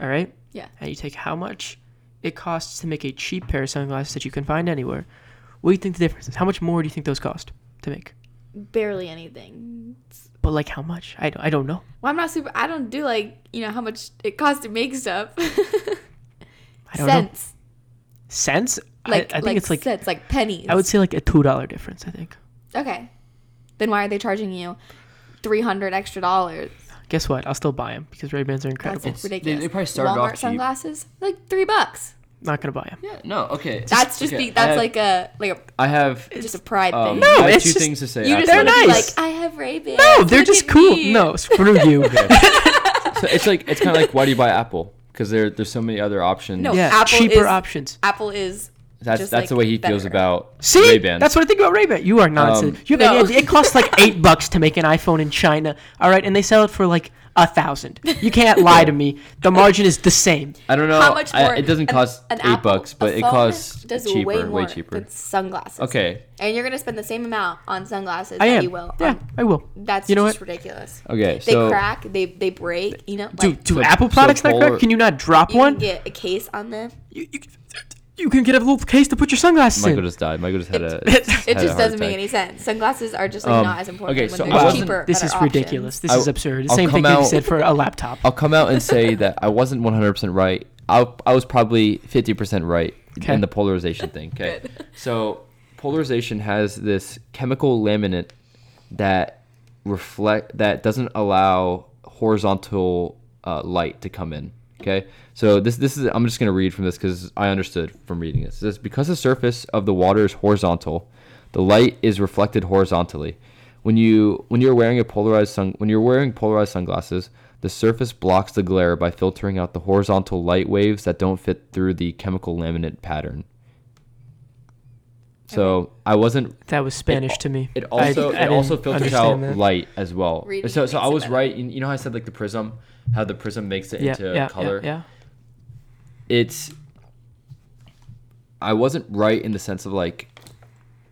[SPEAKER 1] all right?
[SPEAKER 3] Yeah.
[SPEAKER 1] And you take how much it costs to make a cheap pair of sunglasses that you can find anywhere. What do you think the difference is? How much more do you think those cost to make?
[SPEAKER 3] barely anything.
[SPEAKER 1] But like how much? I don't, I don't know.
[SPEAKER 3] Well, I'm not super. I don't do like you know how much it costs to make stuff.
[SPEAKER 1] I don't know.
[SPEAKER 3] Cents,
[SPEAKER 1] Cents?
[SPEAKER 3] like
[SPEAKER 1] I, I think
[SPEAKER 3] like
[SPEAKER 1] it's like
[SPEAKER 3] cents, like pennies.
[SPEAKER 1] I would say like a two dollar difference. I think.
[SPEAKER 3] okay. Then why are they charging you three hundred extra dollars?
[SPEAKER 1] Guess what? I'll still buy them because Ray Bans are
[SPEAKER 3] That's
[SPEAKER 1] incredible.
[SPEAKER 2] It's- they-
[SPEAKER 3] ridiculous.
[SPEAKER 2] they probably started
[SPEAKER 3] Walmart
[SPEAKER 2] off cheap.
[SPEAKER 3] sunglasses, like three bucks.
[SPEAKER 1] Not gonna buy them.
[SPEAKER 2] Yeah, no, okay.
[SPEAKER 3] That's just
[SPEAKER 2] okay,
[SPEAKER 3] the, that's
[SPEAKER 2] I have,
[SPEAKER 3] like a like a
[SPEAKER 2] I have.
[SPEAKER 3] just a pride
[SPEAKER 2] Um,
[SPEAKER 3] thing.
[SPEAKER 1] No,
[SPEAKER 2] I have
[SPEAKER 1] it's
[SPEAKER 2] two
[SPEAKER 1] just-
[SPEAKER 2] things to say.
[SPEAKER 3] you just
[SPEAKER 2] actually.
[SPEAKER 1] they're
[SPEAKER 3] wanna be
[SPEAKER 1] nice.
[SPEAKER 3] like I have Ray Bans.
[SPEAKER 1] No, they're
[SPEAKER 3] look
[SPEAKER 1] just
[SPEAKER 3] at
[SPEAKER 1] cool.
[SPEAKER 3] me."
[SPEAKER 1] No, screw you.
[SPEAKER 2] so it's like it's kind of like why do you buy Apple? Because there there's so many other options.
[SPEAKER 3] No.
[SPEAKER 1] Yeah,
[SPEAKER 3] Apple
[SPEAKER 1] cheaper
[SPEAKER 3] is-
[SPEAKER 1] options.
[SPEAKER 3] Apple is
[SPEAKER 2] that's
[SPEAKER 3] just,
[SPEAKER 2] that's
[SPEAKER 3] like,
[SPEAKER 2] the way he feels
[SPEAKER 3] better.
[SPEAKER 2] about
[SPEAKER 1] See,
[SPEAKER 2] Ray Bans. Um,
[SPEAKER 1] that's what I think about Ray Ban. You are nonsense. you have
[SPEAKER 3] No.
[SPEAKER 1] any idea? It costs like eight bucks to make an iPhone in China. All right, and they sell it for like a thousand. You can't lie to me. The margin is the same.
[SPEAKER 2] I don't know.
[SPEAKER 3] how much
[SPEAKER 2] I-
[SPEAKER 3] more?
[SPEAKER 2] it doesn't
[SPEAKER 3] an-
[SPEAKER 2] cost
[SPEAKER 3] an
[SPEAKER 2] eight
[SPEAKER 3] Apple-
[SPEAKER 2] bucks,
[SPEAKER 3] a
[SPEAKER 2] but it
[SPEAKER 3] phone
[SPEAKER 2] costs
[SPEAKER 3] does
[SPEAKER 2] cheaper, way,
[SPEAKER 3] more
[SPEAKER 2] cheaper.
[SPEAKER 3] than sunglasses.
[SPEAKER 2] Okay,
[SPEAKER 3] and you're gonna spend the same amount on sunglasses
[SPEAKER 1] I
[SPEAKER 3] that
[SPEAKER 1] am.
[SPEAKER 3] you will.
[SPEAKER 1] Yeah,
[SPEAKER 3] on-
[SPEAKER 1] I will.
[SPEAKER 3] that's
[SPEAKER 1] You know
[SPEAKER 3] just
[SPEAKER 1] what?
[SPEAKER 3] ridiculous.
[SPEAKER 2] okay.
[SPEAKER 3] They
[SPEAKER 2] so
[SPEAKER 3] crack, they they break. You know, like,
[SPEAKER 1] Dude, do
[SPEAKER 2] So-
[SPEAKER 1] Apple
[SPEAKER 2] so
[SPEAKER 1] products not
[SPEAKER 2] polar-
[SPEAKER 1] crack? Can you not drop
[SPEAKER 3] you
[SPEAKER 1] one?
[SPEAKER 3] can get a case on them.
[SPEAKER 1] you, you, you can get a little case to put your sunglasses
[SPEAKER 2] Michael
[SPEAKER 1] in.
[SPEAKER 2] just died. Michael just had a. had
[SPEAKER 3] It
[SPEAKER 2] a
[SPEAKER 3] just
[SPEAKER 2] heart
[SPEAKER 3] doesn't make
[SPEAKER 2] attack.
[SPEAKER 3] any sense. Sunglasses are just like
[SPEAKER 2] Um,
[SPEAKER 3] not as important
[SPEAKER 2] okay,
[SPEAKER 3] when
[SPEAKER 2] so I
[SPEAKER 3] they're just
[SPEAKER 2] wasn't-
[SPEAKER 3] cheaper.
[SPEAKER 1] This
[SPEAKER 3] better
[SPEAKER 1] is ridiculous.
[SPEAKER 3] options.
[SPEAKER 1] This
[SPEAKER 2] I-
[SPEAKER 1] is absurd. The
[SPEAKER 2] I'll
[SPEAKER 1] same
[SPEAKER 2] come
[SPEAKER 1] thing you
[SPEAKER 2] out-
[SPEAKER 1] said for a laptop.
[SPEAKER 2] I'll come out and say that I wasn't 100% right. I, I was probably 50% right
[SPEAKER 1] Okay.
[SPEAKER 2] in the polarization thing. Okay. So, polarization has this chemical laminate that reflect that doesn't allow horizontal uh, light to come in. Okay. So this this is I'm just gonna read from this because I understood from reading this. It says because the surface of the water is horizontal, the light is reflected horizontally. When you when you're wearing a polarized sun when you're wearing polarized sunglasses, the surface blocks the glare by filtering out the horizontal light waves that don't fit through the chemical laminate pattern. So I wasn't
[SPEAKER 1] That was Spanish to me.
[SPEAKER 2] it
[SPEAKER 1] I-
[SPEAKER 2] also
[SPEAKER 1] I
[SPEAKER 2] it also
[SPEAKER 1] didn't
[SPEAKER 2] filters out
[SPEAKER 1] understand that.
[SPEAKER 2] light as well.
[SPEAKER 3] Reading
[SPEAKER 2] so
[SPEAKER 3] it
[SPEAKER 2] so I
[SPEAKER 3] makes it
[SPEAKER 2] was
[SPEAKER 3] better.
[SPEAKER 2] right. You you know how I said like the prism, how the prism makes it
[SPEAKER 1] yeah,
[SPEAKER 2] into
[SPEAKER 1] yeah,
[SPEAKER 2] color.
[SPEAKER 1] yeah, yeah.
[SPEAKER 2] It's I wasn't right in the sense of like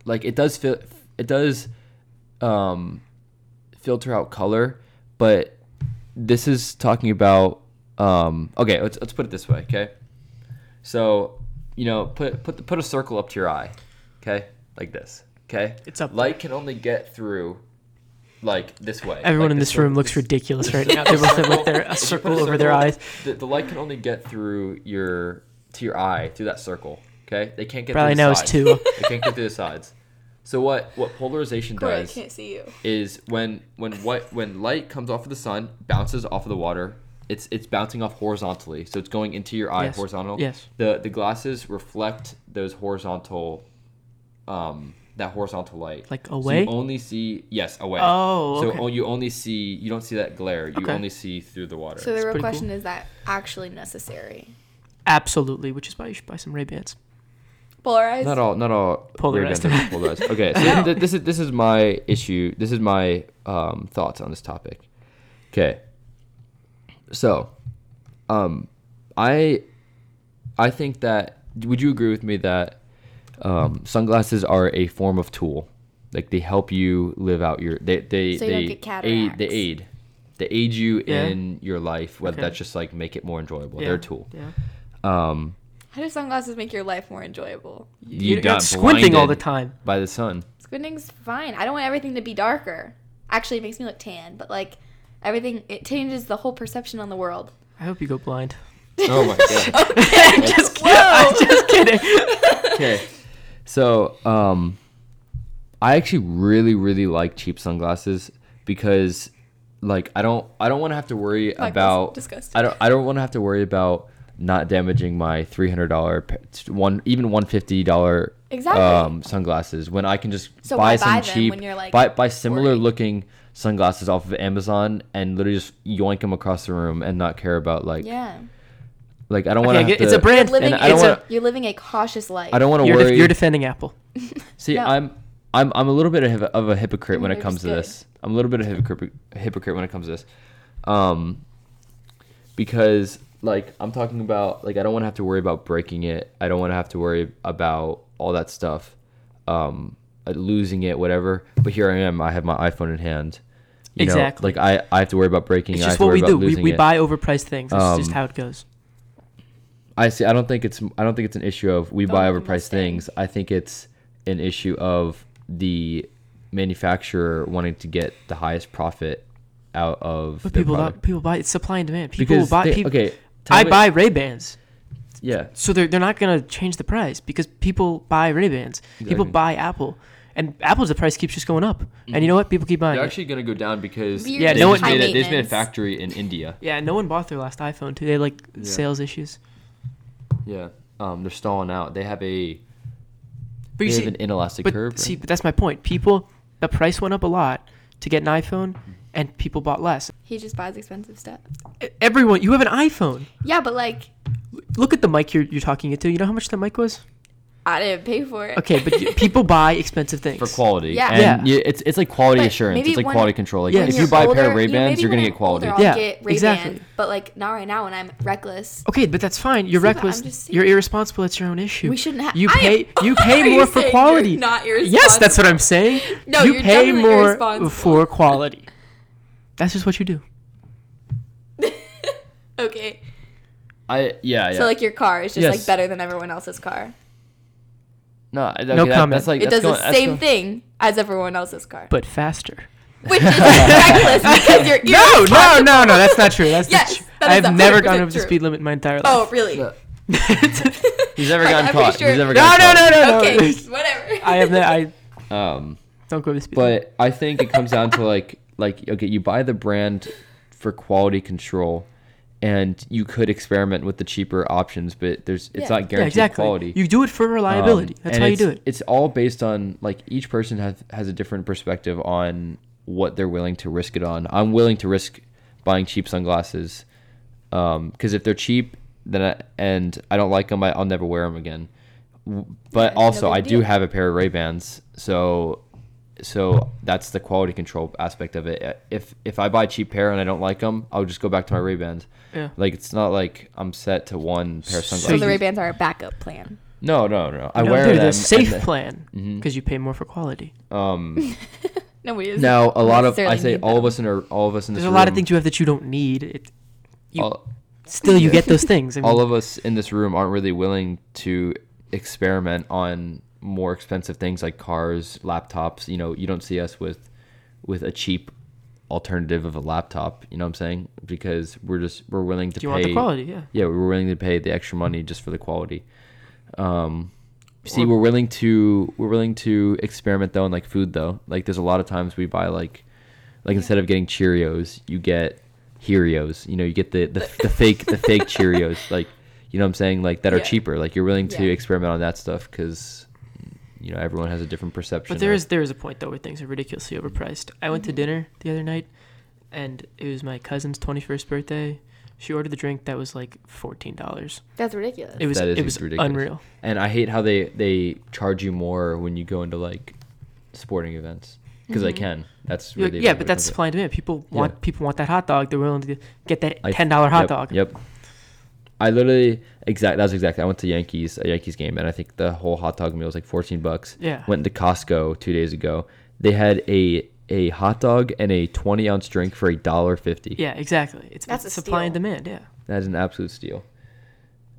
[SPEAKER 2] like it does fil- it does um filter out color, but this is talking about um okay, let's let's put it this way, okay? So, you know, put put put a circle up to your eye, okay? Like this, okay?
[SPEAKER 1] It's up there.
[SPEAKER 2] Light can only get through like this way.
[SPEAKER 1] Everyone
[SPEAKER 2] like
[SPEAKER 1] in this room
[SPEAKER 2] circle-
[SPEAKER 1] looks
[SPEAKER 2] this-
[SPEAKER 1] ridiculous right now. They both have like their a
[SPEAKER 2] if you put
[SPEAKER 1] circle over their eyes.
[SPEAKER 2] The, the light can only get through your to your eye through that circle. Okay, they can't get.
[SPEAKER 1] Probably
[SPEAKER 2] through the
[SPEAKER 1] knows
[SPEAKER 2] sides.
[SPEAKER 1] too.
[SPEAKER 2] They can't get through the sides. So what what polarization
[SPEAKER 3] Corey, I
[SPEAKER 2] does
[SPEAKER 3] can't see you.
[SPEAKER 2] is when when what when light comes off of the sun bounces off of the water, it's it's bouncing off horizontally, so it's going into your eye
[SPEAKER 1] Yes.
[SPEAKER 2] horizontal.
[SPEAKER 1] Yes.
[SPEAKER 2] The the glasses reflect those horizontal, um, that horizontal light.
[SPEAKER 1] Like
[SPEAKER 2] So
[SPEAKER 1] away?
[SPEAKER 2] you only see yes away.
[SPEAKER 1] Oh,
[SPEAKER 2] So
[SPEAKER 1] okay.
[SPEAKER 2] o- you only see you don't see that glare. You
[SPEAKER 1] Okay.
[SPEAKER 2] only see through the water.
[SPEAKER 3] So the real
[SPEAKER 1] pretty
[SPEAKER 3] question is that actually necessary?
[SPEAKER 1] Absolutely, which is why you should buy some Ray Bans.
[SPEAKER 3] Polarized.
[SPEAKER 2] not all not all
[SPEAKER 1] Polarized.
[SPEAKER 2] Ray-Bans are polarized. okay so th- this is this is my issue this is my um, thoughts on this topic okay so um i i think that would you agree with me that um, sunglasses are a form of tool like they help you live out your they they
[SPEAKER 3] So you
[SPEAKER 2] they
[SPEAKER 3] don't get
[SPEAKER 2] aid
[SPEAKER 3] cataracts.
[SPEAKER 2] they aid they aid you
[SPEAKER 1] Yeah.
[SPEAKER 2] in your life whether
[SPEAKER 1] Okay.
[SPEAKER 2] that's just like make it more enjoyable
[SPEAKER 1] Yeah.
[SPEAKER 2] they're a tool
[SPEAKER 1] Yeah.
[SPEAKER 2] um
[SPEAKER 3] How do sunglasses make your life more enjoyable?
[SPEAKER 1] You got squinting all the
[SPEAKER 2] blinded
[SPEAKER 1] time.
[SPEAKER 2] by the sun
[SPEAKER 3] Squinting's fine. I don't want everything to be darker. Actually, it makes me look tan, but like everything, it changes the whole perception on the world.
[SPEAKER 1] I hope you go blind.
[SPEAKER 2] oh my god
[SPEAKER 1] I'm just kidding. I'm just kidding.
[SPEAKER 2] okay. So, um, I actually really, really like cheap sunglasses because, like, I don't, I don't want to have to worry
[SPEAKER 3] that's
[SPEAKER 2] about.
[SPEAKER 3] disgusting.
[SPEAKER 2] I don't, I don't want to have to worry about not damaging my three hundred dollar, one even one fifty dollar
[SPEAKER 3] Exactly.
[SPEAKER 2] um, sunglasses when I can just
[SPEAKER 3] So
[SPEAKER 2] buy
[SPEAKER 3] why
[SPEAKER 2] some
[SPEAKER 3] buy them
[SPEAKER 2] cheap,
[SPEAKER 3] when you're, like,
[SPEAKER 2] buy buy similar
[SPEAKER 3] worried?
[SPEAKER 2] looking sunglasses off of Amazon and literally just yoink them across the room and not care about like,
[SPEAKER 3] Yeah.
[SPEAKER 2] like I don't want
[SPEAKER 1] Okay,
[SPEAKER 2] to.
[SPEAKER 1] it's a brand.
[SPEAKER 3] You're living,
[SPEAKER 2] I don't
[SPEAKER 3] it's
[SPEAKER 2] wanna-
[SPEAKER 3] a, you're living a cautious life.
[SPEAKER 2] I don't want to
[SPEAKER 1] You're,
[SPEAKER 2] worry.
[SPEAKER 1] def- you're defending Apple.
[SPEAKER 2] See,
[SPEAKER 3] No.
[SPEAKER 2] I'm I'm I'm a little bit of a, of a hypocrite when
[SPEAKER 3] mean,
[SPEAKER 2] it
[SPEAKER 3] they're
[SPEAKER 2] comes to
[SPEAKER 3] just good.
[SPEAKER 2] this. I'm a little bit of a hypocrite, hypocrite when it comes to this, um, because like I'm talking about like I don't want to have to worry about breaking it. I don't want to have to worry about all that stuff, um, uh, losing it, whatever. But here I am. I have my iPhone in hand. You
[SPEAKER 1] Exactly.
[SPEAKER 2] Know, like I, I have to worry about breaking.
[SPEAKER 1] It's
[SPEAKER 2] it. I have
[SPEAKER 1] just
[SPEAKER 2] to
[SPEAKER 1] what
[SPEAKER 2] worry
[SPEAKER 1] we
[SPEAKER 2] about
[SPEAKER 1] do. We,
[SPEAKER 2] losing
[SPEAKER 1] we
[SPEAKER 2] it.
[SPEAKER 1] buy overpriced things. This is just
[SPEAKER 2] Um,
[SPEAKER 1] how it goes.
[SPEAKER 2] I see. I don't think it's. I don't think it's an issue of we buy
[SPEAKER 3] let them
[SPEAKER 2] overpriced
[SPEAKER 3] stay.
[SPEAKER 2] things. I think it's an issue of the manufacturer wanting to get the highest profit out of.
[SPEAKER 1] But
[SPEAKER 2] their
[SPEAKER 1] people
[SPEAKER 2] product.
[SPEAKER 1] don't, people buy it's supply and demand. People
[SPEAKER 2] because
[SPEAKER 1] buy
[SPEAKER 2] they-
[SPEAKER 1] people.
[SPEAKER 2] okay. tell
[SPEAKER 1] I
[SPEAKER 2] me-
[SPEAKER 1] buy Ray Bans,
[SPEAKER 2] Yeah.
[SPEAKER 1] so they're they're not gonna change the price because people buy Ray Bans. People
[SPEAKER 2] Exactly.
[SPEAKER 1] buy Apple, and Apple's the price keeps just going up. And you know what? People keep buying.
[SPEAKER 2] Mm-hmm. They're
[SPEAKER 1] it.
[SPEAKER 2] actually gonna go down because
[SPEAKER 3] Weird
[SPEAKER 1] Yeah,
[SPEAKER 2] They
[SPEAKER 1] no
[SPEAKER 2] just
[SPEAKER 1] one-
[SPEAKER 2] made
[SPEAKER 3] high
[SPEAKER 2] a, they just made a
[SPEAKER 3] maintenance.
[SPEAKER 2] factory in India.
[SPEAKER 1] yeah, no one bought their last iPhone too. They had, like sales issues.
[SPEAKER 2] Yeah. Um, they're stalling out. They have a.
[SPEAKER 1] But
[SPEAKER 2] They
[SPEAKER 1] you
[SPEAKER 2] have
[SPEAKER 1] see,
[SPEAKER 2] an inelastic
[SPEAKER 1] but
[SPEAKER 2] curve.
[SPEAKER 1] see, but that's my point. People, the price went up a lot to get an iPhone, and people bought less.
[SPEAKER 3] He just buys expensive stuff.
[SPEAKER 1] E- Everyone, you have an iPhone.
[SPEAKER 3] Yeah, but like
[SPEAKER 1] Look at the mic you're you're talking into. You know how much the mic was?
[SPEAKER 3] I didn't pay for it.
[SPEAKER 1] Okay, but you- people buy expensive things.
[SPEAKER 2] for quality.
[SPEAKER 3] Yeah.
[SPEAKER 2] And yeah. It's it's like quality
[SPEAKER 3] But
[SPEAKER 2] assurance.
[SPEAKER 3] maybe
[SPEAKER 2] It's like
[SPEAKER 3] when-
[SPEAKER 2] quality control. Like,
[SPEAKER 1] Yeah,
[SPEAKER 2] if
[SPEAKER 1] when
[SPEAKER 2] you buy a
[SPEAKER 3] older-
[SPEAKER 2] pair of
[SPEAKER 3] you-
[SPEAKER 2] Ray Bans,
[SPEAKER 3] maybe
[SPEAKER 2] you're
[SPEAKER 3] when
[SPEAKER 2] gonna
[SPEAKER 3] I'm
[SPEAKER 2] get quality.
[SPEAKER 3] Older, I'll
[SPEAKER 1] Yeah,
[SPEAKER 3] get
[SPEAKER 1] exactly.
[SPEAKER 3] Ray-Ban, But like not right now when I'm reckless.
[SPEAKER 1] Okay, but that's fine. You're
[SPEAKER 3] See, but I'm just
[SPEAKER 1] reckless.
[SPEAKER 3] saying-
[SPEAKER 1] You're irresponsible. It's your own issue.
[SPEAKER 3] We shouldn't have.
[SPEAKER 1] You
[SPEAKER 3] I
[SPEAKER 1] pay.
[SPEAKER 3] am-
[SPEAKER 1] you
[SPEAKER 3] Are
[SPEAKER 1] pay
[SPEAKER 3] you
[SPEAKER 1] more for
[SPEAKER 3] saying
[SPEAKER 1] quality.
[SPEAKER 3] You're not
[SPEAKER 1] yes, that's what I'm saying.
[SPEAKER 3] No,
[SPEAKER 1] you
[SPEAKER 3] you're
[SPEAKER 1] pay
[SPEAKER 3] definitely
[SPEAKER 1] more
[SPEAKER 3] irresponsible.
[SPEAKER 1] for quality. That's just what you do.
[SPEAKER 3] okay.
[SPEAKER 2] I yeah yeah.
[SPEAKER 3] So like your car is just
[SPEAKER 2] Yes.
[SPEAKER 3] like better than everyone else's car.
[SPEAKER 2] no okay,
[SPEAKER 1] No
[SPEAKER 2] that-
[SPEAKER 1] comment.
[SPEAKER 2] That's like
[SPEAKER 3] It
[SPEAKER 2] that's
[SPEAKER 3] does
[SPEAKER 2] going-
[SPEAKER 3] the
[SPEAKER 2] that's
[SPEAKER 3] same
[SPEAKER 2] going-
[SPEAKER 3] thing as everyone else's car,
[SPEAKER 1] But faster.
[SPEAKER 3] which is reckless because you're
[SPEAKER 1] No, no,
[SPEAKER 3] irresponsible.
[SPEAKER 1] no, no. That's not true. That's
[SPEAKER 3] Yes,
[SPEAKER 1] not true.
[SPEAKER 3] that is
[SPEAKER 1] I've never gone
[SPEAKER 3] 100%
[SPEAKER 1] over the
[SPEAKER 3] true.
[SPEAKER 1] speed limit in my entire life.
[SPEAKER 3] Oh really?
[SPEAKER 2] No.
[SPEAKER 3] He's
[SPEAKER 2] He's never gotten caught. He's
[SPEAKER 1] no,
[SPEAKER 2] never gotten
[SPEAKER 1] no,
[SPEAKER 2] caught.
[SPEAKER 1] no, no, no.
[SPEAKER 3] Okay, whatever.
[SPEAKER 1] I have. Ne- I
[SPEAKER 2] Um,
[SPEAKER 1] don't go over the speed. limit.
[SPEAKER 2] but I think it comes down to like like okay, you buy the brand for quality control, and you could experiment with the cheaper options, but there's it's
[SPEAKER 3] Yeah.
[SPEAKER 2] not
[SPEAKER 1] yeah,
[SPEAKER 2] guaranteed
[SPEAKER 1] exactly.
[SPEAKER 2] quality.
[SPEAKER 1] You do it for
[SPEAKER 2] Um,
[SPEAKER 1] reliability. that's
[SPEAKER 2] and
[SPEAKER 1] how you
[SPEAKER 2] it's-
[SPEAKER 1] do it.
[SPEAKER 2] It's all based on like each person has has a different perspective on what they're willing to risk it on. I'm willing to risk buying cheap sunglasses because if they're cheap, then I, and I don't like them, I, I'll never wear them again. W- But
[SPEAKER 3] Yeah, no
[SPEAKER 2] also,
[SPEAKER 3] big
[SPEAKER 2] I do
[SPEAKER 3] deal.
[SPEAKER 2] have a pair of Ray Bans, so so that's the quality control aspect of it. If if I buy a cheap pair and I don't like them, I'll just go back to my Ray Bans.
[SPEAKER 1] Yeah.
[SPEAKER 2] Like it's not like I'm set to one pair of
[SPEAKER 1] So
[SPEAKER 2] sunglasses.
[SPEAKER 3] So the
[SPEAKER 1] you-
[SPEAKER 3] Ray Bans are a backup plan.
[SPEAKER 2] no, no, no. I
[SPEAKER 1] no,
[SPEAKER 2] wear
[SPEAKER 1] they're
[SPEAKER 2] them.
[SPEAKER 1] the
[SPEAKER 2] and
[SPEAKER 1] safe
[SPEAKER 2] the- Mm-hmm.
[SPEAKER 1] plan because you pay more for quality.
[SPEAKER 2] Um,
[SPEAKER 3] No, we
[SPEAKER 2] now a lot of I
[SPEAKER 3] necessarily
[SPEAKER 2] say
[SPEAKER 3] need
[SPEAKER 2] all of
[SPEAKER 3] them.
[SPEAKER 2] us in our all of us in this
[SPEAKER 1] There's a lot of
[SPEAKER 2] room,
[SPEAKER 1] things you have that you don't need. It, you-
[SPEAKER 2] all,
[SPEAKER 1] still, you
[SPEAKER 2] Yeah.
[SPEAKER 1] get those things. I mean,
[SPEAKER 2] all of us in this room aren't really willing to experiment on more expensive things like cars, laptops. You know, you don't see us with with a cheap alternative of a laptop. You know what I'm saying? Because we're just we're willing to
[SPEAKER 1] do you
[SPEAKER 2] pay
[SPEAKER 1] want the quality? Yeah.
[SPEAKER 2] yeah, we were willing to pay the extra money just for the quality. Um, see, we're willing to we're willing to experiment though in like food though. Like there's a lot of times we buy like like instead of getting Cheerios, you get Herios. You know, you get the the, the fake the fake Cheerios. Like you know what I'm saying? Like that are
[SPEAKER 3] Yeah.
[SPEAKER 2] cheaper. Like you're willing to
[SPEAKER 3] Yeah.
[SPEAKER 2] experiment on that stuff because you know everyone has a different perception.
[SPEAKER 1] But there
[SPEAKER 2] of-
[SPEAKER 1] is there is a point though where things are ridiculously overpriced. I went to
[SPEAKER 3] Mm-hmm.
[SPEAKER 1] dinner the other night, and it was my cousin's twenty first birthday. She ordered the drink that was like fourteen dollars.
[SPEAKER 3] That's ridiculous.
[SPEAKER 1] It was
[SPEAKER 2] That is
[SPEAKER 1] it was
[SPEAKER 2] ridiculous.
[SPEAKER 1] unreal.
[SPEAKER 2] and I hate how they they charge you more when you go into like sporting events because they can. That's
[SPEAKER 1] Mm-hmm. You're
[SPEAKER 2] really
[SPEAKER 1] like,
[SPEAKER 2] the
[SPEAKER 1] yeah,
[SPEAKER 2] only way
[SPEAKER 1] but that's
[SPEAKER 2] to do it.
[SPEAKER 1] supply and demand. People
[SPEAKER 2] Yeah.
[SPEAKER 1] want people want that hot dog. They're willing to get that
[SPEAKER 2] I-
[SPEAKER 1] ten dollar hot
[SPEAKER 2] yep,
[SPEAKER 1] dog.
[SPEAKER 2] Yep. I literally exact that was exactly. I went to Yankees a Yankees game and I think the whole hot dog meal was like 14 bucks.
[SPEAKER 1] Yeah.
[SPEAKER 2] Went to Costco 2 days ago. They had a a hot dog and a 20 ounce drink for a dollar 50.
[SPEAKER 1] Yeah, exactly. It's
[SPEAKER 3] That's
[SPEAKER 1] it's
[SPEAKER 3] a
[SPEAKER 1] supply and
[SPEAKER 3] steal.
[SPEAKER 1] demand. Yeah.
[SPEAKER 2] That is an absolute steal.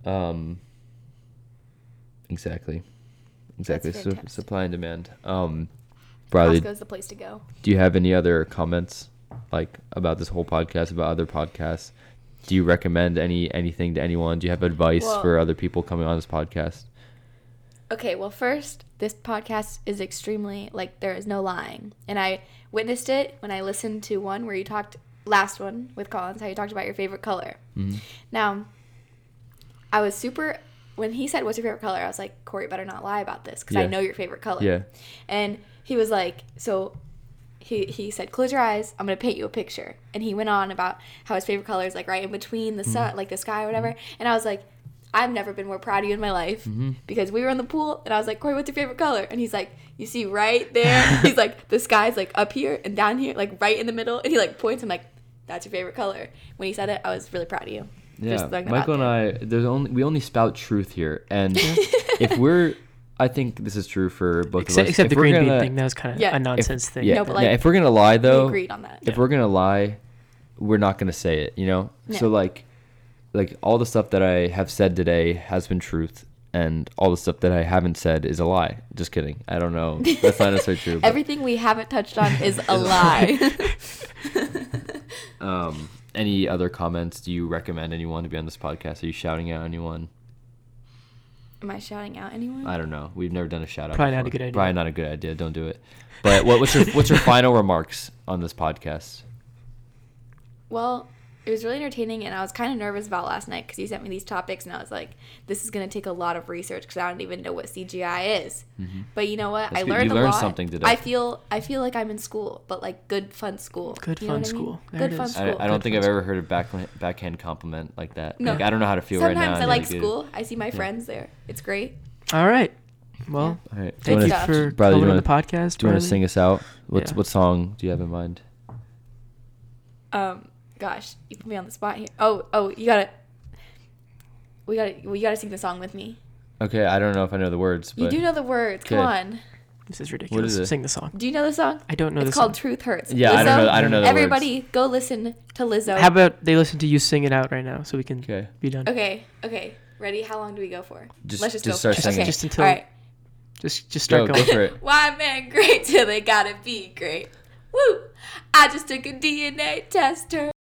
[SPEAKER 2] Um Exactly. Exactly. Su-
[SPEAKER 3] fantastic.
[SPEAKER 2] supply and demand. Um Bradley,
[SPEAKER 3] Costco's the place to go.
[SPEAKER 2] do you have any other comments like about this whole podcast about other podcasts do you recommend any anything to anyone do you have advice
[SPEAKER 3] Well-
[SPEAKER 2] for other people coming on this podcast
[SPEAKER 3] Okay, well, first, this podcast is extremely like there is no lying, and I witnessed it when I listened to one where you talked last one with Collins how you talked about your favorite color.
[SPEAKER 2] Mm-hmm.
[SPEAKER 3] Now, I was super when he said what's your favorite color. I was like Corey better not lie about this because I
[SPEAKER 2] Yeah.
[SPEAKER 3] know your favorite color.
[SPEAKER 2] yeah
[SPEAKER 3] And he was like, so he, he said, close your eyes. I'm going to paint you a picture. And he went on about how his favorite color is like right in between the
[SPEAKER 2] Mm-hmm.
[SPEAKER 3] sun, like the sky or whatever. And I was like, I've never been more proud of you in my life
[SPEAKER 2] Mm-hmm.
[SPEAKER 3] because we were in the pool and I was like, Corey, what's your favorite color? And he's like, you see right there. he's like, the sky's like up here and down here, like right in the middle. And he like points. I'm like, that's your favorite color. When he said it, I was really proud of you. uh,
[SPEAKER 2] yeah
[SPEAKER 3] throwing that out
[SPEAKER 2] michael and
[SPEAKER 3] there.
[SPEAKER 2] i there's only we only spout truth here and if we're i think this is true for both of
[SPEAKER 1] Except,
[SPEAKER 2] us
[SPEAKER 1] except
[SPEAKER 2] If
[SPEAKER 1] the
[SPEAKER 2] we're
[SPEAKER 1] green bean
[SPEAKER 2] gonna-
[SPEAKER 1] thing, that was kind of
[SPEAKER 3] Yeah.
[SPEAKER 1] a
[SPEAKER 3] If-
[SPEAKER 1] nonsense thing.
[SPEAKER 2] yeah
[SPEAKER 3] No, but, like,
[SPEAKER 2] if we're gonna lie
[SPEAKER 3] we
[SPEAKER 2] though
[SPEAKER 3] agreed on that.
[SPEAKER 2] if we're gonna lie, we're not gonna say it, you know? So
[SPEAKER 3] No.
[SPEAKER 2] like like all the stuff that I have said today has been truth and all the stuff that I haven't said is a lie. Just kidding. I don't know. That's not necessarily true. But,
[SPEAKER 3] Everything we haven't touched on is a lie.
[SPEAKER 2] um any other comments do you recommend anyone to be on this podcast? Are you shouting out anyone?
[SPEAKER 3] Am I shouting out anyone?
[SPEAKER 2] I don't know. We've never done a shout out.
[SPEAKER 1] Probably not a
[SPEAKER 2] before.
[SPEAKER 1] good idea.
[SPEAKER 2] Probably not a good idea. Don't do it. But what, what's your what's your final remarks on this podcast?
[SPEAKER 3] Well, it was really entertaining, and I was kind of nervous about last night because you sent me these topics, and I was like, "This is gonna take a lot of research because I don't even know what CGI is." But you know what?
[SPEAKER 2] Mm-hmm. That's
[SPEAKER 3] I
[SPEAKER 2] good. You
[SPEAKER 3] learned a
[SPEAKER 2] learned
[SPEAKER 3] lot.
[SPEAKER 2] something today.
[SPEAKER 3] I feel I feel like I'm in school, but like good fun school.
[SPEAKER 1] Good
[SPEAKER 3] You know
[SPEAKER 1] fun
[SPEAKER 3] what I mean?
[SPEAKER 1] school. There
[SPEAKER 3] Good
[SPEAKER 1] it
[SPEAKER 3] fun
[SPEAKER 1] is.
[SPEAKER 3] school.
[SPEAKER 2] I, I don't think I've
[SPEAKER 1] Good.
[SPEAKER 2] ever heard a backhand backhand compliment like that.
[SPEAKER 3] No.
[SPEAKER 2] Like I don't know how to feel
[SPEAKER 3] Sometimes
[SPEAKER 2] right now.
[SPEAKER 3] I
[SPEAKER 2] and
[SPEAKER 3] like
[SPEAKER 2] you do.
[SPEAKER 3] school. I see my friends there. It's great.
[SPEAKER 1] All right. Well,
[SPEAKER 2] All right.
[SPEAKER 1] thank you
[SPEAKER 3] wanna-
[SPEAKER 1] for
[SPEAKER 2] Bradley, do you
[SPEAKER 1] coming on
[SPEAKER 2] wanna-
[SPEAKER 1] the podcast.
[SPEAKER 2] Do you want
[SPEAKER 1] Bradley.
[SPEAKER 2] to sing us out? What's
[SPEAKER 1] Yeah.
[SPEAKER 2] what song do you have in mind?
[SPEAKER 3] Um, gosh, you put me on the spot here. Oh, oh, you gotta. We gotta, well, you gotta sing the song with me.
[SPEAKER 2] Okay, I don't know if I know the words,
[SPEAKER 3] You
[SPEAKER 2] but
[SPEAKER 3] do know the words. Come
[SPEAKER 2] Okay.
[SPEAKER 3] on.
[SPEAKER 1] This is ridiculous.
[SPEAKER 2] it?
[SPEAKER 1] Sing the song.
[SPEAKER 3] Do you know the song?
[SPEAKER 1] I don't know
[SPEAKER 3] It's
[SPEAKER 1] the
[SPEAKER 3] called
[SPEAKER 1] song.
[SPEAKER 3] Truth Hurts.
[SPEAKER 2] yeah, I don't know. I don't know the
[SPEAKER 3] Everybody, go listen to Lizzo.
[SPEAKER 1] How about they listen to you sing it out right now so we can
[SPEAKER 2] Okay.
[SPEAKER 1] be done?
[SPEAKER 3] okay, okay. Ready? How long do we go for?
[SPEAKER 2] Just-
[SPEAKER 3] Let's just,
[SPEAKER 2] just
[SPEAKER 3] go
[SPEAKER 2] start
[SPEAKER 3] for it.
[SPEAKER 2] singing.
[SPEAKER 3] Okay.
[SPEAKER 1] Just until-
[SPEAKER 3] All right.
[SPEAKER 1] Just just
[SPEAKER 2] Go,
[SPEAKER 1] start
[SPEAKER 2] go
[SPEAKER 1] going.
[SPEAKER 2] for it.
[SPEAKER 3] Why man great till they gotta be great? Woo! I just took a DNA tester.